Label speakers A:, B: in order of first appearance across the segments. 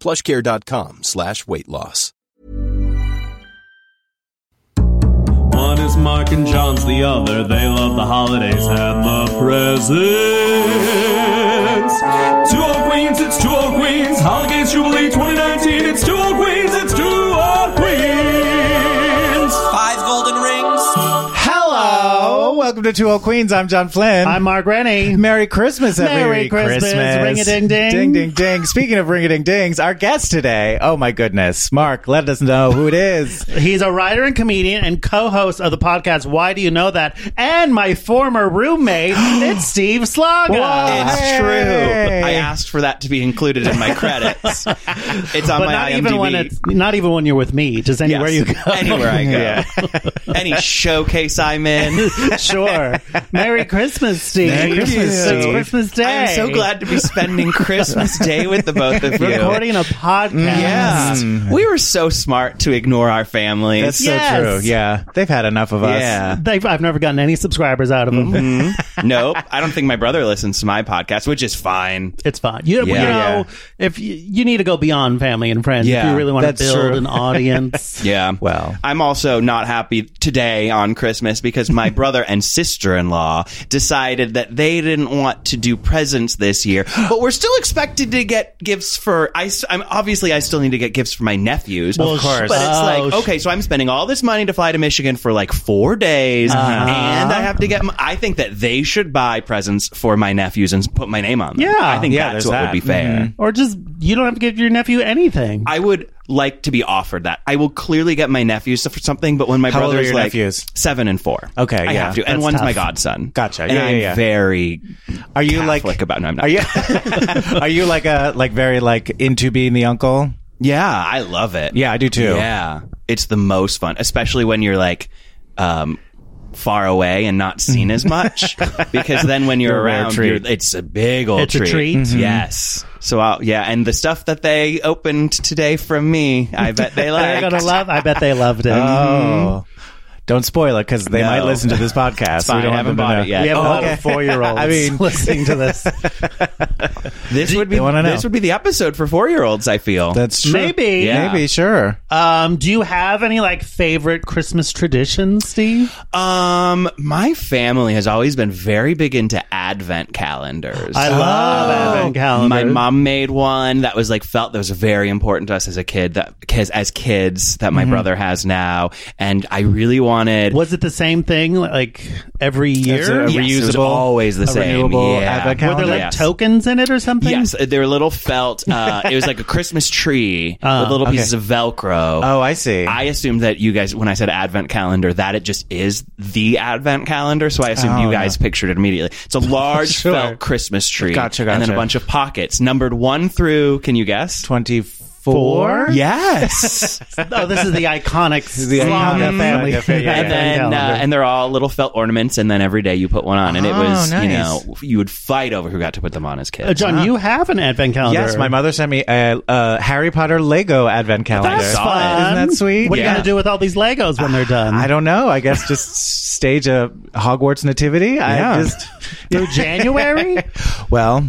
A: plushcare.com slash weight loss.
B: One is Mark and John's the other. They love the holidays and the presents. Two old queens, it's two old queens. Holidays Jubilee 2019. It's two old queens, it's two old queens.
C: Five golden rings.
D: Hello, welcome to Two Old Queens. I'm John Flynn.
E: I'm Mark Rennie.
D: Merry Christmas, everyone.
E: Merry Christmas. Ring-a-ding-ding.
D: Ding, ding, ding. Speaking of ring-a-ding-dings, our guest today, oh my goodness, Mark, let us know who it is.
E: He's a writer and comedian and co-host of the podcast Why Do You Know That? And my former roommate, it's Steve Slaga.
C: It's
D: Hey.
C: true. I asked for that to be included in my credits. It's on
E: But
C: my
E: not
C: IMDb.
E: even when it's not even when you're with me, just
C: Yes.
E: anywhere you go.
C: Anywhere I go. Any showcase I'm in.
E: sure. Merry Christmas, Steve.
D: Merry Christmas,
E: It's
D: Steve.
E: Christmas Day.
C: I'm so glad to be spending Christmas Day with the both of you.
E: recording a podcast. Mm-hmm.
C: Yeah. We were so smart to ignore our families.
D: That's
E: Yes.
D: so true. Yeah, they've had enough of us.
C: yeah.
E: They've, I've never gotten any subscribers out of them.
C: Mm-hmm. nope. I don't think my brother listens to my podcast, which is fine.
E: It's fine. You, you
C: Yeah.
E: know, if you, you need to go beyond family and friends, if
C: Yeah,
E: you really want to
D: that's
E: build
D: true.
E: an audience.
C: Yeah.
D: Well.
C: I'm also not happy today on Christmas because my brother and sister in law decided that they didn't want to do presents this year, but we're still expected to get gifts for. I, am obviously I still need to get gifts for my nephews,
E: Well, Of course.
C: But it's
E: Oh,
C: like
E: sh-
C: okay, so I'm spending all this money to fly to Michigan for like four days,
E: Uh-huh.
C: and I have to get. m- I think that they should buy presents for my nephews and put my name on them.
E: Yeah. Mm-hmm.
C: I think
D: Yeah,
C: that's
D: there's
C: what
D: that.
C: would be fair.
E: or just, you don't have to give your nephew anything.
C: I would like to be offered that. I will clearly get my nephews for something, but when my
D: How old
C: brother's
D: are your
C: like
D: nephews?
C: seven and four,
D: Okay,
C: I
D: yeah,
C: have to, and
D: that's
C: one's
D: tough.
C: my godson.
D: Gotcha.
C: And
D: Yeah, yeah,
C: I'm
D: yeah.
C: very
D: Are you
C: Catholic
D: like
C: about? No, I'm not.
D: Are you Are you like a like very like into being the uncle?
C: Yeah, I love it.
D: Yeah, I do too.
C: Yeah, it's the most fun, especially when you're like. Um, Far away and not seen as much because then when you're,
D: You're a rare
C: around,
D: treat.
C: you're- it's a big old
E: It's a treat. Mm-hmm.
C: Yes. So I'll, yeah, and the stuff that they opened today from me, I bet they
E: They're
C: like.
E: gonna love. I bet they loved it.
D: Oh. Don't spoil it because they
C: No.
D: might listen to this podcast.
C: fine.
D: We don't want
C: I
D: them
C: haven't
D: to
C: bought
D: know.
C: it yet.
E: We have a lot
D: oh, okay.
E: of four-year-olds.
D: I mean-
E: listening to this,
C: This would be
D: They wanna know.
C: this would be the episode for four year olds. I feel
D: That's true.
E: maybe.
C: Yeah.
D: Maybe, sure.
E: Um, do you have any like favorite Christmas traditions, Steve?
C: um my family has always been very big into advent calendars. Uh,
E: I love advent calendars.
C: my mom made one that was like felt that was very important to us as a kid that because as kids that my
D: Mm-hmm.
C: brother has now, and I really wanted
E: was it the same thing like every
D: That's a
E: year?
C: Yes, it was
D: reusable,
C: always the
D: a
C: same.
D: renewable
C: Yeah.
D: advent
E: Were there
D: calendar.
E: like
C: Yes.
E: tokens in it or something?
C: Yes, they were little felt. Uh, it was like a Christmas tree with little pieces of Velcro.
D: Uh, Oh, I see.
C: I assume that you guys, when I said advent calendar, that it just is the advent calendar. So I assume you guys pictured it immediately. It's a large
D: Oh, Sure.
C: felt Christmas tree.
D: Gotcha,
C: And then
D: gotcha.
C: a bunch of pockets numbered one through, can you guess?
D: Twenty four.
C: Yes.
E: Oh, this is the iconic
D: The
E: Slava
D: iconic
E: family.
D: Slava, yeah,
C: and then uh, and they're all little felt ornaments, and then every day you put one on, and it
D: Oh,
C: was you
D: nice.
C: know you would fight over who got to put them on as kids.
E: Uh, John, you have an advent calendar.
D: Yes, my mother sent me a, a Harry Potter Lego advent calendar.
E: That's
C: Saw it.
E: fun.
D: Isn't that sweet?
E: What are
C: Yeah.
E: you going to do with all these Legos when they're done?
D: I don't know. I guess just stage a Hogwarts nativity.
C: Yeah.
D: I just
E: Through January?
D: well.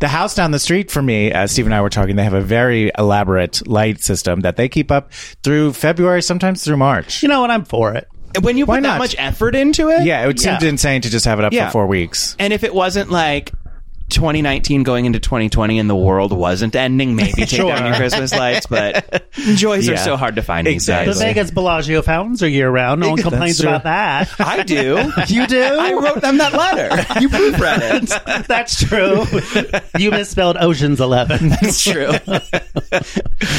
D: The house down the street for me, uh, Steve and I were talking, they have a very elaborate light system that they keep up through February, sometimes through March.
E: you know what? I'm for it.
C: when you
D: Why
C: put that
D: not?
C: much effort into it,
D: Yeah, it would seem
E: Yeah.
D: insane to just have it up
C: Yeah.
D: for four weeks.
C: And if it wasn't like 2019 going into 2020 and the world wasn't ending, maybe take down your Christmas lights. But joys are
D: Yeah.
C: so hard to find
D: Exactly.
E: The
C: these days.
E: Vegas Bellagio fountains are year round. No one complains
D: true.
E: about that.
C: I do.
E: You do?
C: I wrote them that letter. You proofread it.
E: That's true. you misspelled Ocean's Eleven.
C: It's true.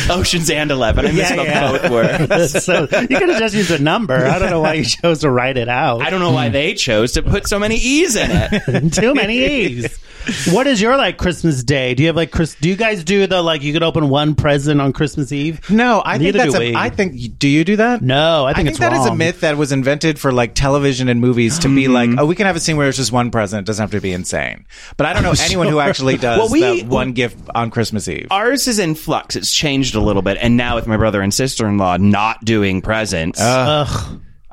C: Oceans and Eleven. I misspelled both words.
E: so you could have just used a number. I don't know why you chose to write it out.
C: I don't know why they chose to put so many E's in it.
E: Too many E's. What is your like Christmas day? Do you have like Chris? Do you guys do the like you could open one present on Christmas Eve?
D: No, I think
E: Neither
D: that's
E: do
D: a,
E: we.
D: I think do you do that?
E: No, I think it's
D: that is a
E: wrong.
D: myth that was invented for like television and movies to be
E: Mm-hmm.
D: like, oh, we can have a scene where it's just one present. It doesn't have to be insane. But I don't know anyone who actually does
C: Well, we-
D: the one gift on Christmas Eve.
C: Ours is in flux. It's changed a little bit, and now with my brother and sister in law not doing presents,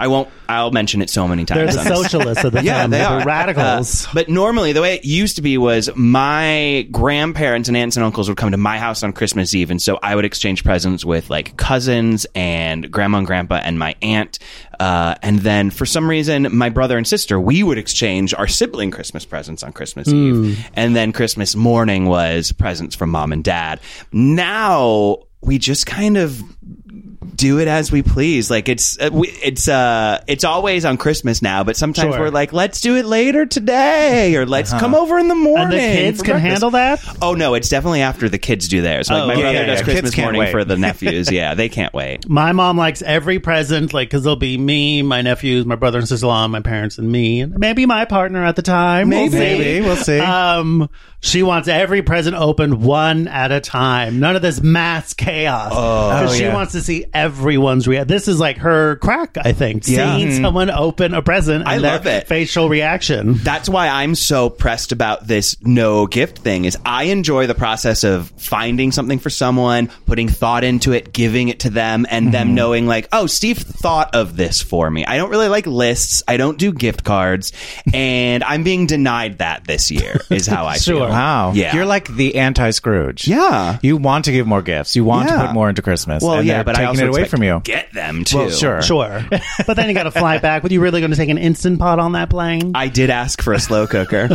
C: I won't. I'll mention it so many times.
E: They're the
C: on this
E: socialists of the
C: Yeah,
E: family.
C: they are
E: the radicals.
C: Uh, but normally, the way it used to be was my grandparents and aunts and uncles would come to my house on Christmas Eve, and so I would exchange presents with like cousins and grandma and grandpa and my aunt. Uh, and then for some reason, my brother and sister, we would exchange our sibling Christmas presents on Christmas Eve, and then Christmas morning was presents from mom and dad. Now we just kind of do it as we please. Like it's uh, we, it's uh it's always on Christmas now, but sometimes
E: Sure. Uh-huh.
C: we're like, let's do it later today, or let's come over in the morning.
E: and the kids
C: for
E: can
C: breakfast."
E: handle that.
C: Oh no, it's definitely after the kids do theirs. Like
E: Oh,
C: my
E: yeah,
C: brother
D: yeah,
C: does
D: yeah. Kids
C: Christmas
D: can't
C: morning
D: wait.
C: for the nephews. yeah, they can't wait.
E: My mom likes every present, like because there'll be me, my nephews, my brother and sister-in-law, my parents, and me, and maybe my partner at the time. We'll see.
D: Maybe. We'll see.
E: Um, she wants every present opened one at a time. None of this mass chaos. Oh, she
D: yeah.
E: wants to see everyone's reaction. This is like her crack, I think.
C: Yeah. Mm-hmm.
E: Seeing someone open a present and
C: I
E: their
C: love it.
E: facial reaction.
C: That's why I'm so pressed about this no gift thing is I enjoy the process of finding something for someone, putting thought into it, giving it to them and
D: Mm-hmm.
C: them knowing like, "Oh, Steve thought of this for me." I don't really like lists. I don't do gift cards, and I'm being denied that this year is how I feel.
D: Wow.
C: Yeah.
D: You're like the anti Scrooge.
C: Yeah.
D: You want to give more gifts. You want
C: Yeah.
D: to put more into Christmas.
C: Well,
D: and
C: yeah,
D: they're
C: but I
D: taking
C: also
D: it away
C: expect
D: from
C: to
D: you.
C: Get them too.
D: Well, sure.
E: Sure. but then you got to fly back. Were you really going to take an instant pot on that plane?
C: I did ask for a slow cooker.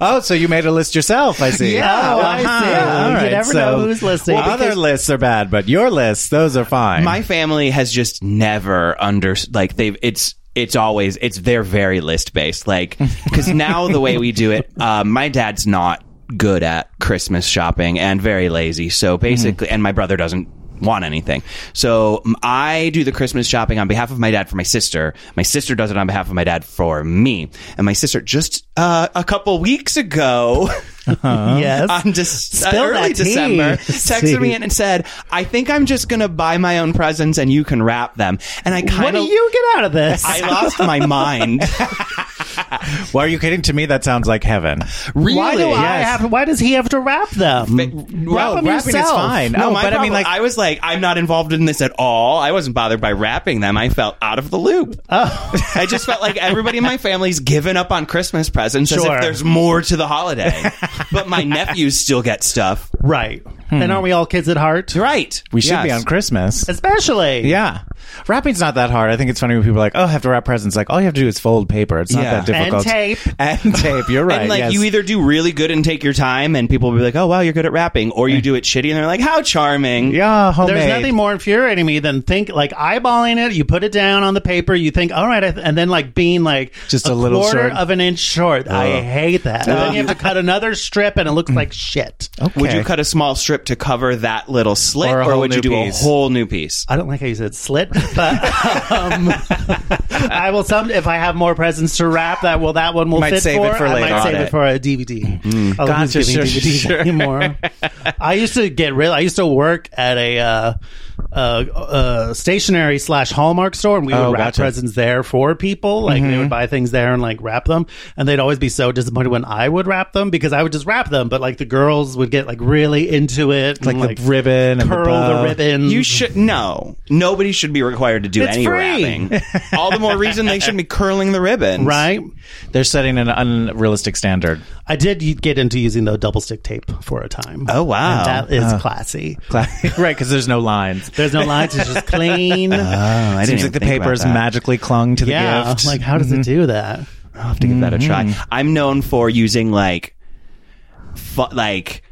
D: Oh, so you made a list yourself, I see. Uh-huh.
E: Yeah, oh, I see. You never know who's listening.
D: Well,
E: Because-
D: other lists are bad, but your lists, those are fine.
C: my family has just never under like they've it's it's always it's they're very list based like because now the way we do it uh, my dad's not good at christmas shopping and very lazy so basically and my brother doesn't want anything so mm, i do the christmas shopping on behalf of my dad for my sister my sister does it on behalf of my dad for me and my sister just uh, a couple weeks ago Uh-huh.
E: yes.
C: on just uh,
E: Spill
C: early
E: that tea.
C: December,
E: See.
C: texted me in and said, "I think I'm just gonna buy my own presents and you can wrap them." And I
E: what
C: kind
E: do
C: of,
E: you get out of this?
C: I lost my mind.
D: Well, are you kidding? To me, that sounds like heaven.
C: really?
E: Why do I have? Why does he have to wrap them?
D: well, wrapping
E: them yourself.
D: is fine. oh,
C: No, my
D: but I mean,
C: problem-
D: like,
C: I was like, I'm not involved in this at all. I wasn't bothered by wrapping them. I felt out of the loop. Oh, I just felt like everybody in my family's given up on Christmas presents as
E: Sure.
C: if there's more to the holiday. but my nephews still get stuff.
E: Right.
D: Hmm.
E: And aren't we all kids at heart?
C: Right?
D: we should be
C: Yes.
D: on Christmas.
E: Especially.
D: Yeah. Wrapping's not that hard. I think it's funny when people are like, oh, I have to wrap presents. Like, all you have to do is fold paper. It's not
C: Yeah.
D: that difficult.
E: And tape.
D: And tape. You're right.
C: and like
D: yes.
C: you either do really good and take your time, and people will be like, "Oh wow, you're good at rapping," or you do it shitty, and they're like, "How charming."
D: Yeah, homemade.
E: There's nothing more infuriating me than think like eyeballing it. You put it down on the paper. You think, all right, I th-, and then like being like
D: Just a little
E: quarter
D: short.
E: of an inch short. I hate that. And then you have to cut another strip, and it
D: Hmm.
E: looks like shit.
C: Would
D: Okay.
C: you cut a small strip to cover that little slit,
D: Or a
C: or,
D: whole
C: would you
D: new
C: do
D: piece.
C: a whole new piece?
E: I don't like how you said slit it. But um, I will some if I have more presents to wrap. That well, that one will
D: Might
E: fit
D: save
E: for.
D: it for
E: I
D: later.
E: might save
D: Got
E: it.
D: it. Mm-hmm.
E: for a DVD. I love
D: Gotcha,
E: Oh, giving
D: sure,
E: DVDs
D: sure.
E: anymore. I used to get real. I used to work at a uh, uh, uh, stationery slash Hallmark store, and we would
D: Oh,
E: wrap
D: gotcha. Mm-hmm.
E: presents there for people. Like they would buy things there and like wrap them, and they'd always be so disappointed when I would wrap them because I would just wrap them, but like the girls would get like really into it,
D: Like
E: and,
D: the ribbon and the
E: curl
D: bow.
E: ribbon.
C: You should no. Nobody should be required to do
E: It's
C: any
E: free.
C: wrapping. All the more reason they should be curling the ribbons.
E: right.
D: They're setting an unrealistic standard.
E: I did y- get into using the double stick tape for a time.
C: Oh, wow.
E: And that is
D: Uh-huh.
E: classy.
D: right, because there's no lines.
E: There's no lines; it's just clean.
C: Oh, I
D: Seems like
C: didn't
D: the
C: even think about
D: papers
C: that.
D: magically clung to the
E: yeah,
D: gift.
E: like how does
D: Mm-hmm.
E: it do that?
C: I'll have to give that a try. I'm known for using like, fu- like.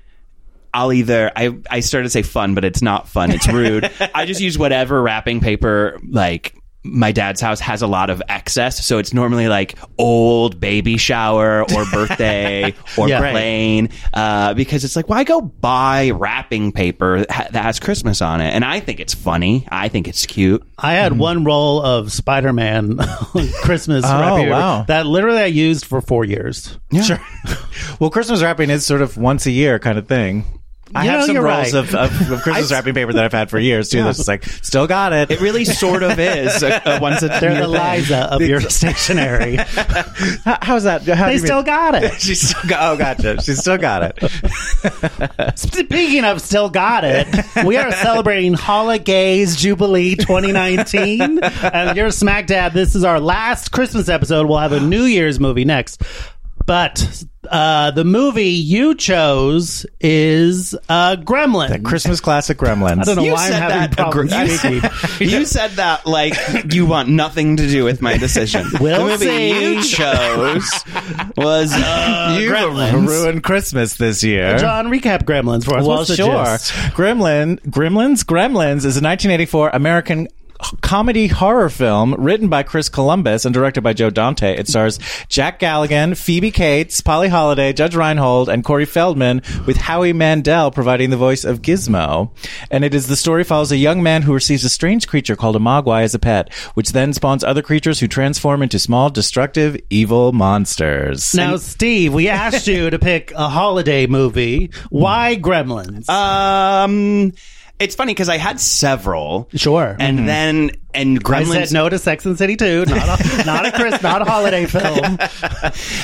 C: I'll either I I started to say fun, but it's not fun. It's rude. I just use whatever wrapping paper like. My dad's house has a lot of excess, so it's normally like old baby shower or birthday or
E: Yeah. Right.
C: plane, uh, because it's like, why go buy wrapping paper ha- that has Christmas on it? And I think it's funny. I think it's cute.
E: I had one roll of Spider Man Christmas
D: Mm-hmm. Oh,
E: wrapping
D: wow.
E: that literally I used for four years.
D: Sure. well, Christmas wrapping is sort of once a year kind of thing. I
E: You
D: have
E: know,
D: some
E: you're
D: rolls
E: right.
D: of, of, of Christmas wrapping paper that I've had for years too. That's just like still got it.
C: It really sort of is a, a once a
E: They're
C: year
E: the
C: thing.
E: Liza of your stationery.
D: How- how's that? How do
E: they
D: you mean-
E: still got it.
D: She's still got. Oh, gotcha. She's still got it.
E: Speaking of still got it, we are celebrating Holidays Jubilee 2019. and you're smack dab. This is our last Christmas episode. We'll have a New Year's movie next. But uh, the movie you chose is uh, Gremlin.
D: Christmas classic Gremlins.
E: I don't know
C: You
E: why I'm
C: said
E: having
C: that-
E: problems.
C: You
E: speaking.
C: you said that like you want nothing to do with my decision.
E: We'll
C: the movie
E: see.
C: you chose was uh,
D: You
C: Gremlins.
D: ruined Christmas this year.
E: John, recap Gremlins for us.
D: Well,
E: What's the
D: sure.
E: gist?
D: Gremlin, Gremlins, Gremlins is a 1984 American h- comedy horror film written by Chris Columbus and directed by Joe Dante. It stars Jack Galligan, Phoebe Cates, Polly Holiday, Judge Reinhold, and Corey Feldman, with Howie Mandel providing the voice of Gizmo. And it is the story follows a young man who receives a strange creature called a Mogwai as a pet, which then spawns other creatures who transform into small, destructive, evil monsters.
E: Now, Steve, we asked you to pick a holiday movie. Why Gremlins?
D: Uh,
C: Um, it's funny because I had several,
E: Sure. Mm-hmm.
C: and then and
E: I
C: Gremlins.
E: said no to Sex and the City 2. Not a, not a Chris, not a holiday film.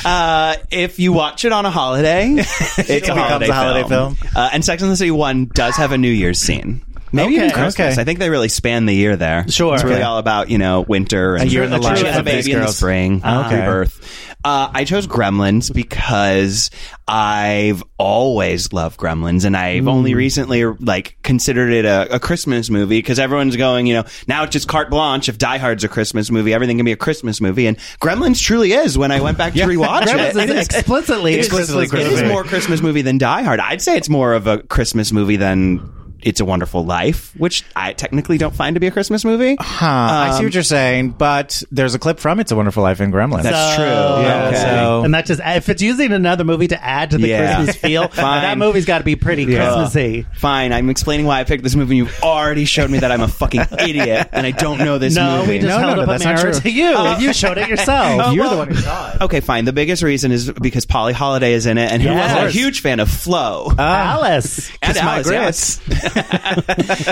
C: uh, if you watch it on a holiday, it
D: becomes a holiday film.
C: Uh, and Sex and the City One does have a New Year's scene. Maybe even
E: Okay.
C: Christmas.
D: Okay.
C: I think they really span the year there.
E: Sure.
C: it's really
E: Okay.
C: all about you know winter and
D: A year in the
C: A
D: life
C: true as a
D: of these
C: baby in the
D: girls. Ah,
C: spring,
D: Okay.
C: rebirth. Uh, I chose Gremlins because I've always loved Gremlins, and I've
D: Hmm.
C: only recently like considered it a, a Christmas movie because everyone's going, you know, now it's just carte blanche. If Die Hard's a Christmas movie, everything can be a Christmas movie, and Gremlins truly is. When I went back to rewatch it,
E: Gremlins is explicitly a
D: explicitly
E: Christmas
C: it
E: movie.
C: is more Christmas movie than Die Hard. I'd say it's more of a Christmas movie than. It's a Wonderful Life, which I technically don't find to be a Christmas movie.
E: Oh,
D: Huh, I
E: Um,
D: see what you're saying, but there's a clip from It's a Wonderful Life in Gremlins.
C: That's true.
D: Yeah,
C: Okay.
D: so-
E: And that just, if it's using another movie to add to the
C: Yeah.
E: Christmas feel,
C: Fine.
E: that movie's got to be pretty Christmassy.
C: Fine, I'm explaining why I picked this movie, and you've already showed me that I'm a fucking idiot and I don't know this
E: No,
C: movie.
E: we just
D: No,
E: held
D: no,
E: up
D: that's
E: a
D: not
E: mirror
D: true. Oh,
E: to you, and you showed it yourself.
D: You're the one who saw it.
C: Okay, fine. The biggest reason is because Polly Holiday is in it, and who
E: Yes. Ah.
C: was a huge fan of Flo.
E: Alice.
C: and
D: uh, Kiss my
C: Alice, yes.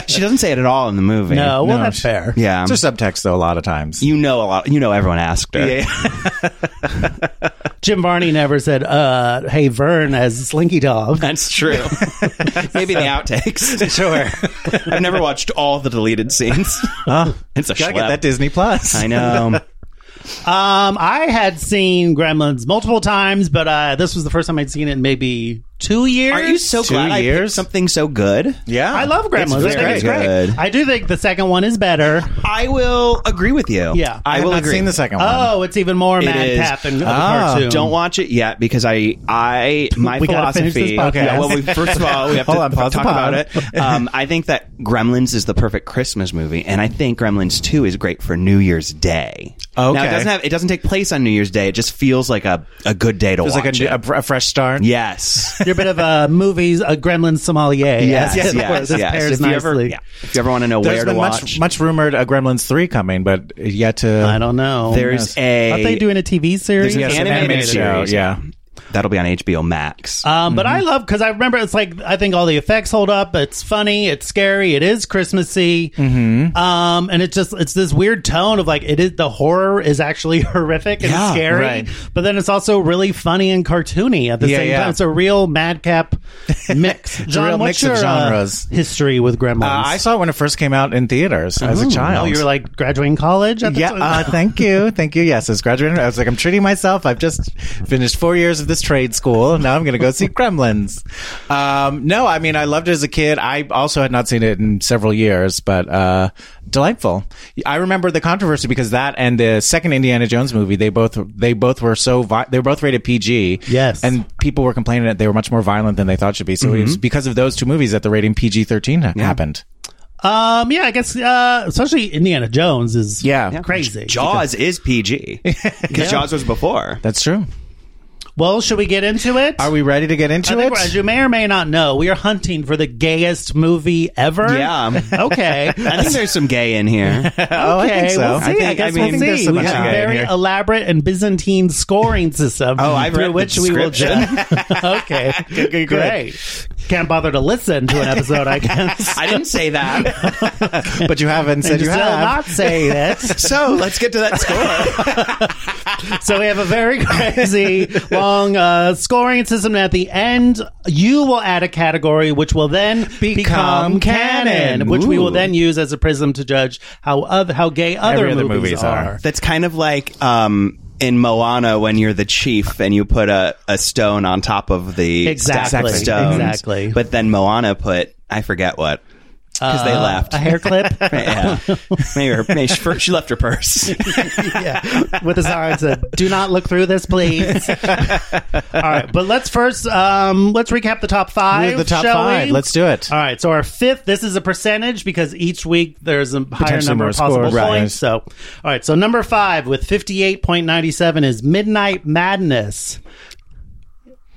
C: she doesn't say it at all in the movie.
E: No, well,
D: No,
E: that's
D: she-
E: fair.
C: Yeah.
D: It's her subtext, though, a lot of times.
C: uh, you know a lot. You know everyone asked her.
E: Jim Varney never said, uh, hey, Vern as Slinky Dog.
C: That's true. Maybe the outtakes.
D: sure.
C: I've never watched all the deleted scenes.
D: Huh?
C: It's a
D: Gotta
C: schlep.
D: get that Disney Plus.
C: I know.
E: Um, I had seen Gremlins multiple times, but uh, this was the first time I'd seen it in maybe two years.
C: Aren't you so
D: Two
C: glad I picked
D: years?
C: something so good?
D: Yeah.
E: I love Gremlins. I
C: It's
E: think
C: very
E: it's great.
C: good.
E: I do think the second one is better.
C: I will agree with you.
E: Yeah.
D: I,
C: I,
D: have
C: will
D: not
C: agree.
D: seen the second one.
E: Oh, it's even more madcap than the
D: Ah,
E: cartoon.
C: Don't watch it yet because I, I, my
E: We gotta finish
C: philosophy.
E: this podcast.
C: Yeah, well, we, first of all, we have to
D: Hold on, pause the
C: talk
D: pod.
C: about it. Um, I think that Gremlins is the perfect Christmas movie, and I think Gremlins Two is great for New Year's Day. now,
D: Okay.
C: it doesn't have it doesn't take place on New Year's Day. It just feels like a, a good day to
D: It was
C: watch
D: like a,
C: it.
D: a, a fresh start.
C: yes,
E: You're a bit of a movies, a Gremlin sommelier.
C: Yes, yes,
E: Of
C: yes.
E: course, This
C: yes.
E: pairs
C: If you ever,
E: nicely.
C: yeah. if you ever want to know
D: There's
C: where to
D: been
C: watch,
D: much, much rumored a Gremlins three coming, but yet to
E: I don't know.
C: there's a
E: Aren't they doing a TV series?
D: Yes, an
C: animated
D: animated show.
C: series.
D: Yeah,
C: that'll be on HBO Max.
E: Um, but
D: Mm-hmm.
E: I love because I remember it's like I think all the effects hold up. It's funny, it's scary, it is Christmassy, mm-hmm. um, and it just it's this weird tone of like it is the horror is actually horrific and
D: Yeah,
E: scary,
D: right.
E: but then it's also really funny and cartoony at the
D: Yeah,
E: same
D: yeah.
E: time. It's a real madcap
D: It's
E: mix.
D: a
E: John,
D: real mix
E: what's
D: of
E: your, uh,
D: genres.
E: history with Gremlins?
D: uh, I saw it when it first came out in theaters as a
E: Oh,
D: child.
E: you were like graduating college. At the
D: yeah,
E: time?
D: uh, thank you, thank you. Yes, I was graduating. I was like, I'm treating myself. I've just finished four years of this trade school. Now I'm going to go see Gremlins. Um, no, I mean, I loved it as a kid. I also had not seen it in several years, but uh, delightful. I remember the controversy because that and the second Indiana Jones movie, they both they both were so vi- they were both rated PG.
E: Yes.
D: and people were complaining that they were much more violent than they thought should be. So it was because of those two movies that the rating PG 13 happened.
E: um, yeah, I guess uh, especially Indiana Jones is
D: Yeah. Yeah.
E: crazy.
C: Jaws is PG because Jaws was before.
D: That's true.
E: Well, should we get into it?
D: Are we ready to get into
E: I think
D: it?
E: we're- as you may or may not know, we are hunting for the gayest movie ever.
C: Yeah.
E: Okay.
C: I think there's some gay in here.
D: Oh, I think
E: Okay,
D: so.
E: we'll see. I,
C: I think-
E: guess
C: I mean,
E: we'll
C: there's
E: see.
C: so
E: we
C: much
E: have a
C: gay in
E: very
D: here.
E: elaborate and Byzantine scoring system.
C: Oh, I've
E: through
C: read the
E: which we will judge.
C: description.
E: okay,
D: good, good.
E: great. Can't bother to listen to an episode. I guess.
C: I didn't say that.
D: but you haven't said
E: And
D: you
E: still
D: have.
E: not say it.
C: So let's get to that score.
E: So we have a very crazy long uh, scoring system. And at the end, you will add a category, which will then become, canon,
D: canon.
E: which we will
D: Ooh.
E: then use as a prism to judge how other, how gay other,
D: Every other
E: movies,
D: movies
E: are.
D: are.
C: That's kind of like um, in Moana when you're the chief and you put a, a stone on top of the stack
E: Exactly.
C: of stones.
E: Exactly.
C: But then Moana put I forget what because they left.
E: A hair clip,
C: yeah. maybe, her, maybe she, she left her purse.
E: yeah, with his arm said, "Do not look through this, please." All right, but let's first um, let's recap the top five.
D: We're the top
E: shall
D: five.
E: we?
D: Let's do it.
E: All right. So our fifth, this is a percentage because each week there's a higher
D: Potentially
E: number
D: more
E: of possible
D: scores. Right.
E: points. Uh, So, all right. So number five with fifty-eight point ninety-seven is Midnight Madness.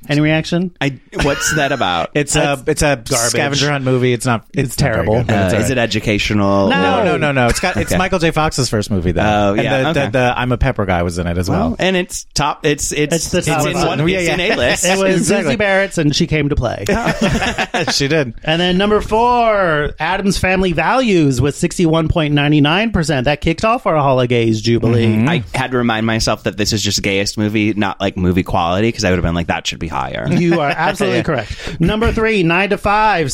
E: Any reaction?
C: I, what's that about?
D: It's a it's a
E: garbage.
D: scavenger hunt movie. It's not. It's, not very
E: terrible.
D: good, but
C: Uh,
D: it's all
C: Is
D: right.
C: it educational?
D: No,
C: or-
D: no, no, no. It's got. It's
C: Okay.
D: Michael J. Fox's first movie, though.
C: Oh,
D: And
C: yeah,
D: the,
C: okay. Oh,
D: the, the I'm a Pepper guy was in it as well.
C: And it's top. It's it's
E: It's the top
C: in
E: five.
C: one.
D: Yeah,
C: it's
D: yeah.
C: in a list.
E: It was
D: Exactly.
E: Susie Barrett's, and she came to play.
D: she did.
E: And then number four, Adam's Family Values with 61.99%. That kicked off our Holidays Jubilee.
C: I had to remind myself that this is just gayest movie, not like movie quality, because I would have been like, that should be higher.
E: You are absolutely correct. Number three, nine to five,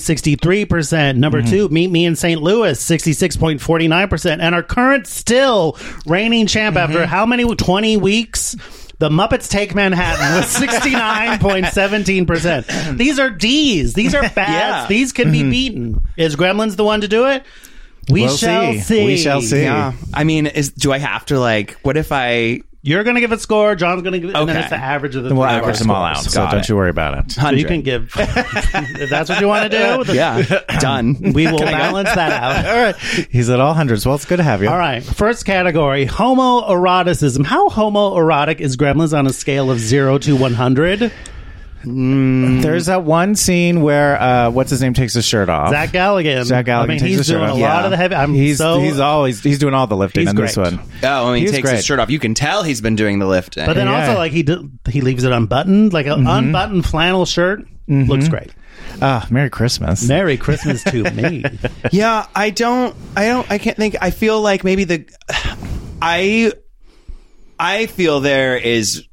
E: 62.63%. Number
D: Mm-hmm.
E: two, Meet Me in St. Louis, 66.49%. And our current still reigning champ
D: Mm-hmm.
E: after how many, 20 weeks? The Muppets Take Manhattan with 69.17%. These are D's. These are bads.
C: Yeah.
E: These can be beaten. Is Gremlins the one to do it? We
D: Mm-hmm. We'll
E: shall see.
D: see. We shall see.
C: yeah. I mean, is do I have to like? What if I?
E: You're going to give it score. John's going to give it. And then
C: Okay.
E: it's the average of the
D: Then we'll
E: three of
D: average
E: our
D: them all out.
E: scores.
D: So
C: Got
D: don't
C: it.
D: you worry about it.
E: So you can
C: 100.
E: give. if that's what you want to do,
C: Yeah, done.
E: We will balance that out.
D: All right. He's at all hundreds. Well, it's good to have you.
E: All right. First category homoeroticism. How homoerotic is Gremlins on a scale of 0 to 100?
D: There's that one scene where uh, what's his name takes his shirt off.
E: Zach Galligan.
D: Oh. Zach Galligan
E: I mean,
D: takes
E: he's
D: his shirt
E: doing a
D: off.
E: lot
C: Yeah.
E: of the heavy. I'm
D: he's
E: so.
D: he's always he's doing all the lifting
E: He's
D: in this
E: great.
D: one.
C: Oh, I mean, he
D: He's
C: takes
D: great.
C: his shirt off. You can tell he's been doing the lifting.
E: but then
D: Yeah. Mm-hmm.
E: also, like, he did, he leaves it unbuttoned, like an unbuttoned flannel shirt. Looks great.
D: Ah, Merry Christmas.
E: Merry Christmas to me.
C: yeah, I don't. I don't. I can't think. I feel like maybe the. I. I feel there is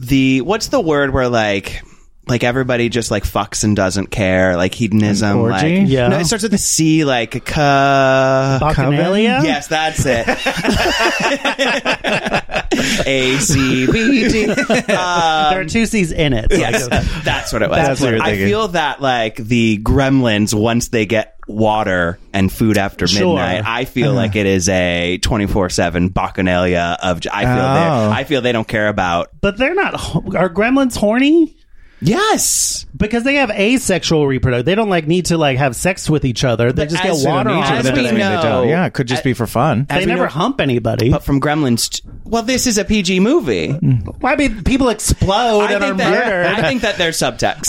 C: the what's the word where like like everybody just like fucks and doesn't care like hedonism
D: An orgy?
C: like
E: Yeah.
C: no, it starts with a C like a ca-
E: Bacchanalia?
C: Yes, that's it. A C B D. Uh,
E: there are two C's in it.
C: yes,
E: Like,
C: that's what it was.
D: That's what you're
C: I
D: thinking.
C: feel that like the gremlins once they get water and food after
E: Sure.
C: midnight, I feel like it is a 24/7 bacchanalia of I feel they
D: Oh.
C: I feel they don't care about
E: but they're not. ho- Are Gremlins horny?
C: Yes.
E: because they have asexual reproduction. They don't like need to like have sex with each other. They just get
C: as-
E: water
C: they
E: on.
C: don't need to,
E: them.
C: that doesn't mean they don't.
D: Yeah, it could just be for fun.
E: They never hump anybody.
C: But from Gremlins, t- well, this is a PG movie.
E: Why I mean, people explode
C: I,
E: and are
C: think that,
E: murdered.
C: I think that there's subtext.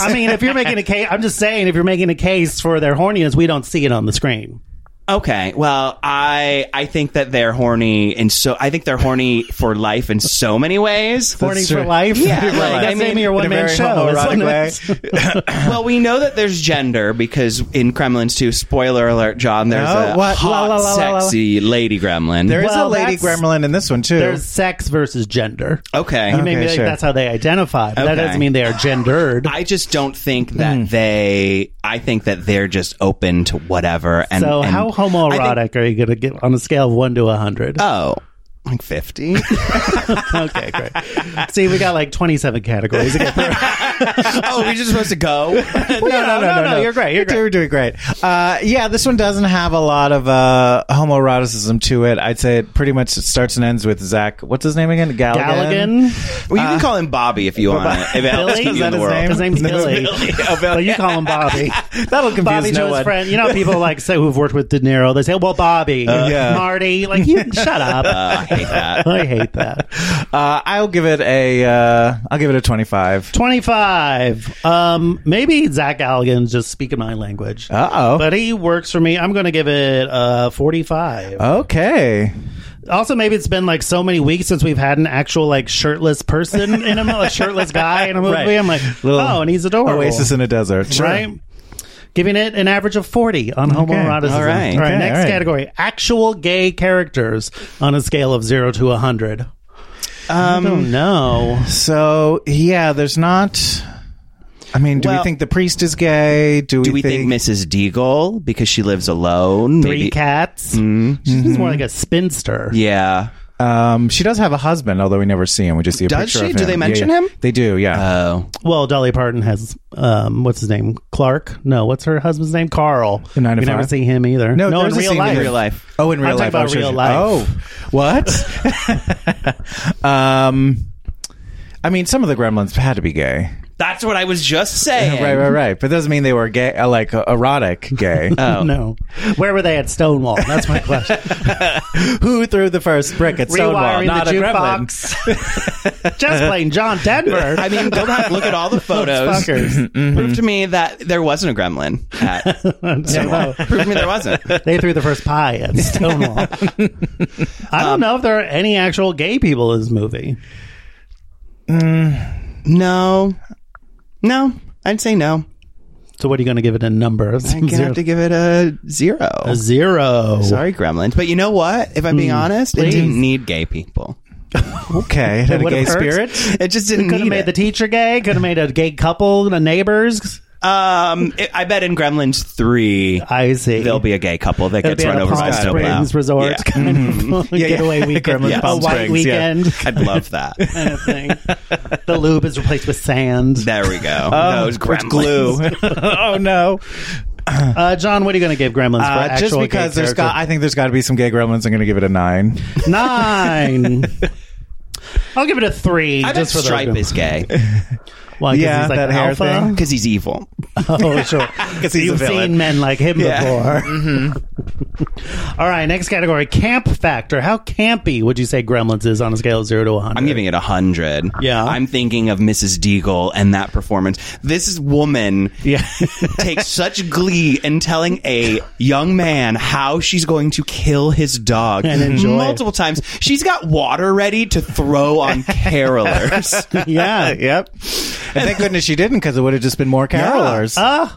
E: I mean, if you're making a case, I'm just saying, if you're making a case for their horniness, we don't see it on the screen.
C: Okay. Well, I I think that they're horny and so I think they're horny for life in so many ways.
E: Horny for
D: true.
E: life.
C: Yeah,
E: Like,
C: like, I
E: that's the name
C: mean,
E: of your
C: in a
E: one man
D: very
E: show. isn't
D: homoerotic
E: it?
C: well, we know that there's gender because in Gremlins 2, spoiler alert, John, there's
D: No,
C: a
D: what?
C: hot,
D: La, la, la, la, la.
C: sexy lady gremlin.
D: There is
E: Well,
D: a lady
E: that's-
D: gremlin in this one too.
E: There's sex versus gender.
C: okay.
E: You may
D: Okay,
E: be like,
D: sure.
E: that's how they identify, but that
C: Okay.
E: doesn't mean they are gendered.
C: I just don't think that they. I think that they're just open to whatever. And
E: so,
C: and
E: how
C: I think-
E: homoerotic are you going to get on a scale of one to a hundred?
C: oh, like fifty.
E: okay, great. See, we got like 27 categories. no, no,
C: oh, we're just supposed to go.
E: no, no, You're great.
D: You're
E: You're great.
D: doing great. Uh, yeah, this one doesn't have a lot of uh, homoeroticism to it. I'd say it pretty much starts and ends with Zach. What's his name again? Galligan.
E: Galligan.
C: Well, you can call him Bobby if you want. If it helps
E: Billy?
C: keep
E: Is
C: you
E: that
C: in the
E: his
C: world.
E: name? His name's
D: No,
E: Billy.
D: Billy.
E: Oh, you call him Bobby.
D: That'll confuse
E: Bobby
D: no
E: Joe's
D: one.
E: friend. You know, how people like say who've worked with De Niro. They say, "Well, Bobby,
D: Uh, yeah.
E: Marty." Like, you shut up.
C: I hate that.
E: I hate that.
D: Uh, I'll give it a. Uh, I'll give it a twenty-five.
E: 25. Um, maybe Zach Galligan's just speaking my language.
D: Uh
E: But he works for me. I'm going to give it uh, 45.
D: oh. Okay.
E: also, maybe it's been like so many weeks since we've had an actual like shirtless person in a, mo- a shirtless guy in a movie.
D: Right.
E: I'm like, oh, and he's adorable.
D: Oasis in a desert.
E: right? Giving it an average of 40 on homoeroticism.
C: all right.
E: All right,
D: Okay,
E: next
D: all right.
E: category actual gay characters on a scale of 0 to 100. I
D: Um,
E: don't know.
D: So yeah, there's not. I mean, do
C: Well-
D: we think the priest is gay? Do we,
C: Do we think Mrs. Deagle because she lives alone?
E: Three cats.
D: mm-hmm,
E: She's more like a spinster.
C: Yeah.
D: um, she does have a husband, although we never see him. We just see a
C: Does
D: picture
C: she?
D: of him.
C: Do they
D: Yeah,
C: mention
D: yeah.
C: him?
D: They do. Yeah.
C: Oh,
E: Well, Dolly Parton has, um, what's his name? Clark? No, what's her husband's name? Carl.
D: In Nine to
E: you never
D: Five?
E: see him either.
D: No,
E: no
D: there's
E: in
D: a
E: real
D: scene
E: life.
D: in
C: real life.
D: Oh, in real
E: I'm
D: life.
E: talking
D: Oh,
E: about
D: sure,
E: real
D: sure.
E: life.
D: Oh, what? um, I mean, some of the gremlins had to be gay.
C: that's what I was just saying.
D: Right, right, right. But doesn't mean they were gay, uh, like uh, erotic gay.
C: Uh.
E: No. Where were they at Stonewall? That's my question.
D: Who threw the first brick at Stonewall?
E: Rewiring
D: Not
E: the
D: a gremlin.
E: jukebox. Just playing John Denver.
C: I mean, go back, look at all the photos. Mm-hmm.
E: fuckers.
C: Prove to me that there wasn't a gremlin. At Stonewall. Prove to me there wasn't.
E: They threw the first pie at Stonewall. I
D: Um,
E: don't know if there are any actual gay people in this movie.
C: No, no, I'd say no.
E: So what are you going to give it a number?
C: I'm gonna have to give it a zero.
E: a zero. Mm.
C: Sorry, Gremlins, but you know what? If I'm being honest, it
E: please.
C: didn't need gay people.
D: Okay, it had a
E: would've
D: gay
E: hurt.
D: spirit.
C: It just didn't
E: Could have
C: need
E: made
C: it.
E: the teacher gay. Could have made a gay couple, the neighbors.
C: um, it- I bet in Gremlins three,
E: I see.
C: there'll be a gay couple that
E: It'll
C: gets
E: be at
C: run
E: a
C: over by
E: Palm
C: a snowplow.
E: Springs resort
C: Yeah. Mm-hmm.
E: kind of getaway weekend,
D: Mm-hmm. Gremlins
E: a
D: Palm
E: white
D: Springs, yeah.
E: weekend
C: I'd love that.
E: kind of thing. the lube is replaced with sand.
C: There we go.
E: Um,
C: Those
D: With
C: Gremlins.
D: glue. oh no!
E: Uh, John, what are you going to give Gremlins for
D: Uh,
E: actual
D: just
E: gay
D: because there's
E: character?
D: got, I think there's got to be some gay gremlins. I'm going to give it a nine.
E: Nine. I'll give it a three.
C: I bet
E: just for
C: Stripe
E: the
C: is gay
E: Why, 'cause
D: Yeah,
E: he's like
D: that hair
E: alpha?
D: thing.
C: because he's evil.
E: Oh, sure.
D: Because he's a
E: You've
D: villain.
E: seen men like him
C: Yeah.
E: before.
D: Mm-hmm.
E: All right, next category: camp factor. How campy would you say Gremlins is on a scale of zero to one hundred?
C: I'm giving it a hundred.
E: Yeah.
C: I'm thinking of Mrs. Deagle and that performance. This is woman
E: Yeah.
C: takes such glee in telling a young man how she's going to kill his dog
E: And enjoy it.
C: multiple times. She's got water ready to throw on carolers.
E: yeah.
D: Yep. And thank goodness she didn't, because it would have just been more carolers.
E: Uh,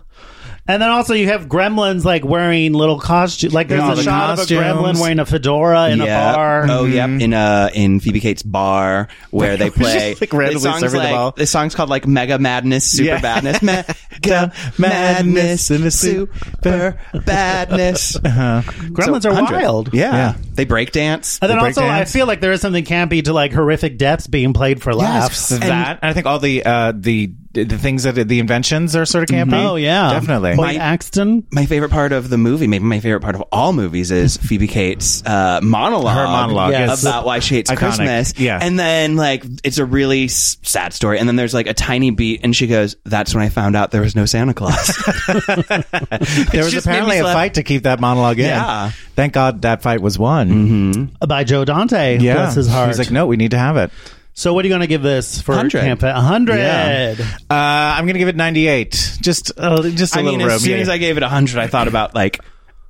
E: and then also you have gremlins like wearing little costumes. Like there's
D: Yeah,
E: a
D: the
E: shot of a
D: costumes.
E: gremlin wearing a fedora in
C: Yeah.
E: a bar.
C: Oh, yep.
D: Mm-hmm.
C: In uh, in Phoebe Cates' bar where they play.
D: Just, like, randomly
C: the song's
D: serving the
C: like-
D: ball.
C: The song's called like Mega Madness, Super
D: Yeah.
C: Badness, Mega Madness,
D: and the su-
C: Super Badness.
E: gremlins
C: So,
E: are
C: 100.
E: wild.
C: Yeah.
D: Yeah.
C: They break dance.
E: And then
D: The
E: also, I
D: breakdance.
E: feel like there is something campy to like horrific deaths being played for laughs.
D: that. And I think all the uh, the the things that the inventions are sort of campy.
E: Oh yeah,
D: definitely.
E: Boyd Axton.
C: My favorite part of the movie, maybe my favorite part of all movies, is Phoebe Cates' uh, monologue.
D: Her monologue, yes.
C: about why she hates
D: Iconic,
C: Christmas.
D: yeah.
C: and then like it's a really s- sad story, and then there's like a tiny beat, and she goes, "That's when I found out there was no Santa Claus."
D: there was
C: just made me
D: apparently a
C: laugh.
D: fight to keep that monologue in.
C: Yeah.
D: Thank God that fight was won.
E: by Joe Dante.
D: Yeah.
E: Mm-hmm. bless his heart.
D: He's like, no, we need to have it.
E: so what are you going to give this for
C: 100.
E: camp? A hundred.
D: Yeah. Uh, I'm going to give it 98. Just, uh, just a
C: I
D: little
C: mean,
D: room.
C: as soon
D: yeah.
C: as I gave it hundred, I thought about like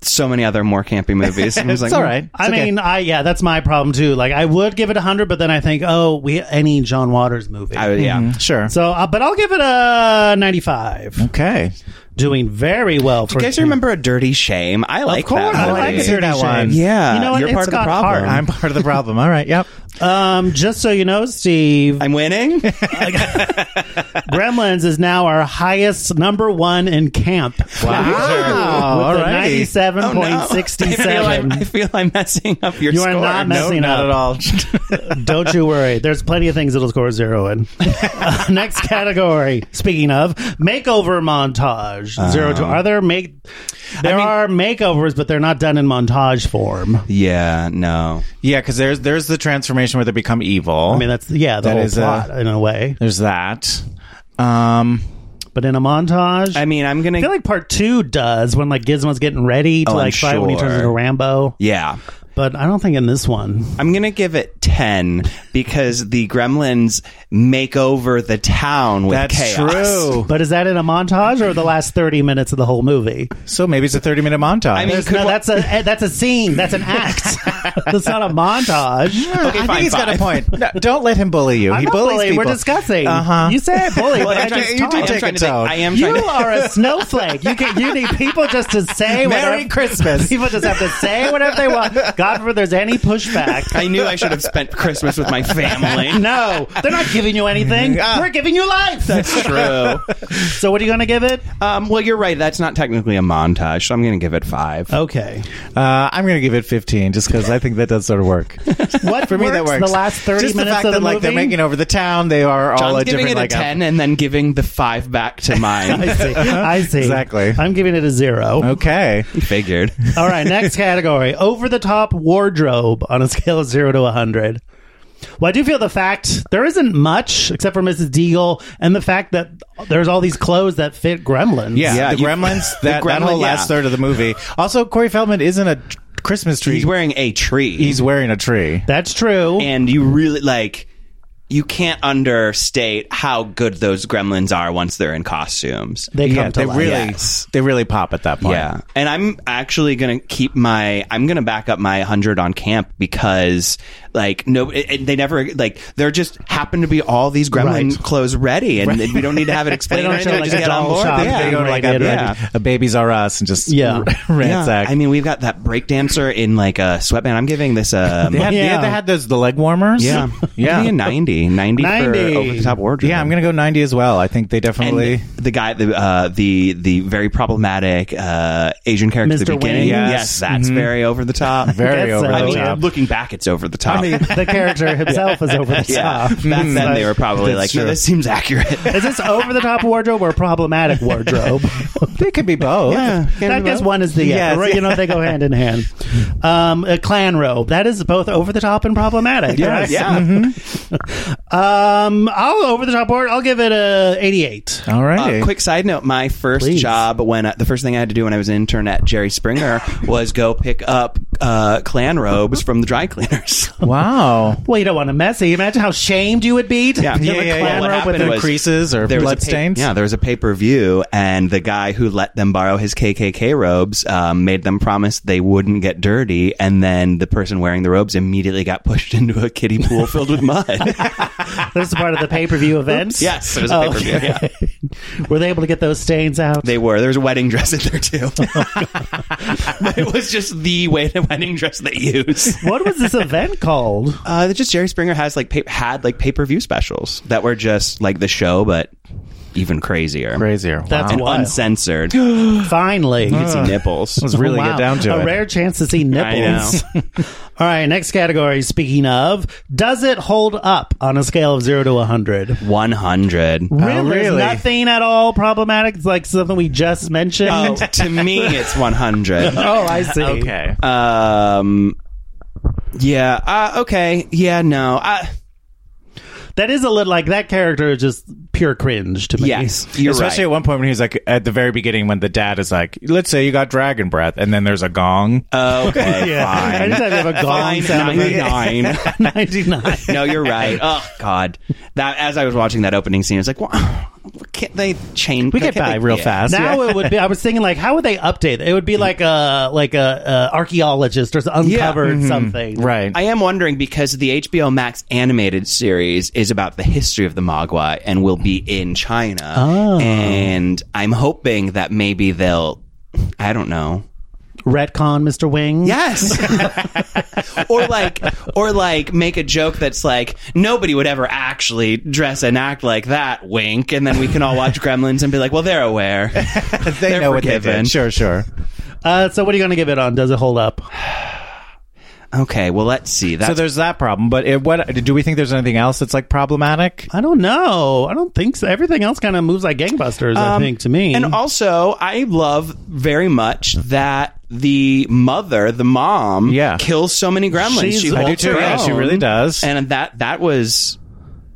C: so many other more campy movies. And I was like, "Mm,
D: it's all right.
E: I
D: It's okay.
E: mean, I yeah, that's my problem too. Like, I would give it a hundred, but then I think, oh, we any John Waters movie.
C: I, yeah,
D: sure.
E: so, uh, but I'll give it a ninety-five.
D: okay.
E: Doing very well. For
C: Hmm. Do you guys remember a dirty shame? I like
E: course,
C: that.
E: I like
C: movie.
E: Dirty
D: that one.
E: Shame.
C: Yeah,
E: You know what?
C: you're
E: It's
C: part of the
E: got
C: problem.
E: heart.
D: I'm part of the problem. All right. Yep.
E: Um, just so you know, Steve,
C: I'm winning.
E: Gremlins is now our highest number one in camp.
D: Wow.
E: With
D: All
E: a
D: right.
E: ninety-seven
C: Oh, no.
E: point
C: I feel,
E: sixty-seven.
C: I'm, I feel I'm messing up your
E: You are
C: score.
E: not
C: No.
E: messing
D: not
E: up.
D: at all.
E: Don't you worry. There's plenty of things that'll score zero in. Next category. Speaking of makeover montage, zero
C: Uh.
E: to are there make? There are makeovers, but they're not done in montage form.
C: Yeah, no.
D: yeah, because there's there's the transformation where they become evil.
E: I mean, that's yeah, the
D: That
E: whole
D: is uh, a-
E: plot in a way.
D: there's that. Um,
E: But in a montage,
C: I mean, I'm gonna.
E: I feel like part two does when like Gizmo's getting ready to
C: Oh, I'm
E: like fight when he turns
C: sure.
E: into Rambo.
C: yeah,
E: But I don't think in this one.
C: I'm gonna give it ten because the Gremlins make over the town with
D: that's
C: chaos.
D: true.
E: But is that in a montage or the last thirty minutes of the whole movie?
D: So maybe it's a 30 minute montage.
C: I mean,
E: There's no, that's a eh, that's a scene. That's an act. that's not a montage.
D: I think
C: fine,
D: he's got a
C: five.
D: point. No, don't let him bully you.
E: I'm
D: he
E: not
D: bullies
E: bullying.
D: people.
E: We're discussing.
D: Uh-huh.
E: You said bully.
C: Well,
E: but
C: I'm
E: I
C: trying
E: just
C: to-
D: you do
C: I'm
E: talked.
D: take
C: trying
D: a
C: to think-
D: tone.
C: I am
E: You
C: trying to.
E: are a snowflake. You can. You need people just to say
D: Merry
E: whatever,
D: Christmas.
E: People just have to say whatever they want. God forbid there's any pushback.
C: I knew I should have spent Christmas with my family.
E: No, they're not giving you anything.
D: Yeah.
E: We're giving you life.
C: That's true.
E: So what are you going to give it?
C: Um, well, you're right. That's not technically a montage, so I'm going to give it five.
E: Okay.
D: Uh, I'm going to give it 15 just because I think that does sort of work.
E: What
D: For me, that works.
E: The last thirty
D: just
E: minutes
D: the fact
E: of the
D: that like they're
E: movie.
D: making over the town, they are all
C: John's
D: a
C: giving
D: different
C: it a
D: like
C: ten and then giving the five back to
E: I
C: mine.
E: see. I see.
D: Exactly.
E: I'm giving it a zero.
D: Okay.
C: Figured.
E: All right, next category: over the top wardrobe on a scale of zero to hundred. Well, I do feel the fact there isn't much except for Mrs. Deagle, and the fact that there's all these clothes that fit Gremlins.
D: Yeah,
C: Yeah,
D: the
C: you-
D: Gremlins.
C: the
D: That, that
C: Gremlin-
D: whole
C: yeah.
D: last third of the movie. Also, Corey Feldman isn't a t- Christmas tree.
C: He's wearing a tree.
D: He's wearing a tree.
E: that's true.
C: and you really like you can't understate how good those gremlins are once they're in costumes.
E: they come
D: yeah,
E: to
D: they
E: life.
D: really,
C: Yes.
D: they really pop at that point.
C: yeah. And I'm actually going to keep my I'm going to back up my 100 on camp because like no it, it- they never like there just happen to be all these gremlin
E: Right.
C: clothes ready and we don't need to have it explained.
E: They don't
C: or
E: show,
C: anything,
E: like,
C: just
E: a
C: get on
E: doll
C: board.
E: shop.
D: They
C: Yeah.
E: They
D: go to like a,
E: Ready,
C: yeah.
D: a babies are us and just
E: Yeah.
D: r- ransack.
C: I mean, we've got that breakdance in like a sweatband. I'm giving this a
D: they had, they,
E: Yeah.
D: had, they had those the leg warmers.
C: yeah,
D: yeah,
C: Give me a 90, 90,
E: 90.
C: for over the top wardrobe.
D: yeah. I'm gonna go 90 as well. I think they definitely.
C: And the guy, the uh, the the very problematic uh, Asian character at the
E: Mr.
C: beginning.
E: Wayne?
D: Yes.
C: Yes,
D: Mm-hmm.
C: that's very over the top.
D: Very
E: Guess so,
D: over
C: I
D: the
C: mean,
D: top.
C: looking back, it's over the top.
E: I mean, the character himself is over the
C: yeah,
E: top.
C: back then they were probably
D: uh, That's
C: like, "No,
D: true.
C: this seems accurate."
E: Is this over the top wardrobe or problematic wardrobe?
D: They could be both.
C: Yeah. Can
E: I
C: we
E: guess
C: vote?
E: one is the
D: Yes.
E: right, you know they go hand in hand. Um, a clan robe that is both over the top and problematic.
D: Yes. Mm-hmm.
E: correct?
C: yeah,
E: Um, I'll over the top board. I'll give it a eighty-eight.
D: All right.
C: Uh, quick side note: My first
E: Please.
C: job, when I, the first thing I had to do when I was an intern at Jerry Springer, was go pick up uh, Klan robes from the dry cleaners.
D: Wow.
E: Well, you don't want to messy. Imagine how shamed you would be. To
C: Yeah.
E: pick up
C: Yeah,
E: a
C: yeah,
E: clan
C: yeah. What
E: robe with
C: happened
E: a
C: was-
D: creases or
C: There was a
D: blood
C: pa-
D: stains.
C: Yeah, there was a pay per view, and the guy who let them borrow his KKK robes um, made them promise they wouldn't get dirty, and then the person wearing the robes immediately got pushed into a kiddie pool filled with mud.
E: This is part of the pay-per-view event.
C: yes, it was a pay per view. Yeah.
E: Were they able to get those stains out?
C: They were. There was a wedding dress in there too. it was just the way the wedding dress they use.
E: what was this event called?
C: Uh, just Jerry Springer has like pa- had like pay per view specials that were just like the show, but even crazier.
D: Crazier.
E: That's
D: wow.
C: And
E: Wild.
C: uncensored.
E: Finally.
C: Oh, nipples.
D: Let's really
E: Wow.
D: get down to
E: a
D: it.
E: rare chance to see
C: I
E: nipples. All right, next category. Speaking of, does it hold up on a scale of zero to a hundred?
C: 100.
D: Oh,
E: There's
D: really?
E: nothing at all problematic. It's like something we just mentioned.
C: Oh, to me, it's 100.
E: Oh, I see.
D: Okay.
C: Um, yeah. Uh, okay. Yeah. No. I,
E: That is a little like that character is just pure cringe to me.
C: yes. You're
D: Especially
C: right.
D: at one point when he's like at the very beginning when the dad is like, let's say you got dragon breath, and then there's a gong.
C: Uh, okay.
E: Yeah.
C: Fine.
E: Anytime you have a gong
C: Fine.
E: sound effect.
C: 99.
E: 99.
C: no, you're right. Oh God. That as I was watching that opening scene, I was like, well, can't they change?
D: We get
C: can't
D: by
C: they-
D: real
C: yeah.
D: fast.
E: Now it would be. I was thinking like, how would they update? It would be like a like a, a archaeologist or uncovered
C: Mm-hmm.
E: something,
D: Right.
C: I am wondering because the HBO Max animated series is about the history of the Magua and will be in China. And I'm hoping that maybe they'll, I don't know,
E: Retcon, Mister Wing.
C: Yes. or like or like make a joke that's like nobody would ever actually dress and act like that wink and then we can all watch Gremlins and be like, "Well, they're aware."
D: they
C: They're
D: know what they
C: forgiven.
D: did. Sure, sure.
E: Uh, so what are you going to give it on? Does it hold up?
C: okay, well, let's see. That's
D: so there's that problem. But it, what do we think? There's anything else that's like problematic?
E: I don't know. I don't think so. Everything else kind of moves like gangbusters. I think to me.
C: Um, And also, I love very much that the mother, the mom,
D: Mm-hmm. Yeah.
C: kills so many gremlins.
E: She's
C: she
D: I
E: I
D: do
C: holds
D: too.
C: her
D: Yeah, she
C: own.
D: really does.
C: And that that was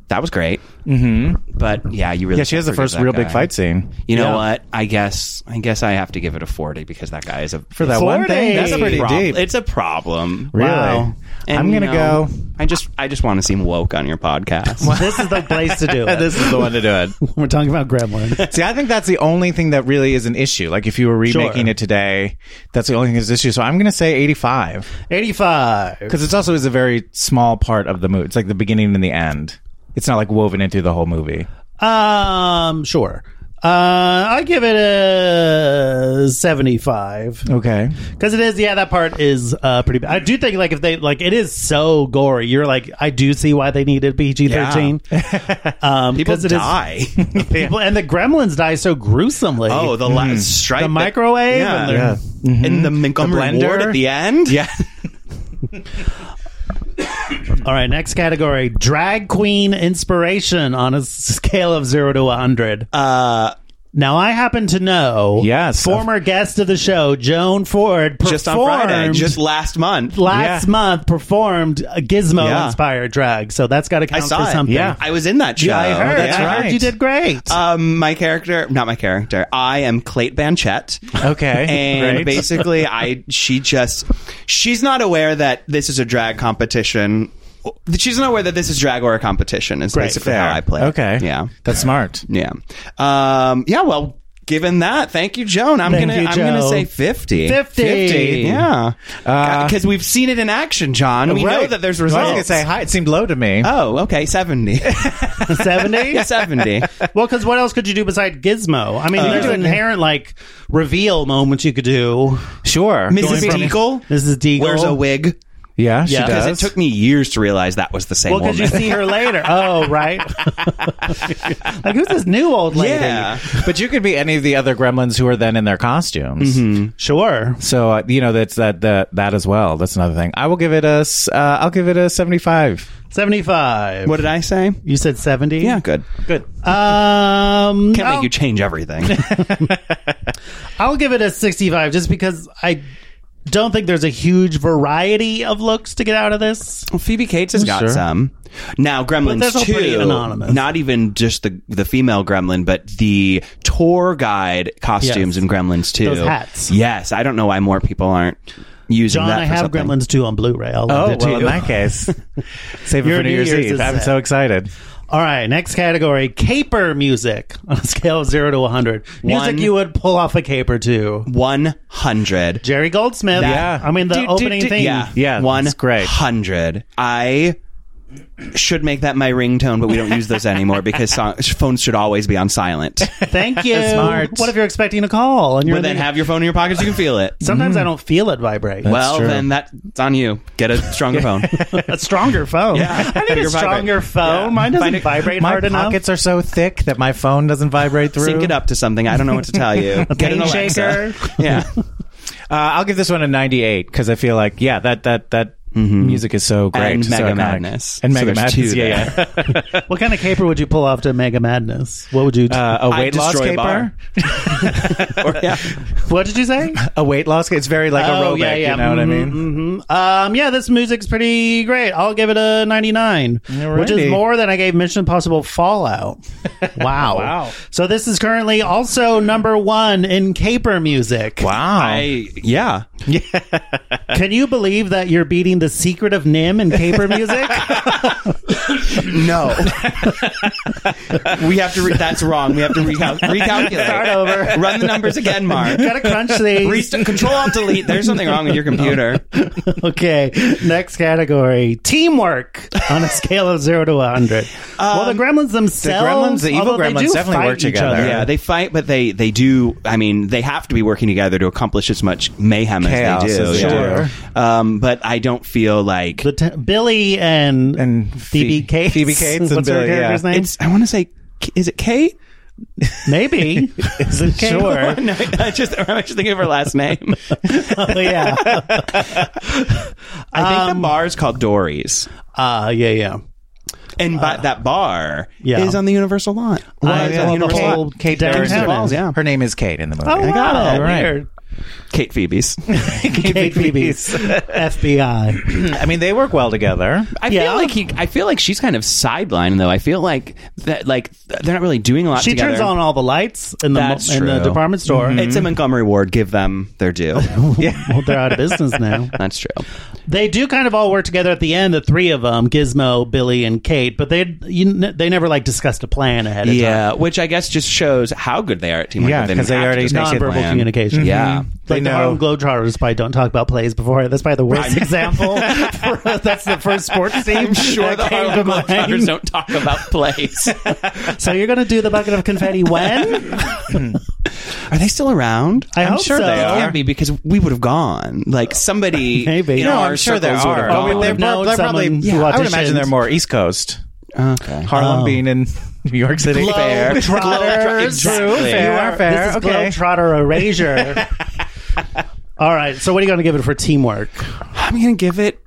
C: that was great. Mm-hmm. But yeah, you really
D: yeah, she has the
C: can't forgive
D: first
C: that
D: real big
C: guy.
D: fight scene.
C: You know
E: Yeah.
C: what? I guess I guess I have to give it a forty because that guy is a
D: For that one
E: 40.
D: thing,
E: That's
D: that's
C: a
D: pretty
C: problem.
D: deep.
C: It's a problem.
D: Really?
C: Wow.
D: I'm gonna go-
C: I just I just want to seem woke on your podcast.
E: this is the place to do it.
D: this is the one to do it.
E: We're talking about Gremlin.
D: See, I think that's the only thing that really is an issue. Like, if you were remaking it today, that's the only thing that's an issue. So I'm going to say 85
E: 85.
D: because it's also is a very small part of the movie. It's like the beginning and the end. It's not like woven into the whole movie.
E: Um, sure. Uh, I give it a 75.
D: Okay.
E: Because it is, yeah, that part is uh, pretty bad. I do think, like, if they, like, it is so gory. You're like, I do see why they needed PG 13. Um,
C: People
E: 'cause it is-
C: die.
E: people, and the gremlins die so gruesomely.
C: oh, the last strike,
E: Mm. The microwave
C: yeah,
E: and the- Yeah.
C: in the Montgomery
D: blender.
C: Ward at the end.
D: Yeah.
E: All right, next category drag queen inspiration on a s- scale of zero to 100.
C: Uh,
E: Now, I happen to know
D: Yes.
E: former guest of the show, Joan Ford, performed
C: just on Friday, just last month.
E: last
D: Yeah.
E: month performed a Gizmo
C: Yeah.
E: inspired drag. So that's got to
C: I
E: count
C: saw
E: for
C: it.
E: something.
D: Yeah.
C: I was in that show.
E: I heard.
D: that's
E: I heard
D: right.
E: you did great.
C: Um, my character, not my character. I am Clate Banchette.
D: Okay.
C: and
D: Great.
C: basically, I she just she's not aware that this is a drag competition. She's not aware that this is drag or a competition. Is basically
D: Fair.
C: how I play. it.
D: Okay.
C: Yeah.
D: That's smart.
C: Yeah. Um, yeah. Well, given that, thank you, Joan. I'm
E: Thank
C: gonna
E: you,
C: I'm gonna
E: Joe.
C: say fifty.
E: 50.
C: Yeah.
E: Uh,
C: Because we've seen it in action, John. We know
D: Right.
C: that there's
D: I was
C: results.
D: going to say hi. It seemed low to me.
C: oh, okay, seventy.
E: 70?
C: yeah, seventy.
E: Well, because what else could you do beside Gizmo? I mean,
C: Uh,
E: there's an inherent, like, reveal moments you could do.
D: Sure.
C: Mrs.
E: Going from-
C: Deagle.
E: Mrs. Deagle.
C: wears a wig.
D: Yeah, she
E: Yeah.
D: does.
C: Because it took me years to realize that was the same
E: Well, because
C: woman.
E: you see her later. Oh, right. like, who's this new old lady?
C: yeah.
D: but you could be any of the other gremlins who are then in their costumes.
E: Sure.
D: So uh, you know that's that that that as well. That's another thing. I will give it a s- uh, I'll give it a 75.
E: 75.
C: What did I say?
E: You said 70?
C: Yeah, good. Good.
E: Um,
C: Can't
E: I'll-
C: make you change everything.
E: I'll give it a 65 just because I don't think there's a huge variety of looks to get out of this.
C: Well, Phoebe Cates has got
D: Sure.
C: some. Now, Gremlins
E: that's all pretty
C: 2,
E: anonymous.
C: not even just the, the female gremlin, but the tour guide costumes
E: Yes.
C: in Gremlins 2.
E: Those hats.
C: Yes. I don't know why more people aren't using
E: John,
C: that.
E: I
C: for
E: have
C: something.
E: Gremlins 2 on Blu-ray. I'll lend
D: Oh,
E: it to
D: well, in
E: you.
D: that case, save it
E: Your
D: for New
E: New
D: Year's,
E: Year's
D: Eve.
E: is
D: I'm
E: set.
D: so excited.
E: All right, next category, caper music on a scale of 0 to 100.
C: One.
E: Music you would pull off a caper to.
C: 100.
E: Jerry Goldsmith.
D: That-
E: I mean the
C: Do, do,
E: opening
C: do,
E: thing.
C: Yeah,
D: Yeah,
C: One
D: that's great.
C: hundred. I should make that my ringtone, but we don't use those anymore because song- phones should always be on silent.
E: Thank you.
D: Smart.
E: What if you're expecting a call and you're
C: But then
E: in the-
C: have your phone in your pocket so you can feel it.
E: Sometimes
D: Hmm.
E: I don't feel it vibrate.
C: well, then that's on you. Get a stronger phone.
E: a stronger phone.
C: Yeah.
E: I need a
C: Bigger vibrate.
E: stronger phone.
C: Yeah.
E: Mine doesn't
C: Find it-
E: vibrate
D: My
E: hard enough.
D: pockets are so thick that my phone doesn't vibrate through.
C: Sync it up to something. I don't know what to tell you. Get an
E: Pain
C: Alexa.
E: shaker.
C: Yeah.
D: Uh, I'll give this one a 98 because I feel like yeah, that that that music is so great,
C: Mm-hmm. And
D: so
C: Mega
D: iconic.
C: Madness.
D: and
C: So
D: Mega
C: there's
D: Madness.
C: two
D: Yeah, yeah.
C: there.
E: What kind of caper would you pull off to Mega Madness? What would you? do?
D: Uh, a
C: I'd
D: weight loss
C: destroy a
D: caper.
C: bar. Or- yeah.
E: what did you say?
D: A weight loss. ca- It's very like
E: Oh,
D: aerobic. You know
C: Mm-hmm.
D: what I mean?
E: Mhm, mhm. Um, yeah, this music's pretty great. I'll give it a 99, which
D: Alrighty.
E: is more than I gave Mission Impossible Fallout. Wow.
D: Wow.
E: So this is currently also number one in caper music.
D: Wow.
C: I yeah.
E: Can you believe that you're beating The Secret of Nim in caper music?
C: No. we have to. Re- that's wrong. We have to recal- recalculate.
E: Start over.
C: Run the numbers again, Mark.
E: Gotta crunch these.
C: Rest- control Alt Delete. There's something wrong with your computer.
E: Okay, next category: teamwork on a scale of zero to one hundred. well, the gremlins themselves,
D: the evil
E: although they
D: gremlins
E: do
D: definitely
E: fight
D: work
E: each
D: together.
E: other.
C: Yeah, they fight, but they they do. I mean, they have to be working together to accomplish as much mayhem
D: Chaos,
C: as they do.
D: as
E: they
C: Yeah. Um, but I don't feel like
E: The t- Billy and
D: And
E: Phoebe
D: Phe-
E: Cates.
D: Phoebe Cates and
E: What's her
D: Billy,
E: character's
D: yeah.
E: name?
C: it's. I want to say, is it Kate?
E: Maybe is it Kate?
D: Sure.
C: No, I just I'm just thinking of her last name.
E: Oh, yeah.
C: I think the bar is called Dory's,
E: Uh, yeah, yeah.
C: and but that bar
E: yeah.
C: is on the Universal lot.
E: I
C: It's
E: yeah, well,
C: on
E: the
C: Universal lot.
E: whole
D: Kate
E: Darren
D: Darrington.
E: Hannah.
C: yeah.
D: Her name is Kate in the movie.
E: Oh,
D: I got
E: wow.
D: it. Right.
E: Weird.
C: Kate Phoebe's.
E: Kate Phoebe's FBI.
D: I mean, they work well together.
C: I
E: Yeah.
C: feel like he. I feel like she's kind of sidelined though. I feel like that. Like they're not really doing a lot.
E: She
C: together.
E: turns on Mm-hmm. all the lights in the
C: That's
E: mo- in the
C: true. Mm-hmm.
E: department store.
C: It's a Montgomery Ward. Give them their due.
E: well, they're out of business now.
C: That's true.
E: They do kind of all work together at the end, the three of them, Gizmo, Billy, and Kate, but they you, kn- they never like discussed a plan ahead of time.
C: Yeah, which I guess just shows how good they are at teamwork.
D: Yeah,
C: that
D: 'cause
C: didn't
D: they
C: have
D: already
C: to discuss a
E: Nonverbal
C: plan.
E: communication.
C: Yeah.
E: Like
D: Mm-hmm. They
E: the
D: know.
E: Harlem Globetrotters probably don't talk about plays beforehand. That's probably the worst example. For, that's the first sports team.
C: I'm sure
E: that
C: the
E: came
C: Harlem
E: to mind.
C: Globetrotters don't talk about plays.
E: So you're going to do the bucket of confetti when?
C: are they still around?
E: I
C: am
E: hope
C: sure
E: so.
C: they can't be because we would have gone. Like somebody
E: Maybe.
C: in
E: No,
C: our
E: I'm
D: sure there
C: circles would
D: are.
C: have
D: Oh,
C: gone.
D: but they're,
E: No,
D: they're
E: someone Oh.
D: probably.
E: who
D: Yeah, I would imagine
E: auditioned.
D: they're more East Coast.
C: okay. Uh,
D: Harlem being in New York City.
C: Fair. Globetrot- exactly.
D: fair.
E: You are-
D: fair,
E: This is
D: okay.
E: Globetrotter erasure. All right. So what are you going to give it for teamwork?
C: I'm gonna give it.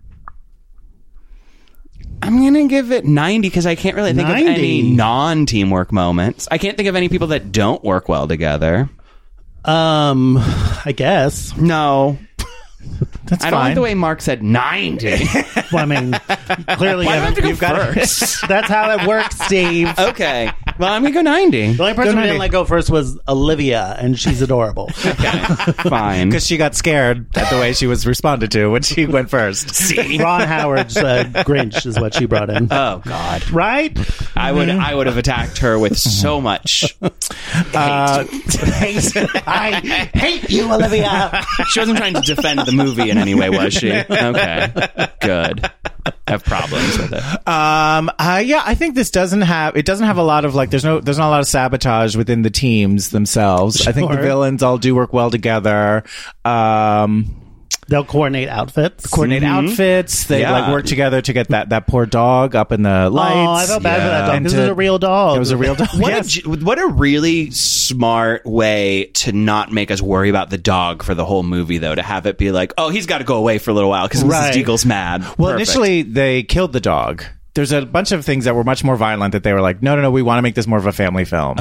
C: I'm gonna give it 90 because I can't really think of
E: 90?
C: any non-teamwork moments. I can't think of any people that don't work well together.
E: Um, I guess.
C: No,
D: That's
C: I don't like the way Mark said 90.
E: Well, I mean, clearly
C: Why do I have to go
E: you've got
C: first?
E: That's how it works, Steve.
C: okay, well I'm gonna go 90.
E: The only person who
D: Don't
E: didn't
D: I-
E: let go first was Olivia, and she's adorable.
C: Fine.
D: Because Hmm? she got scared at the way she was responded to when she went first.
E: Ron Howard's uh, Grinch is what she brought in.
C: Oh God,
E: right?
C: I would I would have attacked her with so much.
D: Uh,
E: Hate. I hate you, Olivia.
C: She wasn't trying to defend the movie in any way, was she? Okay, good. I have problems with it.
D: Um. Uh, yeah, I think this doesn't have it doesn't have a lot of like. There's no there's not a lot of sabotage within the teams themselves. I think the
E: Sure.
D: villains all do work well together. Um, Mm-hmm.
E: They'll coordinate outfits.
D: coordinate outfits. They
C: Yeah.
D: like work together to get that that poor dog up in the lights.
E: Oh, I felt bad for that
D: Yeah.
E: dog.
D: And
E: This
D: to-
E: is a real dog.
D: It was a real dog.
C: What,
D: yes.
C: a, ge- what a really smart way to not make us worry about the dog for the whole movie, though, to have it be like, oh, he's got to go away for a little while because
E: Right.
C: Mrs. Deagle's mad.
D: Well,
C: Perfect.
D: initially they killed the dog. There's a bunch of things that were much more violent that they were like, no, no, no, we want to make this more of a family film.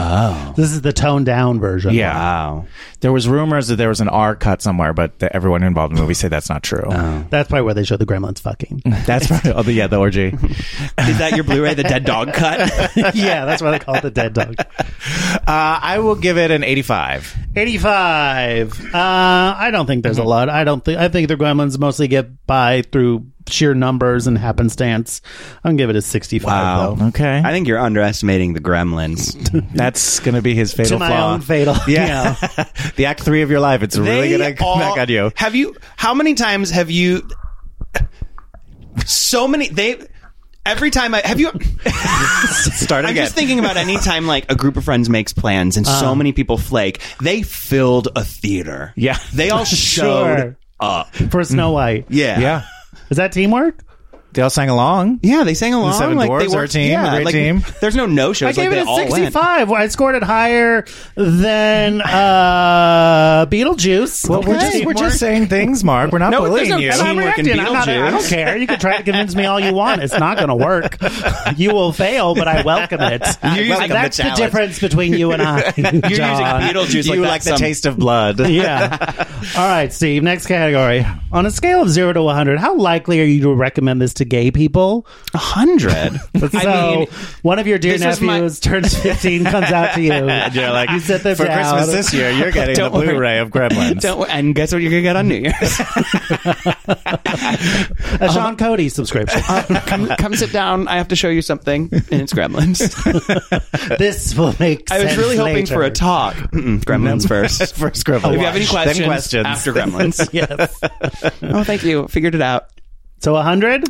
E: This is the toned down version.
D: yeah.
C: Wow.
D: There was rumors that there was an R cut somewhere, but the, everyone involved in the movie said that's not true.
C: Oh.
E: That's probably where they show the gremlins fucking.
D: That's probably, oh, the, yeah, the orgy.
C: Is that your Blu ray, the dead dog cut?
E: yeah, that's why they call it the dead dog.
D: Uh, I will give it an 85.
E: 85. Uh, I don't think there's a lot. I don't think I think the Gremlins mostly get by through sheer numbers and happenstance. I'm gonna give it a 65 though.
D: Okay.
C: I think you're underestimating the gremlins.
D: That's going to be his fatal
E: To my
D: flaw.
E: own fatal.
D: yeah. the act three of your life. It's really
C: They
D: going to come
C: all-
D: back on you.
C: Have you? How many times have you? So many. They. every time I have you.
D: Start
C: I'm
D: again. Uh-huh.
C: just thinking about any time like a group of friends makes plans and so many people flake. They filled a theater.
D: Yeah.
C: they all showed
E: Sure.
C: up.
E: for Snow White.
C: Mm. Yeah,
D: yeah.
E: Is that teamwork?
D: They all sang along.
C: yeah. They sang along.
D: Seven
C: like they
D: Dwarfs, our
C: worked-
D: team,
C: Yeah,
D: a great
C: like,
D: team.
C: There's no no shows.
E: I gave
C: like, they
E: it a
C: all went.
E: 65. I scored it higher than uh, Beetlejuice.
D: Well, we're
E: Okay.
D: just we're
E: Mark.
D: just saying things, Mark. We're not
C: No,
D: bullying
C: there's
D: you.
C: no
E: And I'm
C: Teamwork in
E: reacting. I'm not, I don't
C: Beetlejuice.
E: care. You can try to convince me all you want. It's not going to work. You will fail, but I welcome it.
C: You're using the
E: that's the
C: challenge.
E: difference between you and I.
C: You're using Beetlejuice
D: you
C: like,
D: like
C: that's
D: the
C: some-
D: taste of blood.
E: yeah. All right, Steve. Next category. On a scale of zero to 100, how likely are you to recommend this to gay people?
C: A hundred.
E: So,
C: I mean,
E: one of your dear
C: this is my-
E: nephews turns 15, comes out to you. And
D: You're like
E: you sit there
D: for
E: down.
D: Christmas this year. You're getting the
C: Don't worry.
D: Blu-ray of Gremlins.
C: don't. And guess what you're gonna get on New Year's?
E: a Sean Cody subscription.
C: Uh, come, come sit down. I have to show you something, and it's Gremlins.
E: this will make
C: I was
E: sense
C: really hoping
E: later.
C: for a talk. Mm-mm, Gremlins first.
D: First Gremlins.
C: If you have any
D: Then
C: questions,
D: questions.
C: after Gremlins.
E: Yes.
C: oh, thank you. Figured it out.
E: So 100?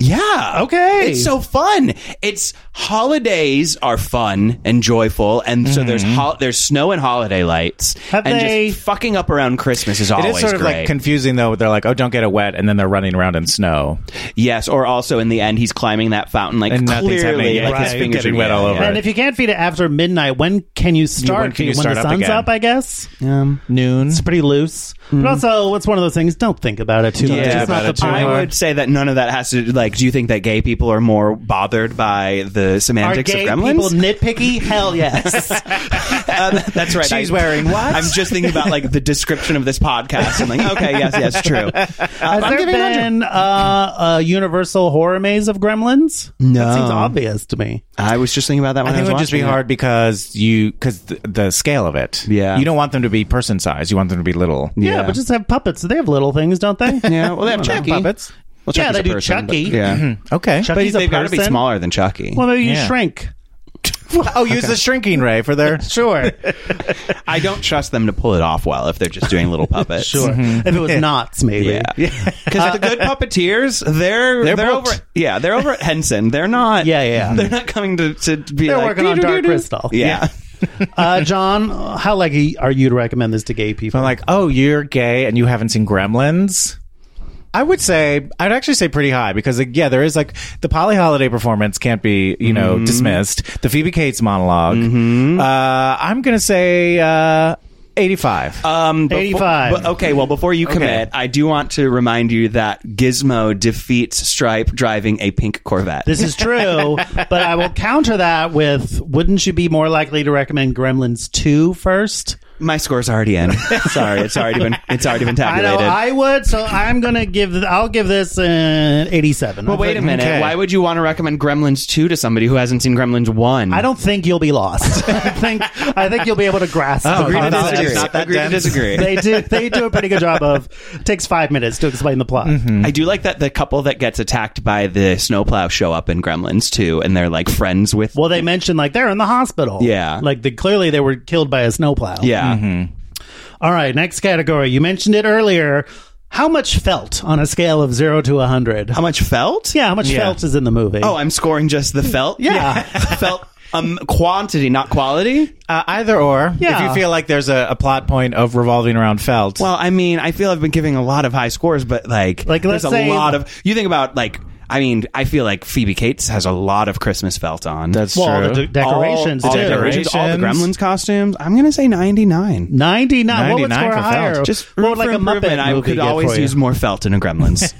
C: Yeah.
E: Okay.
C: It's so fun. It's holidays are fun and joyful, and so there's
D: Mm-hmm.
C: hol- there's snow and holiday lights,
E: Have
C: and
E: they-
C: just fucking up around Christmas is
D: It
C: always
D: is sort of
C: great.
D: like confusing though. They're like, oh, don't get it wet, and then they're running around in snow.
C: yes, or also in the end, he's climbing that fountain like
D: And nothing's happening
C: clearly,
D: yet.
C: like his
D: Right.
C: fingers
D: Getting
C: are
D: wet all over.
E: And
D: Right.
E: if you can't feed it after midnight, when can you start?
D: when can you
E: When
D: start
E: the
D: up
E: sun's
D: again?
E: up, I guess.
D: Um, Noon.
E: It's pretty loose. But also, it's one of those things, don't think about it too much.
D: Yeah,
E: It's
D: about
E: not
D: it
E: the
D: too
E: point.
D: much.
C: I would say that none of that has to like. Do you think that gay people are more bothered by the
E: Are
C: semantics
E: gay
C: of Gremlins?
E: people nitpicky? Hell yes.
C: Uh, that's right.
D: She's wearing what?
C: I'm just thinking about like the description of this podcast. I'm like, okay, yes, yes, true. Uh,
E: Has
C: I'm
E: there
C: giving 100.
E: been uh, a universal horror maze of Gremlins?
C: No.
E: That seems obvious to me.
C: I was just thinking about that. When
D: I
C: I,
D: think it
C: was
D: would just be
C: watching
D: hard because you because the, the scale of it.
C: Yeah.
D: you don't want them to be person size. You want them to be little.
E: Yeah, but just have puppets. They have little things, don't they?
C: Yeah, well, they have Chucky.
D: Puppets. Mm,
C: Well,
E: Yeah,
C: Chucky's
E: they
C: a
E: do
C: person,
E: Chucky.
C: but- yeah,
D: Okay.
E: Chuck-
C: but
E: He's a
C: they've got to be
E: person?
C: smaller than Chucky.
E: Well, maybe you
D: Yeah.
E: shrink.
D: oh, use the shrinking ray for their.
E: Sure.
C: I don't trust them to pull it off well if they're just doing little puppets.
E: Sure. If it was knots, maybe.
C: Yeah, because the good puppeteers, they're
D: They're
C: they're,
D: booked.
C: over. Yeah, they're over at Henson. They're not.
E: Yeah, yeah.
C: They're not coming to to be.
E: They're
C: like,
E: working on Dark
C: "Doo-doo-doo-doo."
E: Crystal.
C: Yeah.
E: Uh, John, how likely are you to recommend this to gay people?
D: I'm like, oh, you're gay and you haven't seen Gremlins. I would say I'd actually say pretty high because like, yeah, there is like the Polly Holiday performance can't be you know
C: Mm-hmm.
D: dismissed. The Phoebe Cates monolog Uh, I'm gonna say uh, 85.
C: Um, befo-
E: 85.
C: but- okay, well, before you commit, I do want to remind you that Gizmo defeats Stripe driving a pink Corvette.
E: This is true, but I will counter that with wouldn't you be more likely to recommend Gremlins 2 first?
C: My score's already in. Sorry, it's already been it's already been
E: I know
C: tabulated.
E: I would, so I'm going to give I'll give this an 87.
C: well, wait a minute.
D: Okay.
C: Why would you want to recommend Gremlins 2 to somebody who hasn't seen Gremlins 1?
E: I don't think you'll be lost. I think I think you'll be able to grasp.
D: Oh,
E: the
C: agree to
D: It's not that
E: concept.
C: disagree. agree to
D: dense.
C: disagree.
E: They do they do a pretty good job of takes 5 minutes to explain the plot.
C: I do like that the couple that gets attacked by the snowplow show up in Gremlins 2 and they're like friends with
E: Well, they mentioned like they're in the hospital.
C: Yeah.
E: Like they clearly they were killed by a snowplow.
C: Yeah.
E: mm-hmm. All right, next category. You mentioned it earlier. How much felt on a scale of 0 to 100?
C: How much felt?
E: Yeah, how much felt is in the movie?
C: Oh, I'm scoring just the felt.
E: Yeah.
C: felt um quantity, not quality.
D: Uh, either or.
E: Yeah.
D: If you feel like there's a, a plot point of revolving around felt.
C: Well, I mean, I feel I've been giving a lot of high scores, but like,
E: Like, let's
C: there's a
E: say-
C: lot of. You think about like, I mean, I feel like Phoebe Cates has a lot of Christmas felt on.
D: that's
E: well,
D: true.
E: the de- decorations.
C: all, all
E: too.
C: the decorations, all the
D: Decorations.
C: Gremlins costumes. I'm gonna say 99.
E: 99. What would
D: 99 for
E: score
D: felt.
E: higher?
C: Just
E: what
C: room
E: would, like
C: for
E: a Muppet
C: improvement. I
E: movie
C: could
E: get
C: always
E: for you?
C: use more felt in a Gremlins.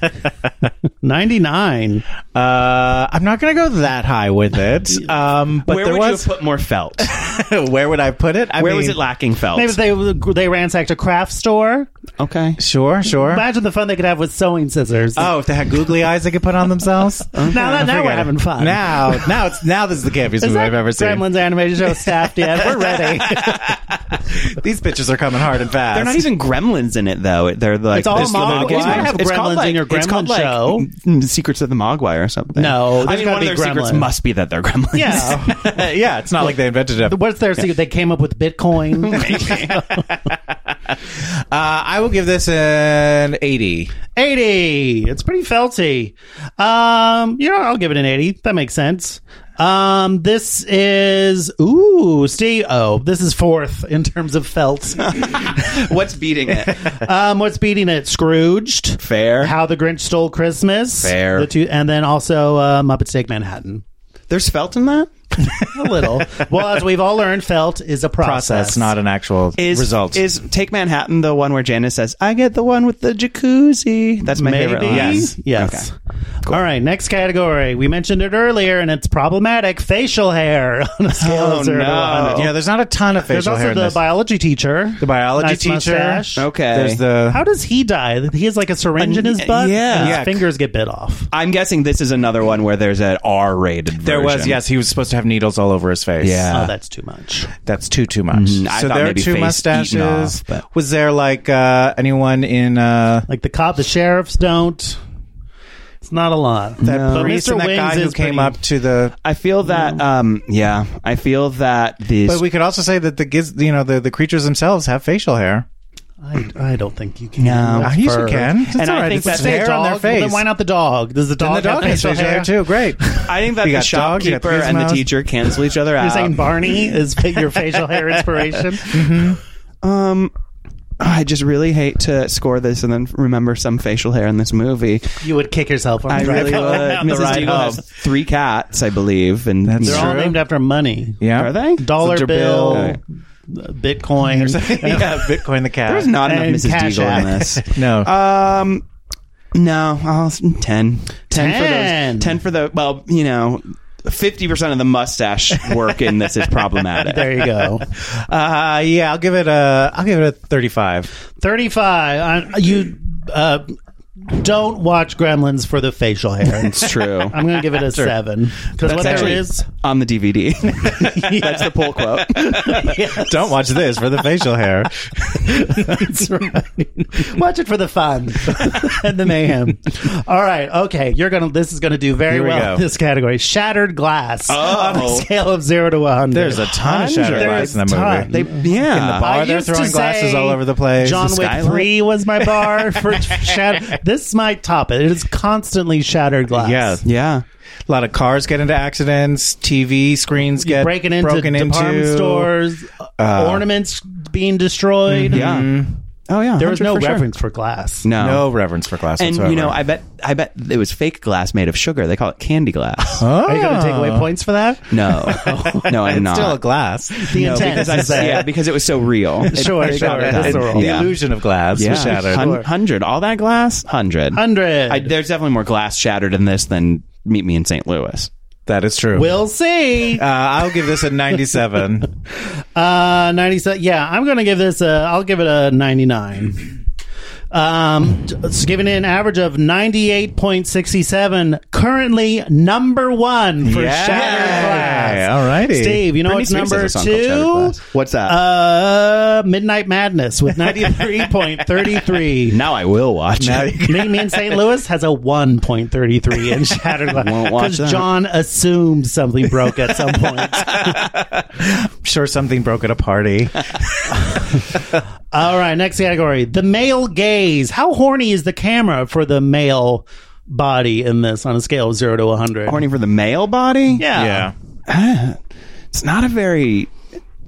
E: 99.
D: Uh, I'm not going to go that high with it. Um, but
C: Where
D: there
C: would
D: was.
C: you have put more felt?
D: where would I put it? I
C: Where
D: mean,
C: was it lacking felt?
E: Maybe they they ransacked a craft store.
C: okay.
D: Sure, sure.
E: Imagine the fun they could have with sewing scissors.
D: Oh, if they had googly eyes, they could put on themselves.
E: now that, now we're
D: Forget it.
E: having fun.
D: Now, now it's now this is the campiest
E: Is
D: movie
E: that
D: I've ever seen.
E: Gremlins animated show staffed yet? We're ready.
D: These bitches are coming hard and fast.
C: They're not even gremlins in it though. They're like
E: It's all
C: there's the
E: Mogwai.
C: Mogwai.
E: You might have
C: It's called,
E: gremlins in your
C: it's called,
E: gremlin
C: like,
E: show.
C: mm, Secrets of the Mogwai or something.
E: No,
C: I
E: there's
C: mean
E: gotta
C: one of
E: be
C: their
E: gremlins.
C: secrets must be that they're gremlins.
E: yeah.
D: yeah, it's not like they invented it.
E: What's their secret? They came up with Bitcoin.
D: Uh, I will give this an 80.
E: 80. It's pretty felty. Um, you know, I'll give it an 80. That makes sense. Um, this is ooh, Steve. Oh, this is fourth in terms of felt.
C: What's beating it?
E: um, what's beating it? Scrooged,
C: Fair.
E: How the Grinch Stole Christmas,
C: Fair.
E: the two, and then also uh, Muppets Take Manhattan.
C: There's felt in that?
E: A little. well, as we've all learned, felt is a process,
D: That's not an actual
C: Is
D: result.
C: is Take Manhattan the one where Janice says, "I get the one with the jacuzzi"? That's my
E: Maybe.
C: favorite line.
E: Yes. Yes.
C: Okay.
E: All right. Next category. We mentioned it earlier, and it's problematic. Facial hair on a scale
C: Oh,
E: of zero to
C: no.
E: one.
D: yeah, there's not a ton of
E: There's
D: facial hair
E: also
D: in
E: the
D: this.
E: biology teacher.
D: the biology
E: Nice
D: teacher.
E: mustache.
C: Okay.
D: There's the
E: How does he die? He has like a syringe in his
C: Uh,
E: butt.
C: yeah.
E: and his
D: Yeah.
E: fingers get bit off.
C: I'm guessing this is another one where there's an R-rated.
D: There was
C: version.
D: yes, he was supposed to have needles all over his face.
C: Yeah.
E: oh, that's too much.
D: that's too too much.
C: I
D: so
C: thought
D: there are
C: maybe
D: two
C: face
D: mustaches.
C: eaten off, but-
D: Was there like uh, anyone in uh,
E: Like the cop, the sheriffs don't. It's not a lot.
D: that
E: But
D: priest and that guy who came
E: pretty-
D: up to the?
C: I feel that. Um. Yeah. I feel that these.
D: But we could also say that the giz, you know, the, the creatures themselves have facial hair.
E: I, I don't think you can.
C: No.
E: That's
D: I guess you
E: fur.
D: can. It's
C: And
D: all
C: I
D: right.
C: think
D: It's just
C: that's a
D: hair on their
E: Dog? Well,
D: face.
E: Then why not the dog? Does the
D: And
E: dog,
D: the dog
E: have
D: has
E: facial
D: facial
E: hair?
D: hair too. Great.
C: I think that
D: You
C: the
D: got dog, you got
C: shopkeeper and the
D: Gizmos.
C: teacher cancel each other
E: You're
C: out.
D: Um.
E: saying Barney is your facial hair inspiration?
C: um. I just really hate to score this and then remember some facial hair in this movie.
E: You would kick yourself when
C: I
E: you drive
C: really would.
E: home down the
C: Mrs.
E: ride
C: Deagle
E: home.
C: has three cats, I believe, and
D: That's
E: They're all
D: True.
E: named after money.
D: Yeah.
C: Are they
E: Dollar bill,
C: Okay.
E: Bitcoin.
D: yeah, Bitcoin the cat.
C: There's not enough
E: And
C: Mrs.
E: Cash
C: Deagle in
E: App.
C: this.
D: no.
C: Um, no, I'll ten. Ten, for
E: 10.
C: those. Ten for the. Well, you know, fifty percent of the mustache work in this is problematic.
E: There you go.
D: Uh, yeah, I'll give it a. I'll give it a thirty-five.
E: 35. I, you uh, don't watch Gremlins for the facial hair.
C: It's true.
E: I'm going to give it a 7. Because
C: That's
E: what there
C: actually
E: is,
C: on the DVD. That's the pull quote.
D: Don't watch this for the facial hair.
E: that's right. watch it for the fun and the mayhem. All right. Okay. You're going to, this is going to do very
D: Here we
E: well
D: go.
E: in this category. Shattered glass on a
C: Oh.
E: scale of 0 to 100.
D: There's a ton of shattered
C: Hundred.
D: glass in that
E: There's
D: movie.
E: ton.
C: They, yeah.
D: In the bar,
E: I
D: they're
E: used to
D: throwing glasses
E: say
D: all over the place.
E: John
D: The
E: Wick
D: skylight.
E: Three was my bar for shat- This is my top. It is constantly shattered glass.
D: Yeah,
C: yeah.
D: a lot of cars get into accidents. TV screens get
E: breaking into
D: broken
E: department
C: uh,
D: into.
E: stores, ornaments being destroyed.
C: Yeah. Oh yeah.
E: Mm-hmm. There was
C: 100
E: no
C: for sure.
E: reference for glass.
C: No.
D: No reverence for glass.
C: And
D: whatsoever.
C: you know, I bet I bet it was fake glass made of sugar. They call it candy glass.
D: oh.
E: Are you going to take away points for that?
C: No, no, I'm
D: It's
C: not.
D: still a glass.
E: The
C: no,
E: intent
C: because I,
E: is there.
C: yeah, because it was so real. It-
E: Sure,
C: it
E: sure,
C: got it.
E: that's the rule.
D: The
C: yeah.
D: illusion of glass
C: Yeah,
D: was shattered.
C: Hun- hundred. All that glass, hundred.
E: Hundred.
C: I, there's definitely more glass shattered in this than Meet Me in St. Louis.
D: That is true.
E: We'll see.
D: uh, I'll give this a ninety-seven.
E: Uh, 97. Yeah, I'm going to give this a, I'll give it a 99. Um, t- it's giving it an average of 98.67, currently number one for
D: Yeah.
E: Shattered Glass.
D: All righty.
E: Steve, you know
C: Britney
E: what's
C: Spears has
E: number
C: a song called Shattered
E: two?
C: Glass. What's that?
E: Uh, Midnight Madness with 93.33.
C: Now I will watch. it.
E: Me, me in St. Louis has a 1.33 in Shattered Glass.
C: Won't watch
E: Because
C: that.
E: John assumed something broke at some point.
D: I'm sure something broke at a party.
E: All right, next category: the male gaze. How horny is the camera for the male body in this on a scale of zero to one hundred?
C: Horny for the male body?
E: Yeah.
C: It's not a very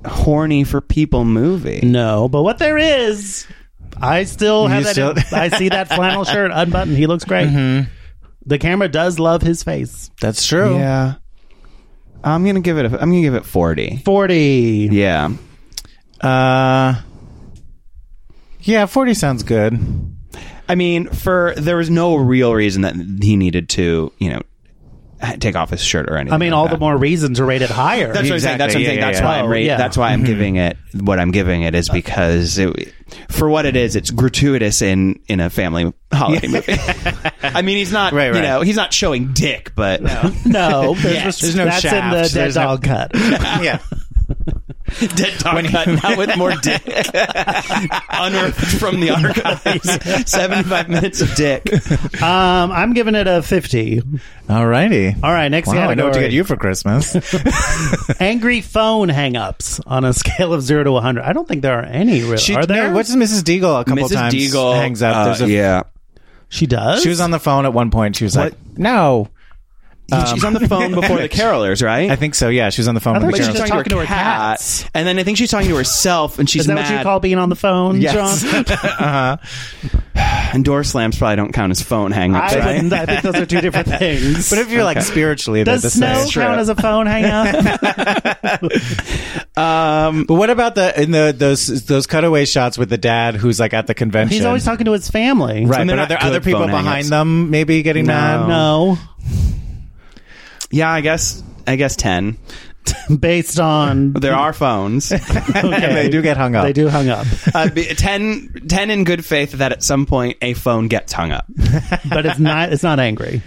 C: horny for people movie.
E: No, but what there is, I still have
D: You
E: that.
D: still-
E: I see that flannel shirt unbuttoned. He looks great. The camera does love his face.
D: That's true.
C: Yeah. I'm gonna give it. A, I'm gonna give it forty.
E: Forty.
C: Yeah.
D: Uh, yeah, forty sounds good.
C: I mean, for there was no real reason that he needed to, you know, ha- take off his shirt or anything.
E: I mean,
C: like
E: all
C: that.
E: the more reason to rate it higher.
C: That's what I'm saying. That's what I'm
D: Exactly.
C: saying.
D: Yeah,
C: That's
D: yeah, Mm-hmm.
C: why
E: yeah.
C: I'm ra-
E: Oh, yeah.
C: that's why I'm giving it what I'm giving it is because it, for what it is, it's gratuitous in in a family holiday movie. I mean, he's not
D: Right,
C: you
D: right.
C: know he's not showing dick, but
E: no, there's,
C: Yes.
D: There's no
E: that's in the
D: shafts.
E: dead
D: There's no-
E: dog cut.
D: yeah.
C: Dead dog cut now with more dick. Unearthed from the archives. Seventy-five minutes of dick.
E: Um, I'm giving it a 50.
D: All righty.
E: All right, next
D: Wow,
E: category.
D: I know what to get you for Christmas.
E: Angry phone hangups on a scale of 0 to 100. I don't think there are any, really.
D: She-
E: are there?
D: no, What's Mrs. Deagle? A couple
C: Mrs.
D: times
C: Deagle
D: hangs up.
C: uh,
D: There's a,
C: yeah.
E: she does?
D: She was on the phone at one point. She was like, "No,
C: She's on the
E: Um,
C: phone before the carolers, right?
D: I think so." Yeah, she was on the phone.
E: I
D: with
E: thought
D: the
E: she
D: Gerald-
E: was talking to her
C: cat,
E: cats.
C: and then I think she's talking to herself, and she's
E: Is that
C: mad.
E: what you call being on the phone,
C: Yes.
E: John?
C: and door slams probably don't count as phone hangups,
E: I,
C: right?
E: wouldn't- I think those are two different things.
D: but if you're like spiritually, they're
E: does
D: the
E: snow
D: same.
E: count as a phone hangup?
D: But what about the in the those those cutaway shots with the dad who's like at the convention?
E: He's always talking to his family.
D: right. Oh.
C: And they're
D: But are
C: not
D: there other
C: good
D: people
C: phone
D: behind
C: hang-ups.
D: them maybe getting mad?
E: No.
C: yeah, I guess. I guess ten. Hmm.
E: Based on
C: There are phones.
E: okay.
D: They do get hung up.
E: They do hung up.
C: uh, be- 10, 10 in good faith that at some point a phone gets hung up.
E: But it's not it's not angry.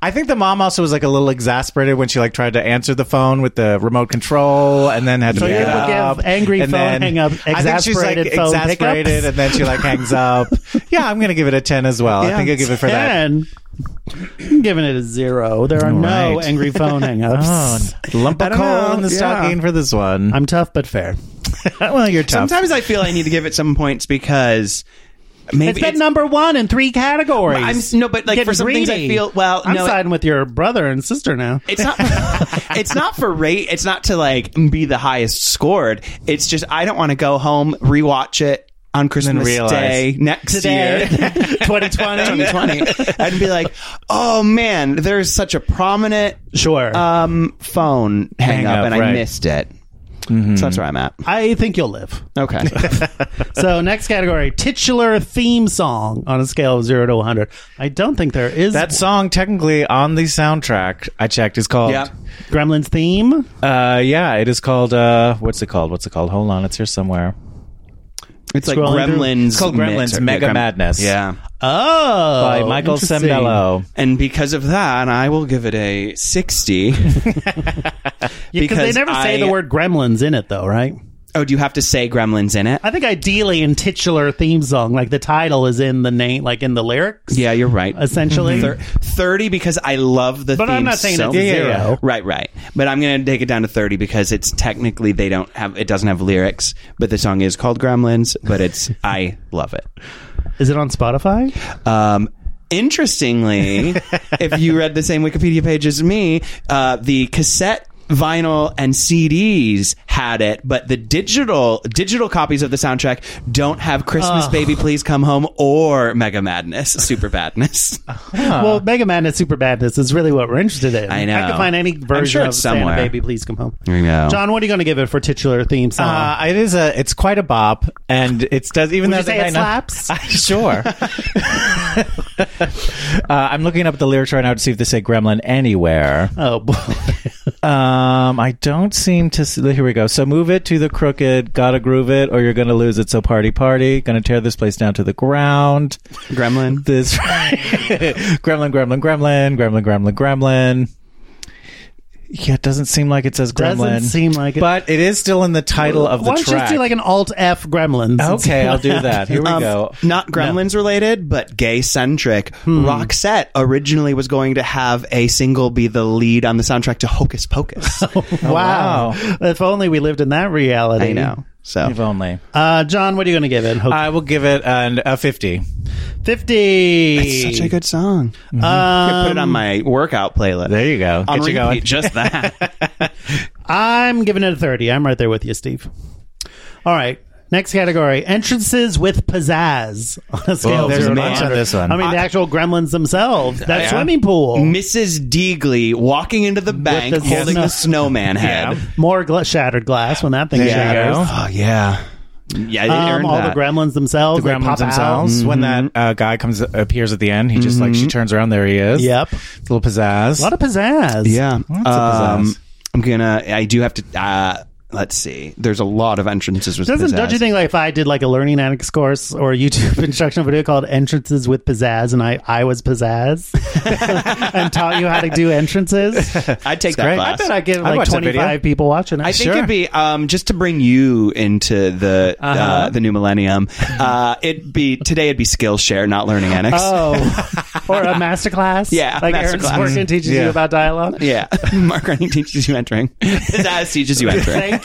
D: I think the mom also was like a little exasperated when she like tried to answer the phone with the remote control and then had to
E: So
D: pick
E: you
D: it
E: would give
D: up.
E: angry
D: And
E: phone
D: then-
E: hang up,
D: I think she's like
E: exasperated phone
D: exasperated
E: pickups.
D: and then she like hangs up. Yeah, I'm gonna give it a ten as well. I think I'll give it for that.
E: Ten. I'm giving it a zero. There are no
D: Right.
E: angry phone
D: Oh,
E: hangups.
D: lump
C: I
D: of
C: don't
D: coal
C: know.
D: in the
C: Yeah.
D: stocking for this one.
E: I'm tough but fair.
D: well, you're tough.
C: Sometimes I feel I need to give it some points because maybe
E: It's been number one in three categories.
C: I'm s- no, but, like,
E: Getting
C: for some things I
E: greedy.
C: feel- well,
E: I'm
C: no, it-
E: siding with your brother and sister now.
C: It's not. it's not for rate. It's not to like be the highest scored. It's just I don't want to go home rewatch it on Christmas
D: realize.
C: Day next
E: Today,
C: year.
E: 2020.
C: 2020 and be like, oh man, there's such a prominent
E: Sure.
C: um, phone hang,
D: Hang
C: up,
D: up,
C: and I
D: right.
C: missed it. So that's where I'm at.
E: Mm-hmm. I think you'll live.
C: Okay.
E: So next category, titular theme song on a scale of zero to 100. I don't think there is
D: that song technically on the soundtrack I checked is called
C: yeah.
E: Gremlins theme.
D: uh yeah, it is called uh what's it called? What's it called? Hold on, it's here somewhere.
C: It's like
E: Scrolling through-
C: Gremlins.
D: It's called Gremlins
C: Mix-
D: Mega
C: yeah, Grem-
D: Madness.
C: Yeah.
E: Oh,
D: By Michael
E: interesting.
D: Sembello.
C: And because of that, I will give it a 60.
E: Yeah, because they
C: because
E: never say
C: I-
E: the word gremlins in it, though, right?
C: oh, do you have to say Gremlins in it?
E: I think ideally in titular theme song, like the title is in the name, like in the lyrics,
C: Yeah, Mm-hmm. you're right.
E: essentially.
C: Thir- 30 because I love the
E: But
C: theme
E: I'm not saying
C: so
E: it's
C: much.
E: zero.
C: Right, right. But I'm going to take it down to 30 because it's technically they don't have it doesn't have lyrics, but the song is called Gremlins, but it's I love it.
E: Is it on Spotify?
C: Um, interestingly, if you read the same Wikipedia page as me, uh, the cassette vinyl and CDs had it, but the digital digital copies of the soundtrack don't have Christmas Baby Please Come Home or Mega Madness, Super Badness.
E: Well, Mega Madness, Super Badness is really what we're interested in.
C: I know.
E: I can find any
C: I'm
E: version
C: sure
E: of
C: it's
E: Santa
C: somewhere.
E: Baby, Please Come Home.
C: Here we go.
E: John, what are you going to give it for titular theme song?
D: Uh, it is a. It's quite a bop, and it's does even
E: Would
D: though
E: you say
D: they
E: it
D: might not-
E: slaps?
D: I- sure. uh, I'm looking up the lyrics right now to see if they say "gremlin" anywhere.
E: oh, boy.
D: Um, I don't seem to. See, here we go. So move it to the crooked. Gotta groove it, or you're gonna lose it. So party, party. Gonna tear this place down to the ground.
C: Gremlin.
D: This gremlin, gremlin, gremlin, gremlin, gremlin, gremlin. Yeah, it doesn't seem like it says gremlin.
E: Doesn't seem like it.
D: but it is still in the title of the
E: Why don't you
D: track.
E: just do like an Alt F Gremlins?
D: Okay, I'll do that. Here we
C: Um,
D: go. Hmm.
C: Not Gremlins related, but gay centric. Roxette originally was going to have a single be the lead on the soundtrack to Hocus Pocus.
D: Oh,
E: wow. If only we lived in that reality.
C: I know. So
D: If only.
E: Uh, John, what are you going to give it? Hope-
D: I will give it an, a 50.
E: 50.
C: It's such a good song. Mm-hmm. I could put it on my workout playlist.
D: There you go.
C: On
D: Get you
C: repeat,
D: going.
C: just that.
E: I'm giving it a 30. I'm right there with you, Steve. All right. Next category entrances with pizzazz on a scale
D: Well,
E: of
D: there's
E: zero to
D: a match on
E: 100.
D: this one.
E: I mean, the actual gremlins themselves. That
C: Yeah.
E: swimming pool.
C: Mrs. Deagley walking into the bank
E: the
C: holding
E: snow-
C: the snowman head.
E: More gla- shattered glass when that thing
D: There you
E: shatters.
D: go.
C: Oh yeah, yeah. It
E: Um,
C: earned
E: all
C: that.
E: the gremlins themselves.
D: The
E: they
D: gremlins
E: pop out. Mm.
D: themselves. When that uh, guy comes appears at the end, he just like she turns around. There he is.
E: Yep.
D: A little pizzazz.
E: A lot of pizzazz.
C: yeah.
D: Lots of pizzazz.
C: Um, I'm gonna. I do have to. Uh, Let's see. There's a lot of entrances with
E: Doesn't
C: pizzazz.
E: don't you think like if I did like a learning annex course or a YouTube instructional video called Entrances with Pizzazz and I I was pizzazz and taught you how to do entrances?
C: I'd take that
D: great.
C: class.
E: I bet I get
D: I'd
E: like
D: watch that video.
E: twenty five people watching it.
C: I think
D: Sure.
C: it'd be um, just to bring you into the uh the new millennium. Uh, it'd be today. It'd be Skillshare, not Learning Annex.
E: Oh, or a masterclass?
C: Yeah,
E: like
C: masterclass.
E: Aaron Sorkin teaches
D: Yeah.
E: you about dialogue.
C: Yeah, Mark Rennie teaches you entering. Pizzazz teaches you entering.
E: Thank you.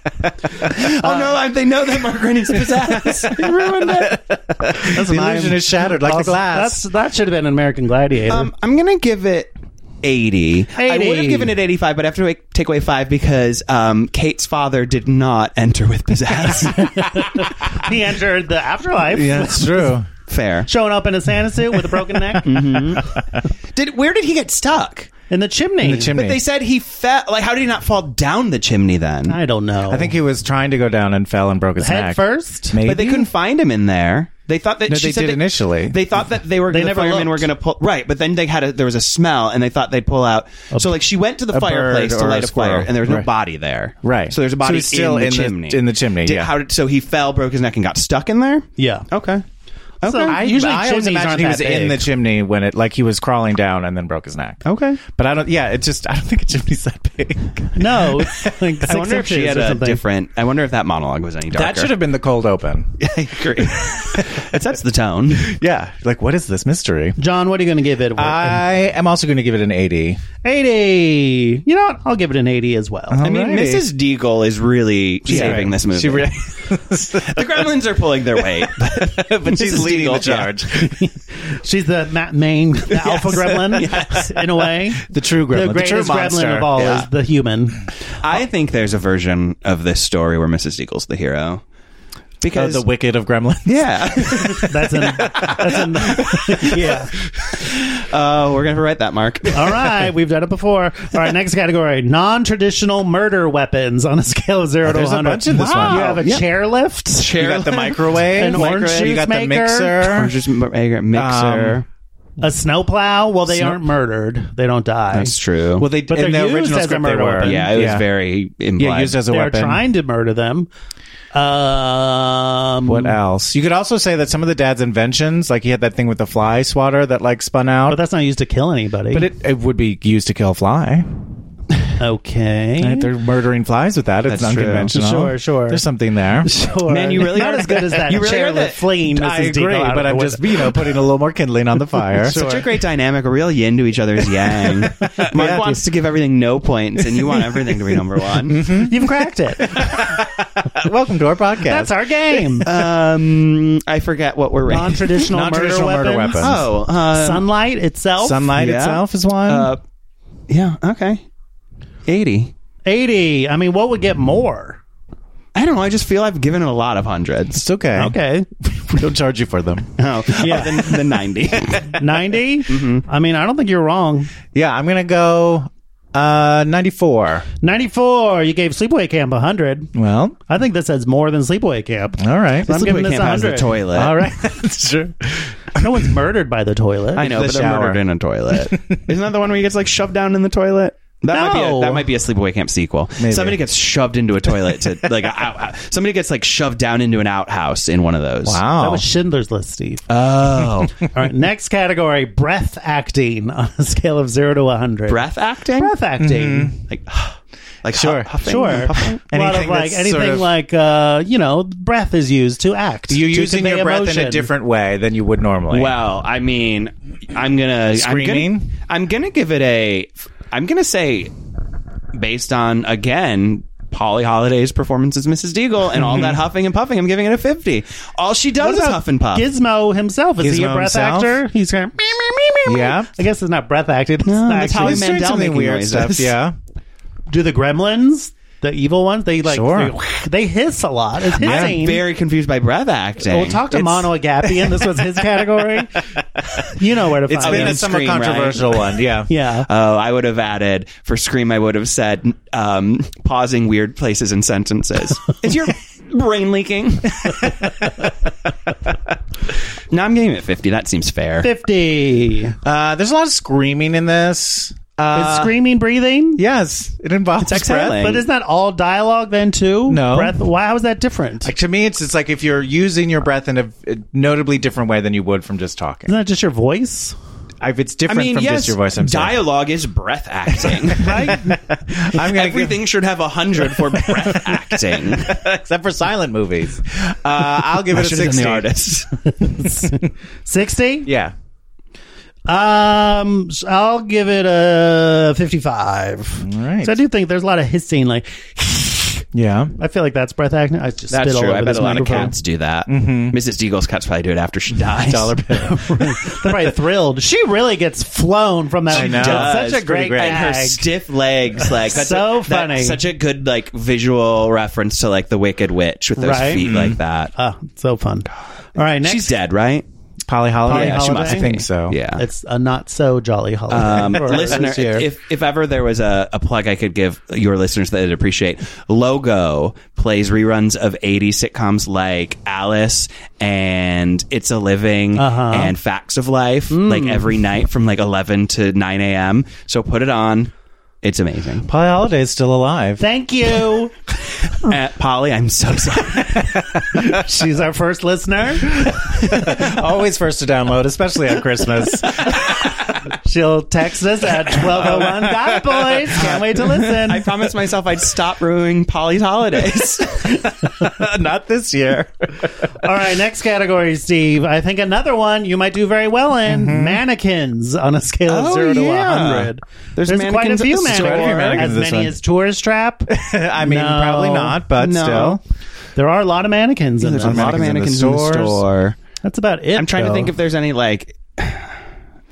C: oh no, I, they know that Mark Rennie's pizzazz. You ruined it.
D: the illusion is shattered like the
E: Also,
D: glass.
E: That's, that should have been an American Gladiator.
C: Um, I'm gonna give it. 80. I
E: 80.
C: would have given it 85, but I have to make, take away five because um, Kate's father did not enter with pizzazz.
E: he entered the afterlife,
D: Yeah, it's true.
C: Fair.
E: showing up in a Santa suit with a broken neck
C: Did where did he get stuck?
E: in the chimney.
D: In the chimney.
C: But they said he fell. Like, how did he not fall down the chimney then?
E: I don't know.
D: I think he was trying to go down and fell and broke his
E: head
D: neck.
E: first.
D: Maybe.
C: But they couldn't find him in there. They thought that
D: No,
C: she
D: they
C: said
D: did
C: that-
D: initially.
C: They thought that they were
E: They
C: the
E: never
C: firemen were
E: looked.
C: going to pull right, but then they had a, there was a smell, and they thought they'd pull out. so like she went to the
D: a
C: fireplace
D: bird
C: to
D: or
C: light
D: a
C: a, fire,
D: squirrel.
C: and there was no
D: Right.
C: body there.
D: Right.
C: So there's a
D: So
C: body
D: he's still
C: in,
D: in
C: the
D: the-
C: chimney.
D: in the chimney,
C: Did-
D: yeah.
C: How did, so he fell, broke his neck, and got stuck in there.
E: Yeah.
C: Okay. Okay.
E: So I- usually
D: I always
E: chimneys
D: imagine
E: aren't
D: he was
E: that
D: in the
E: big.
D: chimney when it like he was crawling down and then broke his neck.
C: Okay.
D: But I don't. Yeah, it just I don't think a chimney's that big.
E: No, it's like six
C: I wonder if she
E: inches
C: had
E: or
C: a
E: something.
C: different. I wonder if that monologue was any darker.
D: That should have been the cold open.
C: I agree. it sets the tone.
D: Yeah, like what is this mystery?
E: John, what are you going to give it?
D: Uh, I am also going to give it an eighty.
E: eighty. You know what? I'll give it an eighty as well.
C: I mean,
D: Alrighty.
C: Mrs. Deagle is really saving this movie.
D: She really,
C: the Gremlins are pulling their weight, but,
D: but she's
C: Mrs.
D: leading the
C: Deagle, yeah.
D: charge.
E: She's the ma- main, the alpha gremlin, in a way.
D: The true gremlin,
E: the
D: the,
E: greatest
D: true monster.
E: gremlin of all
D: Yeah.
E: is the human.
C: I think there's a version of this story where Mrs. Deagle's the hero.
D: Oh,
C: Because
D: the wicked of gremlins.
C: yeah,
E: That's an, that's an yeah.
C: uh, we're gonna write that, Mark.
D: Uh,
E: All right, we've done it before. All right, next category: non-traditional murder weapons on a scale of zero to
D: Oh, there's a
E: one hundred.
D: bunch in this one.
E: You have a
D: Yeah.
E: chair lift.
D: You got the microwave,
E: An orange
D: microwave, you
E: juice
D: got the
E: maker.
D: mixer.
C: Orange juice mi- mixer.
D: Um,
E: a snowplow. Well, they aren't murdered; they don't die.
C: That's true.
D: Well, they
E: But
D: in
E: they're
D: the
E: used
D: original
E: as a
D: script they
E: murder
D: were.
E: weapon.
C: yeah, it was very implied.
D: yeah used as a
E: They are
D: weapon.
E: trying to murder them. Um,
D: What else? You could also say that some of the dad's inventions, like he had that thing with the fly swatter that like spun out,
E: But that's not used to kill anybody.
D: but it, it would be used to kill a fly.
E: okay.
D: Right? They're murdering flies with that. It's
C: That's true.
D: unconventional.
E: Sure, sure.
D: There's something there.
E: Sure.
C: Man, you really
E: not
C: are-
E: as good as that.
C: you really
E: chair
C: are
E: lift
C: the-
E: fleeing Mrs.
D: I
E: Deagle
D: agree,
E: out of
D: but
E: the
D: I'm
E: window.
D: just you know putting a little more kindling on the fire.
C: Such a great dynamic, a real yin to each other's yang. Mark wants to give everything no points, and you want everything to be number one.
E: You've cracked it.
D: Welcome to our podcast.
E: That's our game.
C: Um, I forget what we're rating.
E: Non-traditional,
D: Non-traditional
E: murder,
D: murder
E: weapons.
D: weapons.
C: Oh, um,
E: Sunlight itself.
D: Sunlight
C: Yeah.
D: itself is one.
C: uh, yeah, okay, eighty.
E: Eighty. I mean, what would get more?
C: I don't know. I just feel I've given it a lot of hundreds.
D: it's okay.
E: Okay,
D: we don't charge you for them.
C: Oh, yeah. then the 90.
E: 90
D: Mm-hmm.
E: I mean, I don't think you're wrong.
D: Yeah, I'm gonna go uh 94.
E: Ninety-four. You gave Sleepaway Camp hundred.
D: Well,
E: I think this says more than Sleepaway Camp.
D: all right.
E: I'm giving this
C: Sleepaway Camp has the
E: 100.
C: toilet.
D: all right. That's true.
E: No one's murdered by the toilet.
C: I know,
D: The
C: but they're
D: shower.
C: murdered in a toilet. Isn't that the one where he gets like shoved down in the toilet? That might be
E: No.
C: a, that might be a sleepaway camp sequel.
D: Maybe.
C: Somebody gets shoved into a toilet to like a, out, out- somebody gets like shoved down into an outhouse in one of those.
D: Wow.
E: That was Schindler's List, Steve.
C: Oh,
E: All right, next category: breath acting on a scale of zero to one hundred.
C: breath acting,
E: breath acting.
C: like like
D: Sure,
C: hu- huffing,
E: Sure,
C: puffing?
E: a lot
D: Anything
E: of like
D: that's
E: anything
D: sort of-
E: like uh, you know, breath is used to act.
D: You're
E: to
D: using
E: convey
D: your breath in
E: emotion.
D: a different way than you would normally.
C: Well, I mean, I'm gonna I'm
D: Screaming?
C: gonna, I'm gonna give it a. I'm gonna say, based on again. Polly Holiday's performance as Mrs. Deagle and all that huffing and puffing, I'm giving it a 50. All she does is
E: about
C: huff and puff.
E: Gizmo himself is he a
D: Gizmo
E: breath
D: himself?
E: actor? He's kind of meow, meow, meow, meow, meow.
D: Yeah.
E: I guess it's not breath acting. It's
C: that's
E: actually-
C: how he
D: he's doing
C: Mandel
D: something
C: making
D: weird
C: noises.
D: stuff. Yeah.
E: Do the gremlins, the evil ones, they like
D: Sure.
E: they, they hiss a lot. It's hissing.
C: I'm very confused by breath acting.
E: we'll talk to Mono Agapian. This was his category. you know where to
C: It's
E: find
C: been
E: him.
C: a
D: That's somewhat
C: Scream, right?
D: controversial one. Yeah.
E: yeah.
C: Oh, I would have added for Scream, I would have said um, pausing weird places in sentences. Is your brain leaking? no, I'm giving it 50. That seems fair.
E: 50.
D: Uh, there's a lot of screaming in this.
E: Is screaming breathing?
D: Yes, it involves
C: It's
D: breath.
C: exhaling.
E: But isn't that all dialogue then too?
D: No.
E: Breath. Why? How is that different?
D: Like, to me, it's it's like if you're using your breath in a a notably different way than you would from just talking.
E: Isn't that just your voice?
D: If it's
C: I
D: different
C: mean,
D: from
C: yes,
D: just your voice, I'm sorry.
C: dialogue is breath acting, right?
D: I'm gonna give-
C: Everything should have a hundred for breath acting.
D: except for silent movies. Uh, I'll give
C: I
D: it a
C: should have
D: sixty.
C: been the artist.
E: Sixty.
D: Yeah,
E: Um, so I'll give it a fifty-five.
D: All right.
E: So I do think there's a lot of hissing. Like
D: yeah.
E: I feel like that's breath acting. I just
C: That's
E: spit all
C: true.
E: over
C: I bet
E: this
C: a lot
E: microphone.
C: of cats do that.
D: Mm-hmm.
C: Mrs. Deagle's cats probably do it after she dies.
D: Dollar bill.
E: They're probably thrilled. She really gets flown from that.
D: She
E: It's
D: does.
E: Such a
D: Pretty
E: great,
D: great.
E: gag.
C: and her stiff legs like that's
E: So
C: a, that's
E: funny.
C: such a good like visual reference to like the wicked witch with those
E: Right?
C: feet like that
E: Ah, so fun. All right, next.
C: she's dead right
D: Polly Holiday.
E: Yeah, she must
D: I
E: be.
D: think so.
C: yeah
E: It's a not so jolly holiday.
C: um,
E: for
C: listener,
E: this year.
C: if, if ever there was a, a plug I could give your listeners that I'd appreciate, Logo plays reruns of 80 sitcoms like Alice and It's a Living
E: Uh-huh.
C: and Facts of Life, like
E: Mm.
C: every night from like 11 to 9 a.m. So put it on. It's amazing.
D: Polly Holiday is still alive.
E: Thank you.
C: Uh, Polly, I'm so sorry.
E: She's our first listener.
D: Always first to download, especially on Christmas.
E: She'll text us at 1201. Got it, boys. Can't wait to listen.
C: I promised myself I'd stop ruining Polly's holidays.
D: Not this year.
E: All right, next category, Steve. I think another one you might do very well in
D: Mm-hmm.
E: mannequins on a scale of
C: Oh,
E: 0 to
C: yeah.
E: 100.
C: There's
E: quite a
C: mannequins at
E: few
C: the store.
E: mannequins.
D: Mannequins
E: As
D: this
E: many
D: one.
E: as tourist trap. Oh.
D: I mean,
E: No.
D: probably not, but
C: No.
D: still.
E: There are a lot of mannequins in
C: There's a
E: this.
C: lot of mannequins in the,
D: stores.
C: store.
E: That's about it.
C: I'm trying to
E: though.
C: think if there's any like.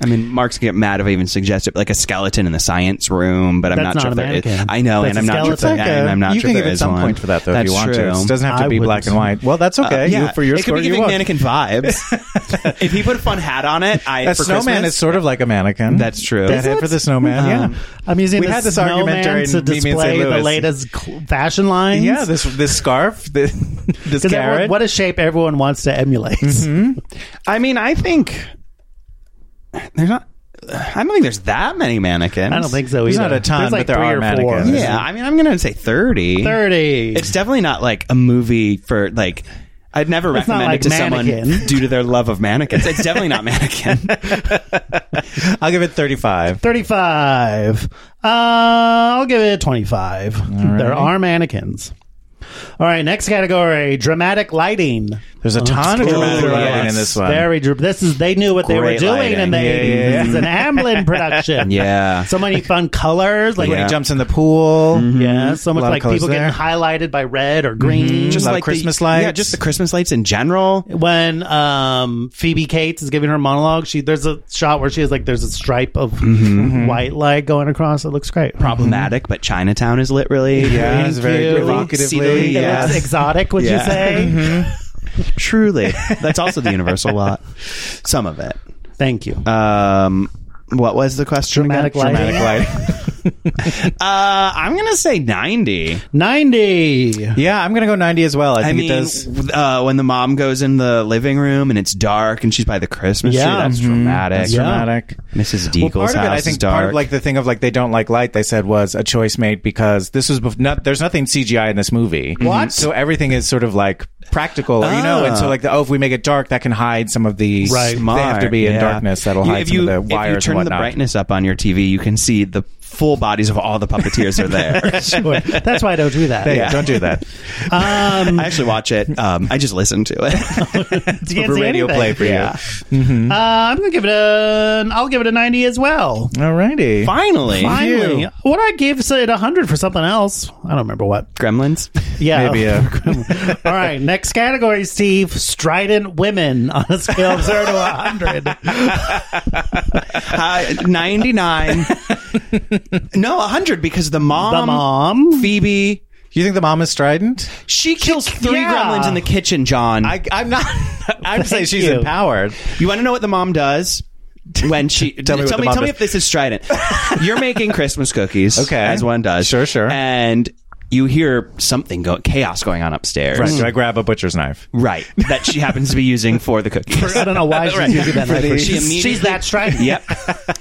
C: I mean, Mark's gonna get mad if I even suggest it. but, Like a skeleton in the science room, but I'm
E: That's
C: not,
E: not
C: sure
E: a
C: if there is.
E: mannequin.
C: I know,
E: That's
C: and
E: a
C: I'm not sure. If there,
E: skeleton.
C: and I'm not
D: you
C: sure
D: can
C: if
D: give
C: there
D: it
C: is
D: some
C: one.
D: point for that, though,
C: That's
D: if you want
C: true.
D: to. It doesn't have to
E: I
D: be black
E: wouldn't.
D: and white. Well, that's okay.
C: Uh,
D: You-
C: yeah,
D: for your
C: it could
D: score,
C: be
D: you
C: giving
D: won.
C: mannequin vibes. if he put a fun hat on it, I
D: A
C: for
D: snowman
C: Christmas,
D: is sort of like a mannequin.
C: That's true.
D: That
C: Is
D: head for the snowman.
E: Um,
D: yeah.
E: I'm using
D: We
E: the
D: had this
E: snowman
D: argument during Mimi and
E: to
D: St.
E: display the
D: Louis.
E: latest cl- fashion lines.
D: Yeah, this this scarf, this, this
E: Because everyone-
D: carrot.
E: what a shape everyone wants to emulate.
D: Mm-hmm.
C: I mean, I think there's not. I don't think there's that many mannequins.
E: I don't think so either.
D: There's not a ton,
E: There's like
D: but there
E: three
D: are
E: or
D: mannequins.
E: Four.
C: Yeah, I mean, I'm gonna say thirty.
E: 30.
C: It's definitely not like a movie for like. I'd never
E: It's not
C: recommend
E: like
C: it to
E: Mannequin.
C: someone due to their love of mannequins. It's definitely not mannequin.
D: I'll give it 35.
E: 35. Uh, I'll give it 25. There are mannequins. All right, next category dramatic lighting.
D: There's a ton of
E: Ooh,
D: dramatic
C: yes.
D: lighting in this one.
E: Very dr- This is they knew what they were
C: Great
E: doing
C: lighting.
E: in the
C: Yeah,
E: 80s.
D: yeah, yeah.
E: This is an Amblin production.
C: Yeah.
E: So many fun colors. Like,
D: When
C: Yeah.
D: he jumps in the pool.
E: yeah, so
D: Mm-hmm. lot
E: much
D: of
E: like
D: colors
E: people
D: there. Mm-hmm.
E: getting highlighted by red or green.
D: Just
C: Love
D: like Christmas
C: Mm, the,
D: lights.
C: Yeah, just the Christmas lights in general.
E: when um Phoebe Cates is giving her monologue, she there's a shot where she has like there's a stripe of
D: Mm-hmm.
E: white light going across. It looks great.
C: Problematic, but Chinatown is lit really.
D: Yeah, it's very
E: you.
C: See
D: provocatively.
C: the-
E: It looks
D: Yes. Mm-hmm.
E: exotic, would you
C: Yeah.
E: say?
C: truly. That's also the universal lot. Some of it.
E: Thank you.
C: Um, what was the question?
E: Dramatic
C: again?
E: lighting.
D: Like,
C: Uh, I'm gonna say ninety.
E: Ninety.
D: yeah, I'm going to go 90 as well. I think
C: I
D: it
C: mean,
D: does.
C: uh, when the mom goes in the living room and it's dark and she's by the Christmas
E: Yeah.
C: tree, that's
E: Mhm.
C: dramatic.
D: Mm-hmm. That's dramatic.
C: Mrs.
D: Well,
C: Deagle's
D: part of it,
C: house
D: I think,
C: is dark.
D: part of like the thing of like they don't like light. They said was a choice made because this was bef- not, there's nothing CGI in this movie.
E: What?
D: So everything is sort of like practical, you know. And so like the, oh, if we make it dark, that can hide some of the
E: Right.
D: They have to be in
C: Yeah.
D: darkness. That'll
C: You-
D: hide
C: if
D: some
C: you,
D: of the wires
C: If you turn
D: and
C: the
D: whatnot.
C: brightness up on your TV, you can see the full bodies of all the puppeteers are there.
E: Sure. That's why I don't do that.
D: Hey,
C: Yeah.
D: Don't do that.
E: Um,
C: I actually watch it. Um, I just listen to it.
E: you can't
D: For
E: see
D: radio
E: anything.
D: play for
C: Yeah.
E: Uh, I'm gonna give it a. I'll give it a ninety as well.
D: you. Alrighty.
C: Finally,
E: Finally, what I gave so it hundred for something else. I don't remember what.
C: Gremlins.
E: Yeah.
D: Maybe uh, a
E: All right, next category, Steve. Strident women on a scale of zero to hundred.
C: Uh, Ninety nine. no, hundred because the mom,
E: The mom.
C: Phoebe,
D: You think the mom is strident?
C: she kills three
E: yeah.
C: gremlins in the kitchen. John,
D: I'm not. I'm saying she's
E: you.
D: empowered.
C: You want to know what the mom does? When she tell
D: me
C: me,
D: what
C: tell,
D: the
C: me,
D: mom
C: tell me
D: does.
C: if this is strident. You're making Christmas cookies,
D: Okay.
C: as one does,
D: Sure, sure.
C: And you hear something go chaos going on upstairs.
D: Right. So I grab a butcher's knife.
C: Right, that she happens to be using for the cookies.
E: I don't know why she's
C: Right.
E: using that
C: For
E: knife.
C: the-
E: She's-
C: she immediately-
E: she's that straight.
C: yep,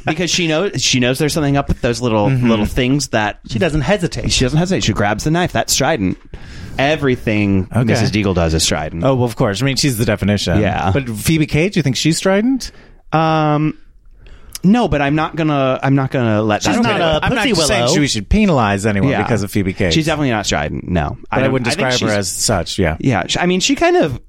C: because she knows she knows there's something up with those little little things that
E: She doesn't hesitate.
C: she doesn't hesitate. She grabs the knife. That's strident. Everything
D: Okay.
C: Mrs. Deagle does is strident.
D: Oh, well, of course. I mean, she's the definition.
C: Yeah.
D: But Phoebe Cates, you think she's strident?
C: Um, no, but I'm not gonna. I'm not gonna let.
E: She's
C: that
E: not
C: get
E: a
C: away.
D: I'm
E: pussy
D: not saying
E: willow.
D: she, we should penalize anyone
C: Yeah.
D: because of Phoebe Cates.
C: She's definitely not strident. No,
D: but I,
C: don't-
D: wouldn't
C: think
D: describe her
C: she's-
D: as such. Yeah.
C: Yeah, sh- I mean, she kind of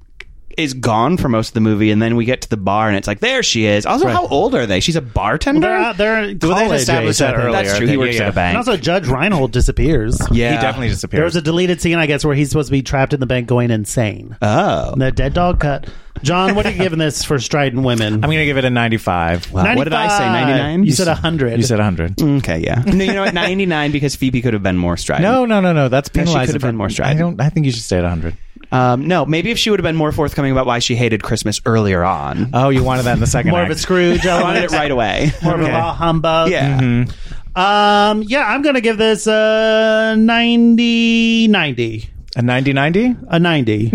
C: is gone for most of the movie, and then we get to the bar, and it's like there she is. Also, how old are they? She's a bartender.
E: They're out there in
D: Well, they've
E: college
D: established
E: age,
D: that
E: I think.
D: earlier.
C: That's true.
D: Yeah,
C: He works
D: yeah,
C: at a
D: yeah.
C: bank.
E: And also, Judge Reinhold disappears.
C: yeah,
D: He definitely
E: There was
D: disappears.
E: a deleted scene, I guess, where he's supposed to be trapped in the bank going insane.
C: Oh,
E: the dead dog cut. John, what are you giving this for strident women?
D: I'm going to give it a 95.
C: Wow. What did I say?
E: 95.
C: 99?
E: You said 100.
D: You said 100.
C: okay, yeah. No, you know what? Ninety nine because Phoebe could have been more strident.
D: No, no, no, no. That's
C: Yeah, she
D: penalizing.
C: could have been
D: for-
C: more
D: I
C: strident.
D: don't. I think you should stay at 100.
C: um, no. Maybe if she would have been more forthcoming about why she hated Christmas earlier on,
D: Oh, you wanted that in the second
E: more of
D: act.
E: a Scrooge.
C: I
E: element,
C: wanted it right away.
E: More of a law humbug.
C: Yeah.
D: Mm-hmm.
E: Um, yeah, I'm going to give this uh, a 90 90.
D: A 90 90?
E: A 90.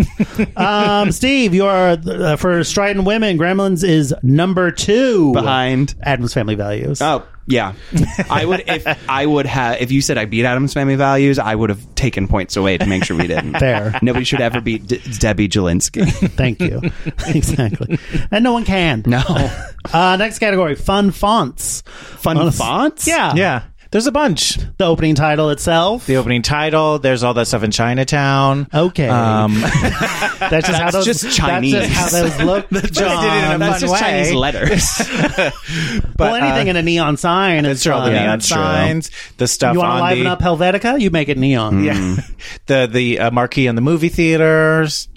E: um, Steve, you are uh, for strident women, Gremlins is number two
C: Behind.
E: Adam's Family Values.
C: Oh yeah, I would if I would have if you said I beat Adam's Family Values, I would have taken points away to make sure we didn't.
E: Fair.
C: Nobody should ever beat D- Debbie Jelinski.
E: Thank you. exactly. And no one can.
C: No,
E: Uh, next category fun fonts.
C: fun
E: Honest-
C: fonts.
E: Yeah.
D: Yeah. There's a bunch.
E: The opening title itself.
D: The opening title. There's all that stuff in Chinatown.
E: Okay.
D: Um,
E: that's just how those
C: just
E: That's
C: Chinese.
E: just how those look. John.
D: did it in a fun
C: that's just
D: way.
C: Chinese letters.
D: but,
E: well, anything
D: uh,
E: in a neon sign.
D: That's
E: is
D: true. All the
E: fun.
C: Yeah,
D: neon
C: that's true.
D: signs. The stuff
E: You want
D: on
E: to liven
D: the
E: up Helvetica? You make it neon.
D: yeah, the the uh, marquee in the movie theaters.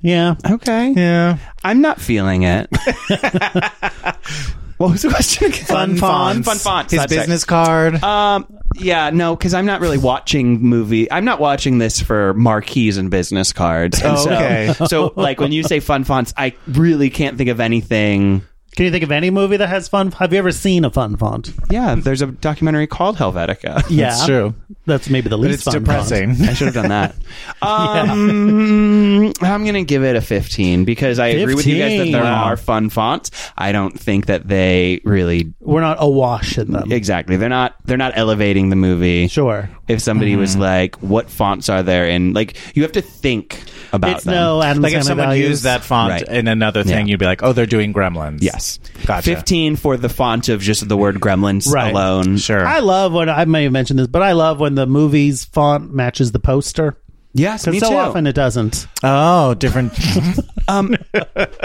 E: Yeah.
C: okay,
D: Yeah,
C: I'm not feeling it. what was the question? Again?
E: Fun fonts. Uh,
C: Fun fonts.
D: His
C: that's it.
D: business card.
C: Um, yeah, no, because I'm not really watching movie. I'm not watching this for marquees and business cards.
D: Oh,
C: And so,
D: okay.
C: so, like, when you say fun fonts, I really can't think of anything.
E: Can you think of any movie that has fun? Have you ever seen a fun font?
C: Yeah, there's a documentary called Helvetica.
E: Yeah.
D: That's true.
E: That's maybe the
D: But
E: least
D: it's
E: fun
D: depressing.
C: I should have done that. Um, I'm gonna give it a 15 because I agree with you guys that
E: 15.
C: there
E: Wow.
C: are fun fonts. I don't think that they really
E: font. We're not awash in them.
C: exactly. They're not. They're not elevating the movie.
E: Sure.
C: If somebody was like, "What fonts are there?" and like, you have to think about
E: It's
C: them.
E: no Adam's
D: like if
E: Family
D: someone
E: Values.
D: used that font
C: Right.
D: in another thing,
C: Yeah.
D: you'd be like, "Oh, they're doing Gremlins."
C: Yes.
D: Gotcha.
C: 15 for the font of just the word gremlins
E: Right.
C: alone.
D: Sure.
E: I love when I may have mentioned this, but I love when the movie's font matches the poster.
C: Yes, me
E: Because so
C: too.
E: often it doesn't.
D: oh, different.
C: um,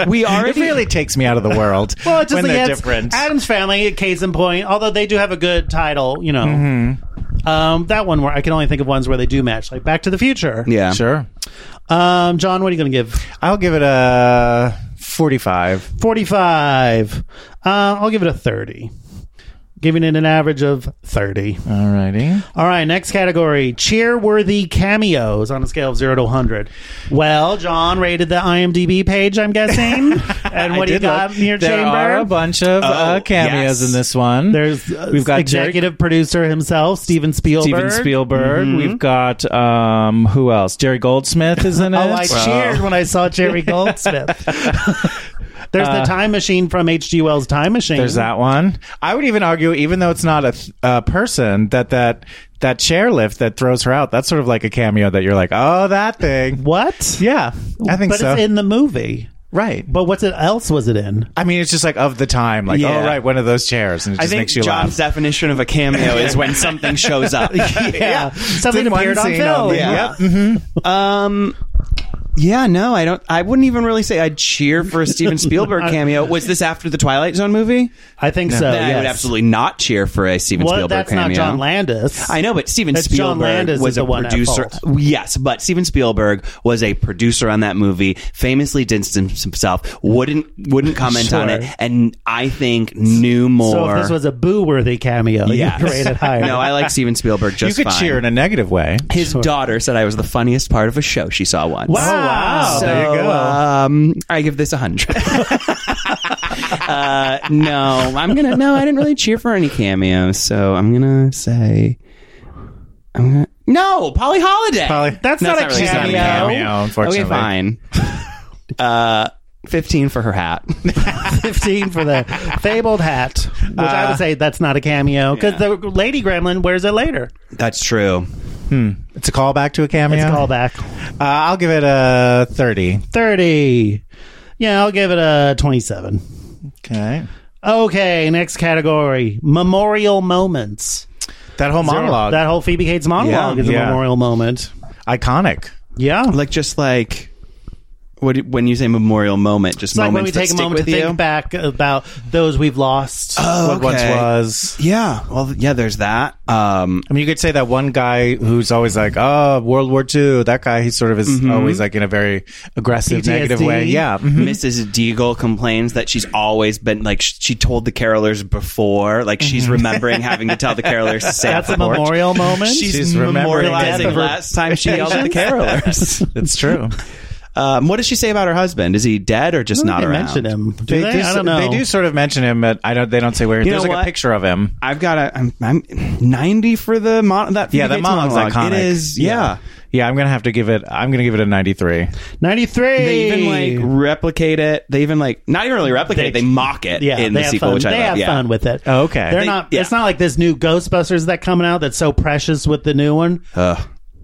C: we
D: it
C: already
D: really takes me out of the world
E: Well, it's just
D: when
E: like
D: they're
E: it's
D: different.
E: Adam's Family, case in point. Although they do have a good title, you know.
D: Mm-hmm.
E: Um, that one where I can only think of ones where they do match, like Back to the Future.
C: Yeah.
D: Sure.
E: Um, John, what are you going to give?
D: I'll give it a forty-five.
E: Forty-five. Uh, I'll give it a thirty. Giving it an average of thirty.
D: Alrighty.
E: All right, next category: cheerworthy cameos on a scale of zero to one hundred. Well, John rated the IMDb page, I'm guessing. and what do you got in your
D: there
E: chamber?
D: are a bunch of uh,
C: Oh,
D: cameos
C: yes.
D: in this one.
E: There's uh,
D: We've got Jerry-
E: executive producer himself, Steven Spielberg.
D: Steven Spielberg. Mm-hmm. We've got um, who else? Jerry Goldsmith is in it.
E: Oh, I cheered when I saw Jerry Goldsmith. There's the time machine from H.G. Wells' Time Machine.
D: Uh, There's that one. I would even argue, even though it's not a th- uh, person, that that that chairlift that throws her out. That's sort of like a cameo that you're like, oh, that thing.
E: What?
D: Yeah, I think
E: but
D: so.
E: it's in the movie.
D: right.
E: But what else was it in?
D: I mean, it's just like of the time, like
C: Yeah.
D: oh right, one of those chairs, and it
C: I
D: just
C: think
D: makes you
C: John's
D: laugh.
C: definition of a cameo is when something shows up.
E: Yeah, something
D: Did one
E: appeared on
D: scene
E: film.
D: only.
C: Yeah.
D: Yep.
C: Um. Yeah, no, I don't. I wouldn't even really say I'd cheer for a Steven Spielberg cameo. Was this after the Twilight Zone movie?
E: I think so.
C: Then I would
E: yes.
C: absolutely not cheer for a Steven
E: Well,
C: Spielberg
E: that's
C: cameo.
E: not John Landis.
C: I know, but Steven
E: That's John
C: Spielberg
E: Landis is
C: was
E: the
C: a
E: one at
C: producer. Yes, but Steven Spielberg was a producer on that movie. Famously distanced himself, wouldn't wouldn't comment on
E: Sure.
C: it, and I think knew more.
E: So if this was a boo-worthy cameo,
C: Yes.
E: you'd rate it higher.
C: no, I like Steven Spielberg
D: You
C: just
D: could
C: fine.
D: cheer in a negative way.
C: His daughter said I was the funniest part of a show she saw once.
E: Wow. Oh, wow.
C: So,
D: There you go.
C: Um, I give this a hundred. uh, no, I'm gonna. No, I didn't really cheer for any cameos, so I'm gonna say I'm gonna No, Polly Holiday.
D: Polly-
E: That's not a
C: she's
E: cameo.
D: Cameo, unfortunately.
C: Okay, fine. uh, fifteen for her hat.
E: 15 for the fabled hat, which I
C: Uh,
E: would say that's not a cameo because the lady gremlin wears it later.
C: That's true.
D: It's a callback to a cameo.
E: It's a callback.
D: Uh, I'll give it a 30.
E: 30. Yeah, I'll give it a 27.
D: Okay.
E: Okay, next category memorial moments.
D: That whole monologue.
E: That whole Phoebe Cates monologue
D: Yeah,
E: is a
D: yeah.
E: memorial moment.
D: Iconic.
E: Yeah.
C: Like just like what do- when you say memorial moment, just
E: it's like when
C: moments
E: we take a
C: that stick
E: moment to
C: with you.
E: think back about those we've lost.
C: Oh,
D: What once
C: okay.
D: was.
C: Yeah. Well, yeah. There's that. Um,
D: I mean, you could say that one guy who's always like, oh, World War II, that guy, he sort of is
C: Mm-hmm.
D: always like in a very aggressive,
E: PTSD.
D: negative way. Yeah.
E: Mm-hmm.
D: Mhm.
C: Mrs. Deagle complains that she's always been like sh- she told the carolers before, like she's remembering having to tell the carolers to stay
E: Mm-hmm. That's
C: off
E: a
C: the porch.
E: memorial moment.
C: She's,
D: She's remembering death
C: memorializing
D: of her
C: last time she yelled at the carolers.
D: It's true.
C: um, what does she say about her husband? Is he dead or just
E: I
C: not
E: don't think they
C: around?
E: mention him. Do they? I don't know.
D: They do sort of mention him, but I don't. They don't say where.
C: You
D: There's
C: know
D: like a
C: what?
D: picture of him.
C: I've got a I'm, I'm 90 for the mon- that
D: Yeah, that
C: Phoebe Bates
D: monologue's
C: monologue.
D: iconic.
C: It is, yeah.
D: yeah. I'm gonna have to give it. I'm gonna give it a 93.
E: 93.
C: They even like replicate it. They even like not even really replicate. it. They mock it
E: yeah,
C: in
E: they
C: the
E: have
C: sequel,
E: fun.
C: which I
E: they
C: love.
E: have
C: yeah.
E: fun with it.
D: Oh, okay.
E: they're
D: They-
E: not.
C: yeah.
E: It's not like this new Ghostbusters that coming out that's so precious with the new one.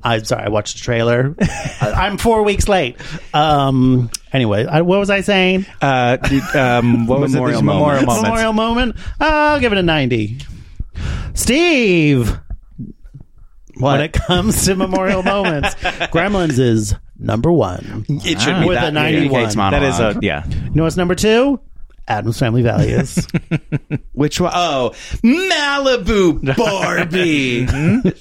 E: I'm sorry, I watched the trailer. I- I'm four weeks late. Um. Anyway, I, what was I saying?
D: Uh, d- um, what was it?
C: Memorial
D: These memorial
C: moments.
D: moments.
E: Memorial moment. I'll give it a ninety. Steve, when it comes to memorial moments, Gremlins is number one. You
C: It should be
E: With
C: that
E: a
C: Phoebe
E: 91.
C: Cates monologue.
D: That is a yeah.
E: know what's number two? Adam's Family Values.
C: Which one? Oh, Malibu Barbie.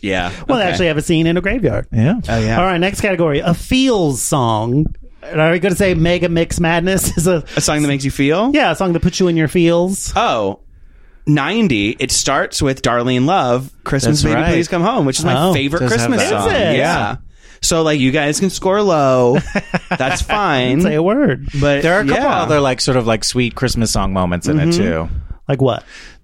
C: yeah.
E: Hmm? Well, they actually have a scene in a graveyard.
D: Yeah.
C: yeah.
E: All right, next category: a feels song. And Are we going to say Mega Mix Madness is a
C: A song that makes you feel?
E: yeah a song that puts you in your feels?
C: Oh, 90. It starts with Darlene Love, Christmas
D: That's
C: Baby
D: right.
C: Please Come Home, which is my
E: Oh,
C: favorite
D: does have
C: Christmas
D: that.
C: song.
E: Is it?
C: Yeah. So, like, you guys can score low. That's fine.
E: Say a word,
C: but
D: There are a couple
C: yeah. Mm-hmm.
D: other like sort of like sweet Christmas song moments in it too.
E: like what?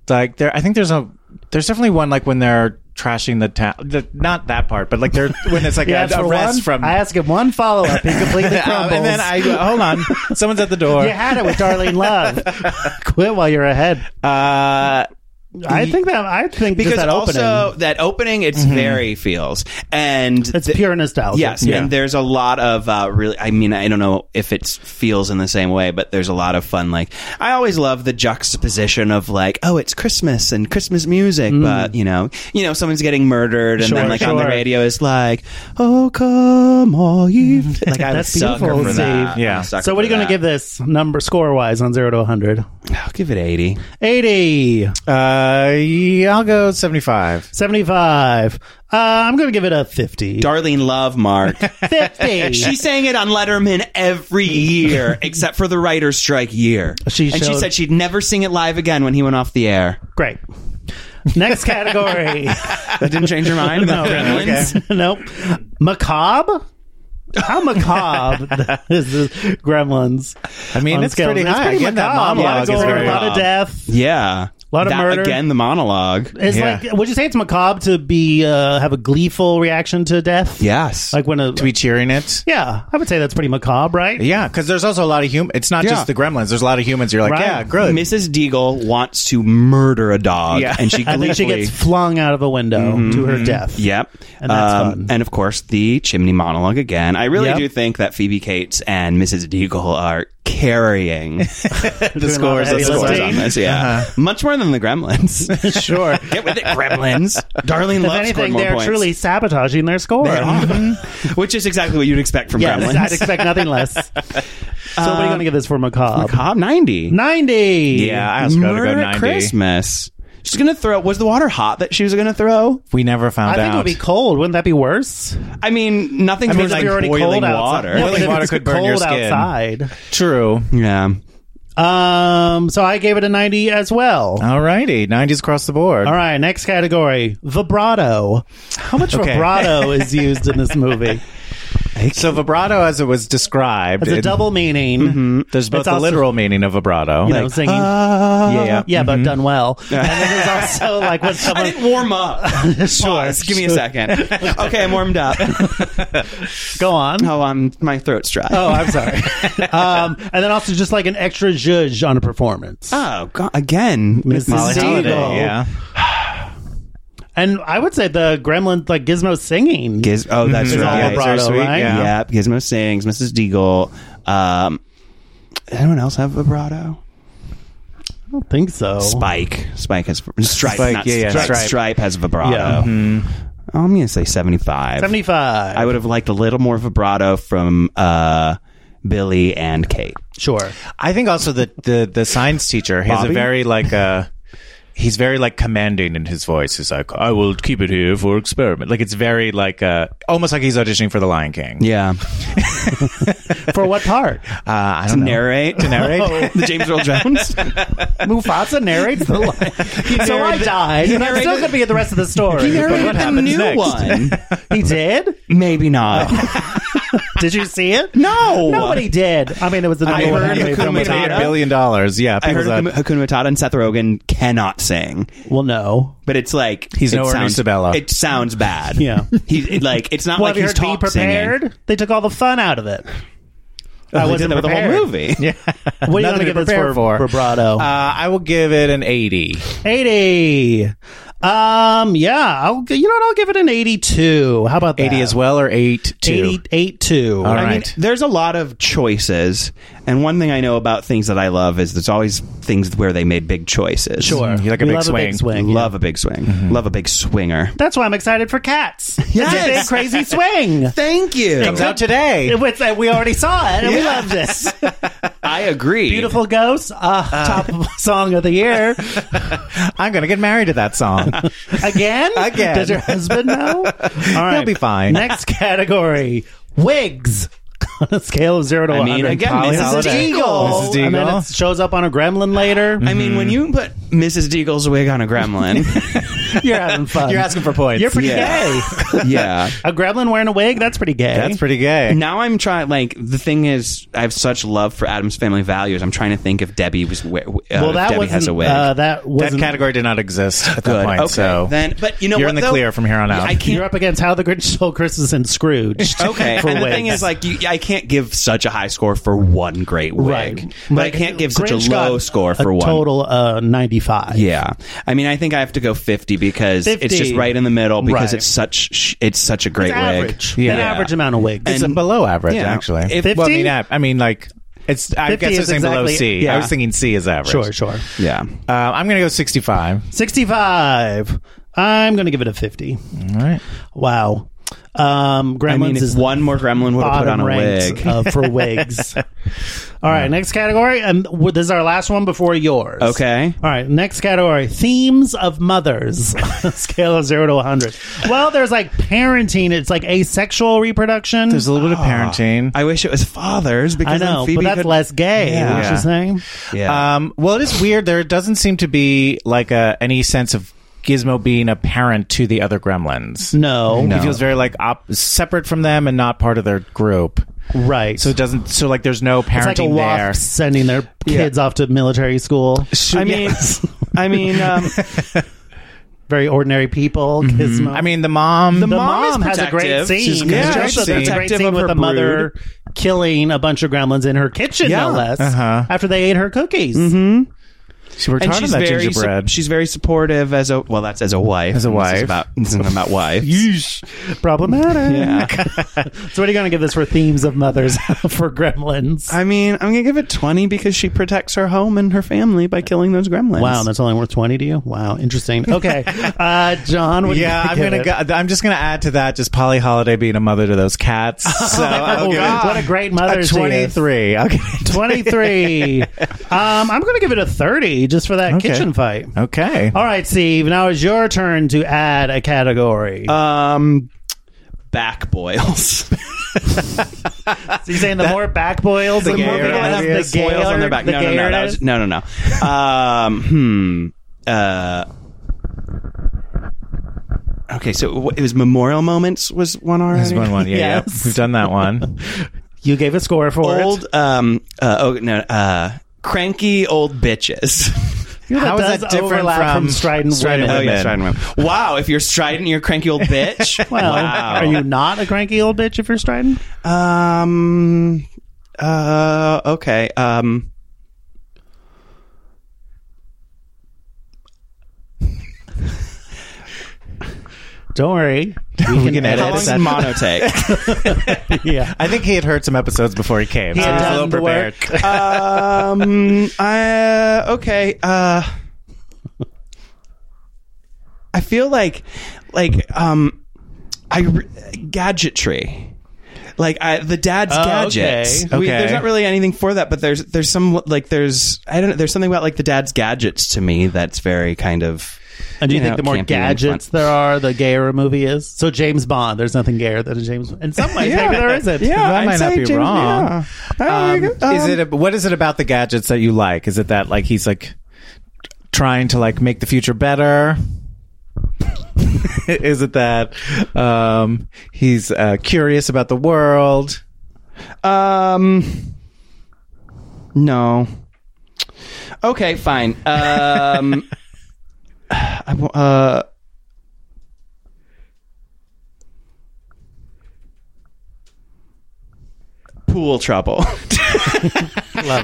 D: Like there, I think there's a there's definitely one like when they're trashing the town. The, not that part, but like they're when it's like
E: You
D: a,
E: ask
D: a
E: for
D: rest
E: one,
D: from.
E: I ask him one follow up. He completely crumbles.
D: and then I hold on. Someone's at the door.
E: you had it with Darlene Love. Quit while you're ahead.
D: Uh,
E: I think that I think
C: Because
E: just that
C: also,
E: opening. Mm-hmm.
C: that opening, it's very feels. And
E: It's
C: the-
E: pure nostalgia.
C: Yes,
D: Yeah.
C: and there's a lot of uh, really. I mean, I don't know if it feels in the same way, but there's a lot of fun. Like I always love the juxtaposition of like, oh, it's Christmas and Christmas music, but you know, you know, someone's getting murdered, and
E: Mm. Sure,
C: then like on the
E: sure.
C: radio is like, oh, come all ye. Like I'm
E: Mm-hmm. That's
C: a sucker
E: beautiful,
C: for that.
D: Steve. Yeah.
C: I'm a sucker
E: So what are you
C: for
E: going to
C: that.
E: give this number score wise on zero to 100?
C: I'll give it eighty.
E: 80,
D: uh, yeah, I'll go seventy-five.
E: 75. Uh, I'm going to give it a 50.
C: Darlene Love, Mark.
E: 50.
C: She sang it on Letterman every year, except for the writer's strike year.
E: She
C: and she
E: showed-
C: said she'd never sing it live again when he went off the air.
E: Great. Next category.
C: That didn't change your mind about Gremlins?
E: nope. Macabre? How macabre is this Gremlins?
D: I mean,
E: on
D: it's
E: scale?
D: pretty high. Again, that
E: macabre. a lot
D: monologue is
E: of gore,
D: very
E: a lot of
C: odd.
E: death.
C: Yeah.
E: A lot of
C: That,
E: murder.
C: Again, the monologue.
E: It's
D: Yeah.
E: like, would you say it's macabre to be uh, have a gleeful reaction to death?
C: Yes.
E: like when a
D: to be cheering it.
E: yeah, I would say that's pretty macabre, right?
D: Yeah, because there's also a lot of human. It's not
C: Yeah.
D: just the gremlins. There's a lot of humans. You're like,
E: Right.
D: yeah, good.
C: Mrs. Deagle wants to murder a dog,
D: Yeah.
C: and she
E: I
C: gleefully.
E: think she gets flung out of a window to
D: Mm-hmm.
E: her death.
C: Yep.
E: And that's
C: Um,
E: fun.
C: And of course, the chimney monologue again. I really
E: Yep.
C: do think that Phoebe Cates and Mrs. Deagle are carrying the scores,
E: heavy
C: the scores
E: lifting. Uh-huh.
C: on this. Yeah. Much more than the Gremlins.
E: Sure.
C: Get with it, Gremlins. Darlene
E: If
C: Love scored
E: anything,
C: more
E: they're
C: points.
E: truly sabotaging their score.
C: Which is exactly what you'd expect from
E: Yes,
C: Gremlins. Uh,
E: I'd expect nothing less. so, what are you going to give this for macabre?
C: Cobb 90.
E: 90.
D: Yeah, I also gotta go
C: Murder at
D: 90.
C: Christmas. She's gonna throw. Was the water hot that she was gonna throw?
D: we never found
E: I think it
D: out.
E: would be cold. Wouldn't that be worse?
C: I mean, nothing.
D: I mean,
C: was
D: like
C: like boiling water.
E: Yeah,
D: Boiling
E: but if
D: water
E: it's
D: could burn your
E: cold
D: skin.
E: outside.
D: True.
C: Yeah,
E: Um, so I gave it a 90 as well.
D: Uh. Alrighty, nineties across the board.
E: All right, next category vibrato. How much
D: Okay.
E: vibrato is used in this movie?
C: I
E: Thank
D: So vibrato, as it was described,
E: It's a
D: it-
E: double meaning.
D: Mm, There's both
E: It's
D: the
E: also-
D: literal meaning of vibrato.
E: You know,
D: Like,
E: singing.
D: yeah, Uh, yeah.
E: yeah, but done well. And then there's also like when someone.
C: I didn't warm up.
E: Sure,
C: Pause. Give me a
E: sure.
C: second. Okay, I'm warmed up.
E: Go on.
C: Oh, I'm my throat's dry.
E: Oh, I'm sorry. um, and then also just like an extra zhuzh on a performance.
C: Oh, God. again, Miss
E: Molly
C: Molly
E: Holiday,
C: Holiday.
D: yeah.
E: And I would say the gremlin, like Gizmo singing.
C: Giz- oh, that's
E: It's all
C: right.
E: vibrato,
C: Sweet,
E: right?
C: Yeah. Yep. Gizmo sings. Mrs. Deagle. Um, does anyone else have vibrato?
E: I don't think so.
C: Spike. Oh. Spike has Stripe.
D: Spike,
C: not
D: yeah, yeah,
C: Stripe.
D: Stripe.
C: Stripe has vibrato.
E: Yeah.
C: Oh, I'm gonna say 75.
E: 75.
C: I would have liked a little more vibrato from uh, Billy and Kate.
E: sure.
D: I think also the the the science teacher has a
C: Bobby?
D: very like uh He's very like commanding in his voice. He's like, "I will keep it here for experiment." Like it's very like uh, almost like he's auditioning for The Lion King.
C: Yeah.
E: For what part?
D: uh, I
C: To
D: don't know.
C: narrate. To
D: narrate?
C: the James Earl Jones.
E: Mufasa narrates the line. so I
C: narrated-
E: died,
C: he
E: and I'm
C: narrated-
E: still going to be in the rest of the story.
C: He narrated
E: But what
C: the
E: happens
C: new
E: next?
C: one.
E: He did?
C: Maybe not.
E: Did you see it?
C: No.
E: Nobody did. I mean, it was the
C: I
E: number one
C: heard
E: anime
C: Hakuna
E: film of the
C: Matata.
E: year.
D: a billion dollars. Yeah,
C: I heard
D: people's, uh,
C: Hakuna Hakuna Matata and Seth Rogen cannot sing,
E: Well, no.
C: but it's like
D: He's
C: it
D: no Ernie
C: sounds,
D: Sabella.
C: It sounds bad.
E: Yeah.
C: he it, like it's not
E: Well,
C: like
E: have you
C: he's
E: heard Be
C: top singing.
E: Prepared? They took all the fun out of it.
C: I
E: I
C: was
E: wasn't
C: in there with the whole
E: prepared.
C: movie. Yeah,
E: What are
D: Nothing
E: you going to
D: to
E: give this
D: prepare
E: for,
D: for.
E: vibrato?
D: Uh, I will give it an eighty.
E: 80. Um, yeah, I'll, g- you know what? I'll give it an 82. How about that?
D: Eighty as well, or eight two.
E: 82.
D: All
E: I mean,
D: right.
C: there's a lot of choices, and one thing I know about things that I love is there's always things where they made big choices.
E: Sure.
D: You like a
E: We
D: big
E: love
D: swing. Mm-hmm.
E: yeah.
C: love a big swing, love a big swinger.
E: That's why I'm excited for Cats.
C: Yes.
E: It's a big crazy swing.
C: Thank you.
D: Comes out today.
E: It was, uh, we already saw it, and we love this.
C: I agree.
E: Beautiful Ghosts, uh, top song of the year.
D: I'm gonna get married to that song.
E: Again?
D: Again.
E: Does your husband know? All right.
D: He'll be fine.
E: Next category wigs. On a scale of zero to
C: I
E: one.
C: mean, again,
D: Polly
C: Mrs.
D: Holiday.
C: Deagle.
D: Mrs. Deagle.
E: And then it shows up on a gremlin later.
C: I mean,
D: Mm-hmm.
C: when you put Mrs. Deagle's wig on a gremlin,
E: You're having fun.
D: You're asking for points.
E: You're pretty
C: Yeah.
E: gay.
C: yeah.
E: a gremlin wearing a wig? That's pretty gay.
D: That's pretty gay.
C: Now I'm trying. Like the thing is, I have such love for Adam's Family Values. I'm trying to think if Debbie was. Wi- uh,
E: well. That
C: if Debbie
E: wasn't.
C: has a wig.
E: Uh, that
D: That
E: wasn't.
D: category did not exist at that
C: Good.
D: point.
C: Okay.
D: So
C: then, but you know,
D: you're
C: what,
D: in the
C: though?
D: clear from here on out.
C: I can't.
E: You're up against How the Grinch Stole Christmas and Scrooge.
C: Okay,
E: for
C: and the
E: wigs.
C: thing is, like, you, I can't give such a high score for one great wig,
E: Right.
C: but I
E: Like,
C: can't give such a
E: Grinch
C: low
E: got
C: score for
E: a
C: one.
E: total uh, 95.
C: Yeah, I mean, I think I have to go fifty because
E: 50.
C: it's just right in the middle
E: Right.
C: because it's such sh- it's such a great
E: It's
C: wig.
E: average. An average amount of wigs.
D: it's a below average,
C: Yeah.
D: actually.
C: If-
D: well, I
E: 50?
D: mean, I, I mean, like it's. I
E: 50
D: guess
E: is
D: it's saying below
E: exactly-
D: C. I
C: yeah.
D: was thinking C is average.
E: sure, sure.
C: Yeah,
D: Uh, I'm gonna go 65.
E: 65. I'm going to give it a 50.
D: All right.
E: Wow. Um, Gremlins
C: I mean, if
E: is the
C: one more gremlin would have put
E: bottom
C: on a
E: ranked,
C: wig.
E: uh, for wigs. All right, next category, and w- this is our last one before yours.
C: Okay.
E: All right, next category: themes of mothers. Scale of zero to one hundred. Well, there's like parenting. It's like asexual reproduction.
D: There's a little bit of parenting.
C: Ah, I wish it was fathers
E: I
C: because then
E: know,
C: Phoebe
E: but that's
C: could-
E: less gay.
C: Yeah.
E: Which is saying.
C: Yeah.
D: Um, well, it is weird. There doesn't seem to be like a, any sense of Gizmo being a parent to the other Gremlins.
E: No,
D: He feels very like op- separate from them and not part of their group.
E: right.
D: So it doesn't. So like, there's no
E: it's like a
D: parenting
E: wasp
D: there.
E: sending their kids off to military school.
C: I mean, I mean, um,
E: Very ordinary people.
C: Mm-hmm.
E: Gizmo.
D: I mean, the mom.
E: the
C: mom
E: mom,
C: is
E: has a great
C: protective.
E: scene.
C: She's
D: good.
E: There's
D: Yeah,
E: also-
D: she's
E: there's a great
C: protective
E: scene
C: of
E: with
C: her
E: the mother killing a bunch of gremlins in her kitchen,
C: Yeah.
E: no less,
D: Uh-huh.
E: after they ate her cookies.
D: she worked
C: and
D: hard on
C: she's
D: that
C: very su-
D: gingerbread.
C: she's very supportive as a well. That's as a wife.
D: As a
C: This is
D: wife.
C: about this is about wife.
E: Problematic.
C: Yeah.
E: So, what are you going to give this for themes of mothers for gremlins?
C: I mean, I'm gonna give it 20 because she protects her home and her family by killing those gremlins.
E: Wow, that's only worth 20 to you? Wow, interesting. Okay. Uh, John, what do you
D: yeah, I'm
E: give
D: gonna.
E: it?
D: Go, I'm just gonna add to that just Polly Holiday being a mother to those cats. So I'll give it
E: Oh, what a great mother
D: a
E: she is.
D: 23. Okay.
E: 23. um, I'm going to give it a 30 just for that
D: Okay.
E: kitchen fight.
D: Okay.
E: All right, Steve, now it's your turn to add a category.
C: Um, back boils.
E: So you're saying the more back boils, the,
D: gayer
E: more people
D: it
E: have the
D: is.
E: gayer,
C: boils on their back.
E: The
C: no, no,
E: gayer
C: no,
E: it
C: that
E: is?
C: was- no, no, no. Um, hmm. Uh, Okay, so wh- it was Memorial Moments was one already.
D: That's one one. Yeah, yeah.
E: Yes.
D: We've done that one.
E: You gave a score for it.
C: Old um uh, oh no uh cranky old bitches. Oh,
E: You know,
D: How is
E: does
D: that different
E: overlap
D: from
E: strident,
D: strident
E: women?
D: women?
C: yeah, Strident women. Wow, if you're strident, you're a cranky old bitch.
E: Well,
C: wow.
E: are you not a cranky old bitch if you're strident?
C: Um. Uh. Okay. Um.
E: Don't worry. We
D: We can edit
C: How long
D: that.
C: did mono take?
E: yeah.
D: I think he had heard some episodes before he came.
E: He
D: so
E: had
D: was a little
E: done the
D: prepared.
E: work.
C: um. I. Okay. Uh. I feel like, like um, I re- gadgetry. Like I, the dad's
D: Oh,
C: gadgets.
D: okay. Okay.
C: there's not really anything for that, but there's there's some like there's I don't know, there's something about like the dad's gadgets to me that's very kind of.
E: And do you,
C: you
E: think
C: know,
E: the more
C: campy and
E: gadgets
C: fun.
E: there are, the gayer a movie is? So James Bond, there's nothing gayer than a James. Bond. In some ways, maybe there isn't.
C: Yeah,
D: That
C: I'd
D: might not
C: say
D: be
C: James-
D: wrong.
C: yeah.
E: Oh
C: I
D: Um,
C: think, um,
D: is it? A, what is it about the gadgets that you like? Is it that like he's like trying to like make the future better? is it that um, he's uh, curious about the world?
C: Um, no. Okay, fine. Um, I, wa- uh, pool trouble.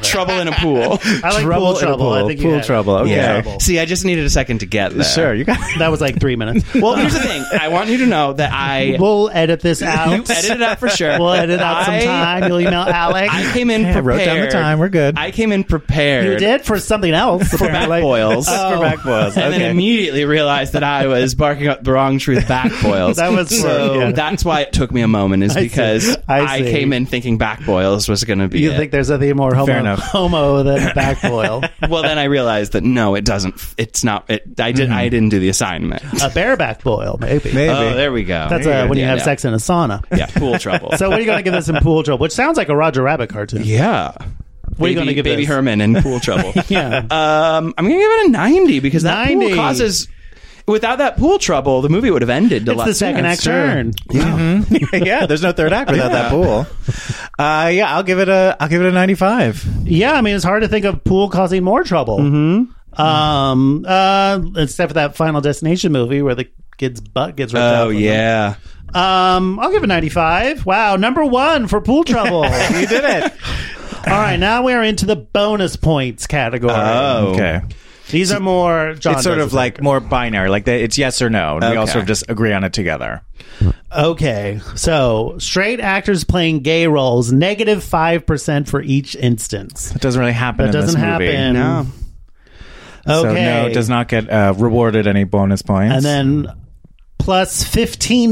C: trouble in a pool.
E: I like
D: Trouble
E: pool
D: in a
E: trouble. I
D: pool.
E: think you
D: Pool
E: had-
D: trouble, okay.
E: Yeah.
C: See, I just needed a second to get there.
D: Sure, you got.
E: That was like three minutes.
C: Well, here's the thing. I want you to know that I
E: We'll edit this
C: you
E: out.
C: edited it out for sure.
E: We'll edit out
C: I-
E: sometime. You'll email Alex.
C: I came in
D: I
C: prepared.
D: wrote down the time. We're good.
C: I came in prepared.
E: you did for something else.
C: for back boils.
E: oh.
D: For back boils.
C: And
D: Okay.
C: then immediately realized that I was barking up the wrong tree with back boils.
E: That was
C: so.
E: for- yeah.
C: That's why it took me a moment, is
E: I see.
C: because
E: I
C: I,
E: see.
C: came in thinking back boils was going to be.
E: You
C: it.
E: think there's nothing more homo,
D: Fair enough.
E: homo than back boil?
C: well, then I realized that no, it doesn't. f- It's not. It, I did. I didn't do the assignment.
E: Mm-hmm. a bareback boil, maybe.
D: Maybe.
C: Oh, there we go.
E: That's
C: There
E: uh,
C: go.
E: when you
C: Yeah,
E: have
C: yeah.
E: sex in a sauna.
C: Yeah, pool trouble.
E: So what are you going to give this in pool trouble? Which sounds like a Roger Rabbit cartoon.
C: yeah.
E: What are you
C: Baby-
E: gonna give
C: Baby
E: this?
C: Herman and Pool Trouble?
E: Yeah.
C: Um, I'm gonna give it a 90 because that
E: 90.
C: pool causes. Without that pool trouble, the movie would have ended a
E: It's
C: lot
E: the second
C: sooner.
E: act turn.
D: Hmm? yeah, there's no third act without that pool. Uh, yeah, I'll give it a I'll give it a 95.
E: Yeah, I mean it's hard to think of pool causing more trouble. Mm-hmm. Um, uh, except for that Final Destination movie where the kid's butt gets ripped out.
C: Oh
E: from
C: yeah.
E: them. Um, I'll give it ninety-five. Wow, number one for pool trouble. All
D: You did it.
E: right, now we are into the bonus points category.
C: Oh.
D: Okay.
E: These are more. John
D: it's sort
E: does
D: of
E: it.
D: like more binary, like they, it's yes or no. And We all
C: Okay.
D: sort of just agree on it together.
E: Okay, so straight actors playing gay roles, negative five percent for each instance.
D: It doesn't really happen
E: That
D: in this
E: doesn't
D: movie.
E: happen.
C: No.
E: Okay,
D: So no, it does not get uh, rewarded any bonus points.
E: and then plus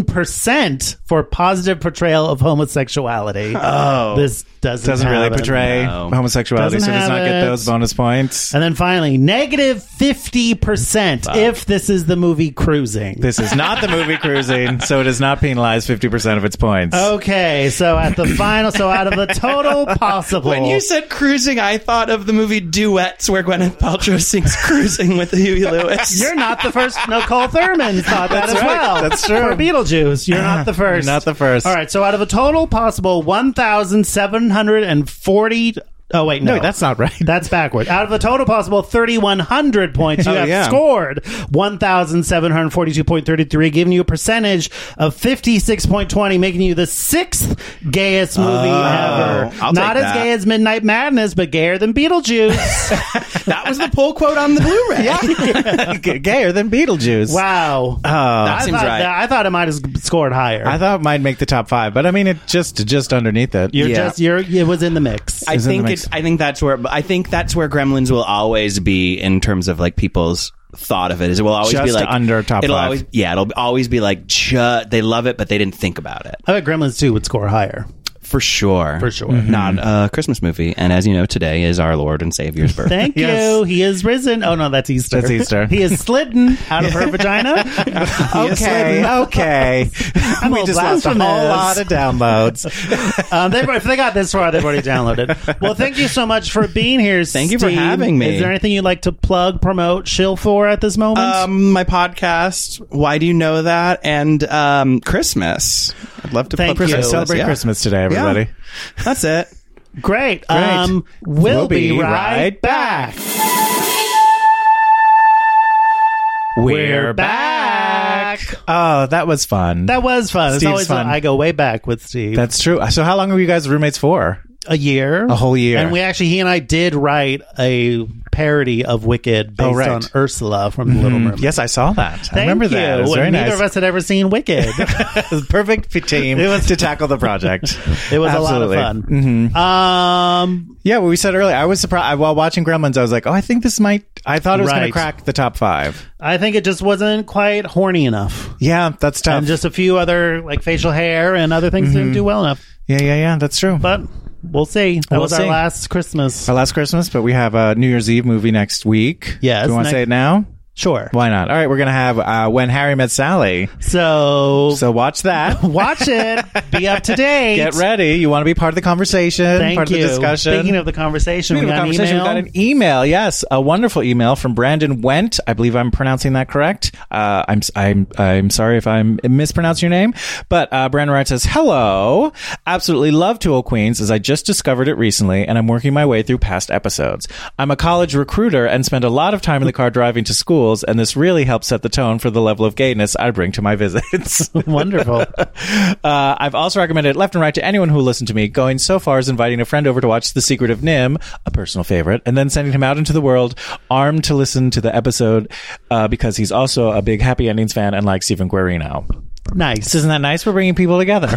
E: 15% for positive portrayal of homosexuality. Oh. This doesn't,
D: doesn't really
E: happen.
D: portray
C: No.
D: homosexuality,
E: Doesn't
D: so it does not
E: have
D: get
E: it.
D: those bonus points.
E: And then finally, negative 50% if this is the movie Cruising.
D: this is not the movie cruising, so it is not penalized 50% of its points.
E: Oh, okay, so at the final, so out of the total possible.
C: When you said cruising, I thought of the movie Duets, where Gwyneth Paltrow sings "Cruising" with Huey Lewis.
E: you're not the first. No, Cole Thurman thought that as
D: right.
E: well.
D: That's true.
E: For Beetlejuice, you're not the first.
D: Not the first.
E: All right. So out of a total possible 1,740. Oh wait, no,
D: No, that's not right.
E: That's backward. Out of a total possible 3,100 points, you
D: Oh,
E: have
D: yeah.
E: scored 1,742.33, giving you a percentage of 56.20, making you the sixth gayest movie ever.
C: I'll
E: Not
C: take
E: as
C: that.
E: gay as Midnight Madness, but gayer than Beetlejuice.
C: that was the pull quote on the Blu-ray.
D: G- gayer than Beetlejuice.
E: wow.
C: that
E: I
C: seems
E: thought
C: right.
E: that- I thought it might have scored higher.
D: I thought it might make the top five, but I mean, it just just underneath it.
E: you're
C: Yeah.
E: just you're it was in the mix.
C: I
D: Isn't
C: think
D: that
C: it,
D: makes-
C: I think that's where I think that's where Gremlins will always be in terms of like people's thought of it. Is it will always be
D: Just
C: like
D: under top
C: It'll
D: five.
C: always yeah, it'll always be like ju- they love it, but they didn't think about it.
E: I bet Gremlins 2 would score higher.
C: for sure,
E: For sure.
D: Mm-hmm.
C: not a Christmas movie. And as you know, today is our Lord and Savior's birthday.
E: Thank
D: Yes.
E: you. He is risen. Oh no, that's Easter.
D: That's Easter.
E: he is slidden out of her vagina.
D: Okay, okay.
E: I'm
D: we
E: all
D: just lost a whole
E: blasphemous.
D: lot of downloads.
E: um, they, if they got this far, they've already downloaded. Well, thank you so much for being here.
C: Thank you for
E: Steve.
C: having me.
E: Is there anything you'd like to plug, promote, shill for at this moment?
C: Um, my podcast. Why do you know that? And um, Christmas. I'd love to
E: Thank
C: plug
E: you.
C: Christmas.
D: Celebrate
C: yeah.
D: Christmas today,
C: Yeah.
D: everybody.
C: That's it.
E: great. Um, we'll,
D: We'll
E: be,
D: be
E: right,
D: right
E: back.
D: We're
E: back.
D: Oh, that was fun.
E: That was fun. it's
D: Steve's
E: always
D: fun.
E: I go way back with Steve.
D: That's true. So, how long were you guys roommates for?
E: a year,
D: A whole year.
E: and we actually he and I did write a parody of Wicked based
D: Oh, right. Mm-hmm.
E: on Ursula from The Little Mermaid.
D: Mm, Yes, I saw that. I
E: Thank
D: remember
E: you.
D: that. It was
E: And
D: very
E: neither
D: nice.
E: of us had ever seen Wicked.
D: It was a perfect team
E: It was-
D: to tackle the project.
E: It was
D: Absolutely. Mm-hmm.
E: a lot of fun. Um,
D: Yeah, what we said earlier. I was surprised while watching Gremlins. I was like, oh, I think this might. I thought it was going
E: Right.
D: to crack the top five.
E: I think it just wasn't quite horny enough,
D: Yeah, that's tough.
E: and just a few other like facial hair and other things
D: Mm-hmm.
E: didn't do well enough.
D: yeah, yeah, yeah. That's true.
E: But we'll see. That
D: We'll
E: was our
D: see. Uh,
E: last Christmas.
D: Our last Christmas, but we have a New Year's Eve movie next week.
E: Yes,
D: Do you want to
E: next-
D: say it now?
E: Sure.
D: Why not? All right, we're going to have uh, When Harry Met Sally.
E: So,
D: So watch that.
E: watch it. Be up to date.
D: Get ready. You want to be part of the conversation,
E: Thank
D: part
E: you.
D: of the discussion.
E: Speaking of the conversation,
D: Speaking
E: we
D: of
E: got
D: conversation,
E: an email.
D: we got an email. Yes, a wonderful email from Brandon Went. I believe I'm pronouncing that correct. Uh, I'm I'm I'm sorry if I'm mispronounce your name, but uh, Brandon Wright says, "Hello, absolutely love Two Old Queens as I just discovered it recently, and I'm working my way through past episodes. I'm a college recruiter and spend a lot of time in the car driving to schools, and this really helps set the tone for the level of gayness I bring to my visits."
E: Wonderful.
D: Uh, I've also recommended left and right to anyone who will listen to me, going so far as inviting a friend over to watch The Secret of Nim, a personal favorite, and then sending him out into the world armed to listen to the episode uh, because he's also a big Happy Endings fan and likes Stephen Guarino.
E: nice.
D: Isn't that nice? We're bringing people together.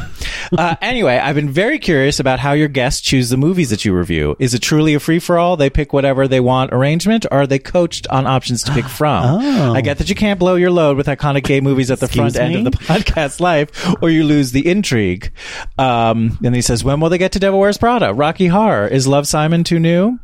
D: uh, anyway, I've been very curious about how your guests choose the movies that you review. Is it truly a free for all? They pick whatever they want arrangement, or are they coached on options to pick from? I get that you can't blow your load with iconic gay movies at the front end
E: me?
D: of the podcast life, or you lose the intrigue. Um, and he says, when will they get to Devil Wears Prada? Rocky Horror. Is Love Simon too new?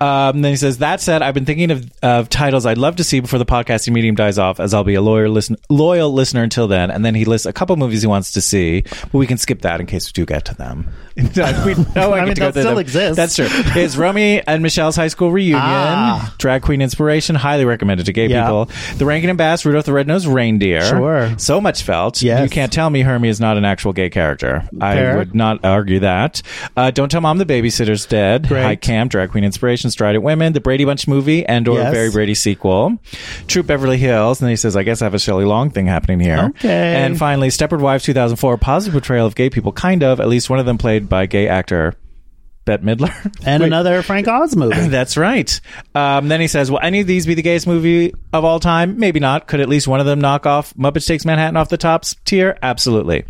D: Um, then he says, that said, I've been thinking of, of titles I'd love to see before the podcasting medium dies off, as I'll be a lawyer listen, loyal listener until then. And then he lists a couple movies he wants to see, but we can skip that in case we do get to them. we know
E: I
D: get
E: mean,
D: to go
E: that
D: through
E: still
D: them.
E: exists.
D: That's true. It's Romy and Michelle's high school reunion.
E: Ah.
D: Drag queen inspiration, highly recommended to gay
E: Yeah.
D: people. The Rankin and Bass, Rudolph the Red-Nosed Reindeer.
E: Sure.
D: So much felt.
E: Yes.
D: You can't tell me Hermie is not an actual gay character.
E: Fair.
D: I would not argue that. Uh, Don't Tell Mom the Babysitter's Dead.
E: Great.
D: High Camp, Drag Queen Inspirations, Dried at Women, The Brady Bunch movie, and or
E: Yes.
D: Very Brady sequel. Troop Beverly Hills. And then he says, I guess I have a Shelley Long thing happening here.
E: Okay.
D: And finally, Stepford Wives 2004, positive portrayal of gay people, kind of, at least one of them played by gay actor Bette Midler.
E: and another Frank Oz movie.
D: That's right. Um, then he says, "Will any of these be the gayest movie of all time? Maybe not. Could at least one of them knock off Muppets Takes Manhattan off the top tier? Absolutely." And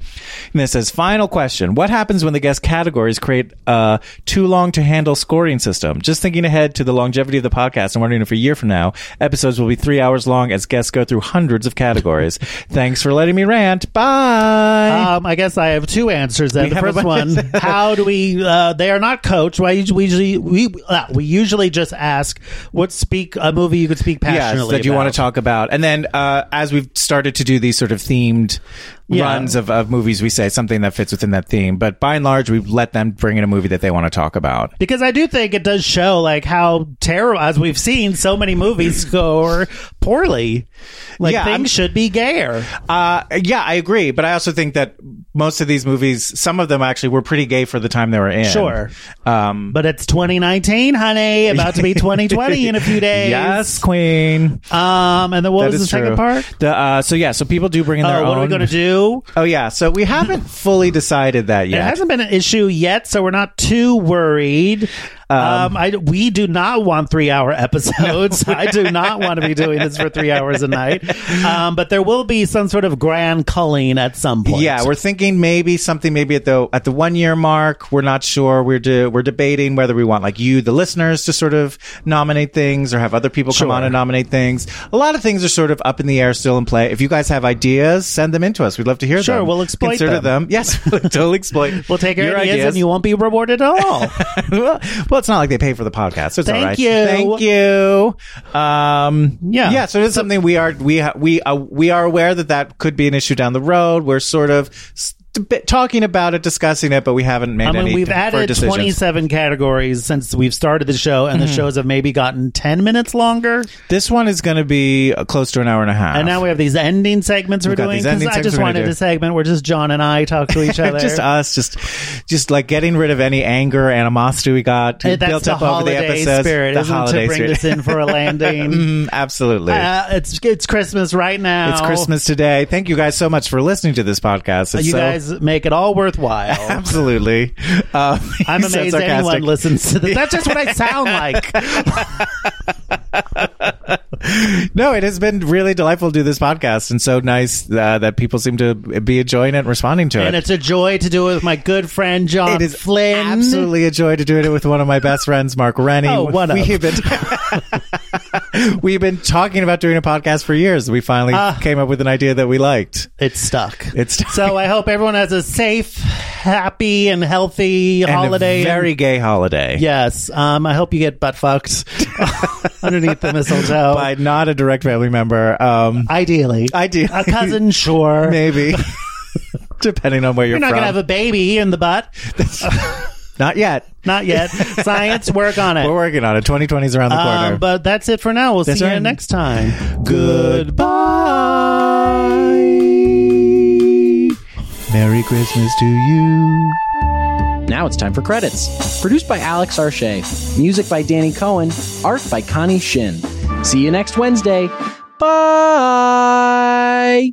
D: then it says, "Final question: What happens when the guest categories create a too long to handle scoring system? Just thinking ahead to the longevity of the podcast, I'm wondering if a year from now episodes will be three hours long as guests go through hundreds of categories. Thanks for letting me rant. Bye."
E: Um, I guess I have two answers. Then
D: We
E: the
D: have a
E: first one:
D: bunch.
E: How do we? Uh, they are not coached. Why usu- we usually we uh, we usually just ask what speak a movie you could speak
D: Yes,
E: passionately
D: that you
E: about.
D: want to talk about. And then uh, as we've started to do these sort of themed
E: Yeah.
D: runs of, of movies, we say something that fits within that theme. But by and large, we've let them bring in a movie that they want to talk about.
E: Because I do think it does show like how terrible, as we've seen, so many movies score poorly. Like
D: Yeah,
E: things
D: I'm-
E: should be gayer.
D: Uh, yeah, I agree. But I also think that most of these movies, some of them actually were pretty gay for the time they were in.
E: Sure.
D: Um,
E: But it's 2019, honey. About to be 2020 in a few days.
D: Yes, Queen.
E: Um. And then what
D: That is
E: was the second
D: true.
E: part?
D: The, uh, so yeah, so people do bring in their
E: Oh, what are we
D: own-
E: going to do?
D: Oh yeah, so we haven't fully decided that yet.
E: It hasn't been an issue yet, so we're not too worried. Um, I, we do not want three hour episodes. I do not want to be doing this for three hours a night. Um, but there will be some sort of grand culling at some point.
D: Yeah, we're thinking maybe something maybe at the at the one year mark. We're not sure. We're de- we're debating whether we want like you, the listeners, to sort of nominate things or have other people come on and nominate things. A lot of things are sort of up in the air, still in play. If you guys have ideas, send them into us. We'd love to hear
E: Sure,
D: them.
E: we'll exploit
D: Consider
E: them.
D: them. Yes, we'll totally exploit.
E: we'll take our
D: your
E: ideas, and you won't be rewarded at all.
D: well, well, it's not like they pay for the podcast. So it's
E: Thank
D: all right.
E: you.
D: Thank you. Um,
E: Yeah.
D: yeah. So it's something we are we ha- we uh, we are aware that that could be an issue down the road. We're sort of s- a bit talking about it, discussing it, but we haven't made
E: I mean,
D: any
E: we've
D: for
E: added
D: decisions. Mm-hmm.
E: 27 categories since we've started the show, and the shows have maybe gotten 10 minutes longer.
D: This one is going to be uh, close to an hour and a half.
E: And now we have these ending segments we're
D: We've got
E: doing.
D: these
E: Because
D: ending
E: I just
D: segments we're gonna
E: wanted
D: do.
E: a segment where just John and I talk to each other.
D: just us, just just like getting rid of any anger, animosity we got
E: Hey, Eh, that's
D: built
E: the
D: up over the
E: holiday
D: episodes.
E: spirit,
D: the
E: isn't it, to
D: holiday
E: bring
D: spirit.
E: us in for a landing?
D: Mm, absolutely.
E: Uh, it's it's Christmas right now.
D: it's Christmas today. Thank you guys so much for listening to this podcast. It's
E: You
D: so-
E: guys make it all worthwhile.
D: Oh. Absolutely. Um,
E: I'm
D: he said
E: amazed anyone
D: sarcastic.
E: listens to this. That's just what I sound like.
D: No, it has been really delightful to do this podcast, and so nice uh, that people seem to be enjoying it and responding to
E: and
D: it.
E: it's a joy to do it with my good friend John
D: It is
E: Flynn.
D: absolutely a joy to do it with one of my best friends, Mark Rennie.
E: Oh, one of.
D: we've been we've been talking about doing a podcast for years. We finally
E: Ah.
D: came up with an idea that we liked.
E: It's stuck.
D: It's
E: so I hope everyone has a safe, happy, and healthy
D: and a
E: holiday.
D: very gay holiday.
E: yes. Um, I hope you get butt fucked underneath the mistletoe.
D: by not a direct family member. Um,
E: Ideally,
D: Ideally.
E: a cousin, sure.
D: maybe. Depending on where you're,
E: You're not
D: from,
E: gonna have a baby in the butt.
D: not yet.
E: Not yet. Science, work on it.
D: We're working on it. 2020 is around the
E: Um,
D: corner.
E: but that's it for now. We'll
D: That's
E: see you
D: right.
E: next time.
D: Goodbye. Merry Christmas to you.
F: Now it's time for credits. Produced by Alex Arche. Music by Danny Cohen. Art by Connie Shin. See you next Wednesday. Bye.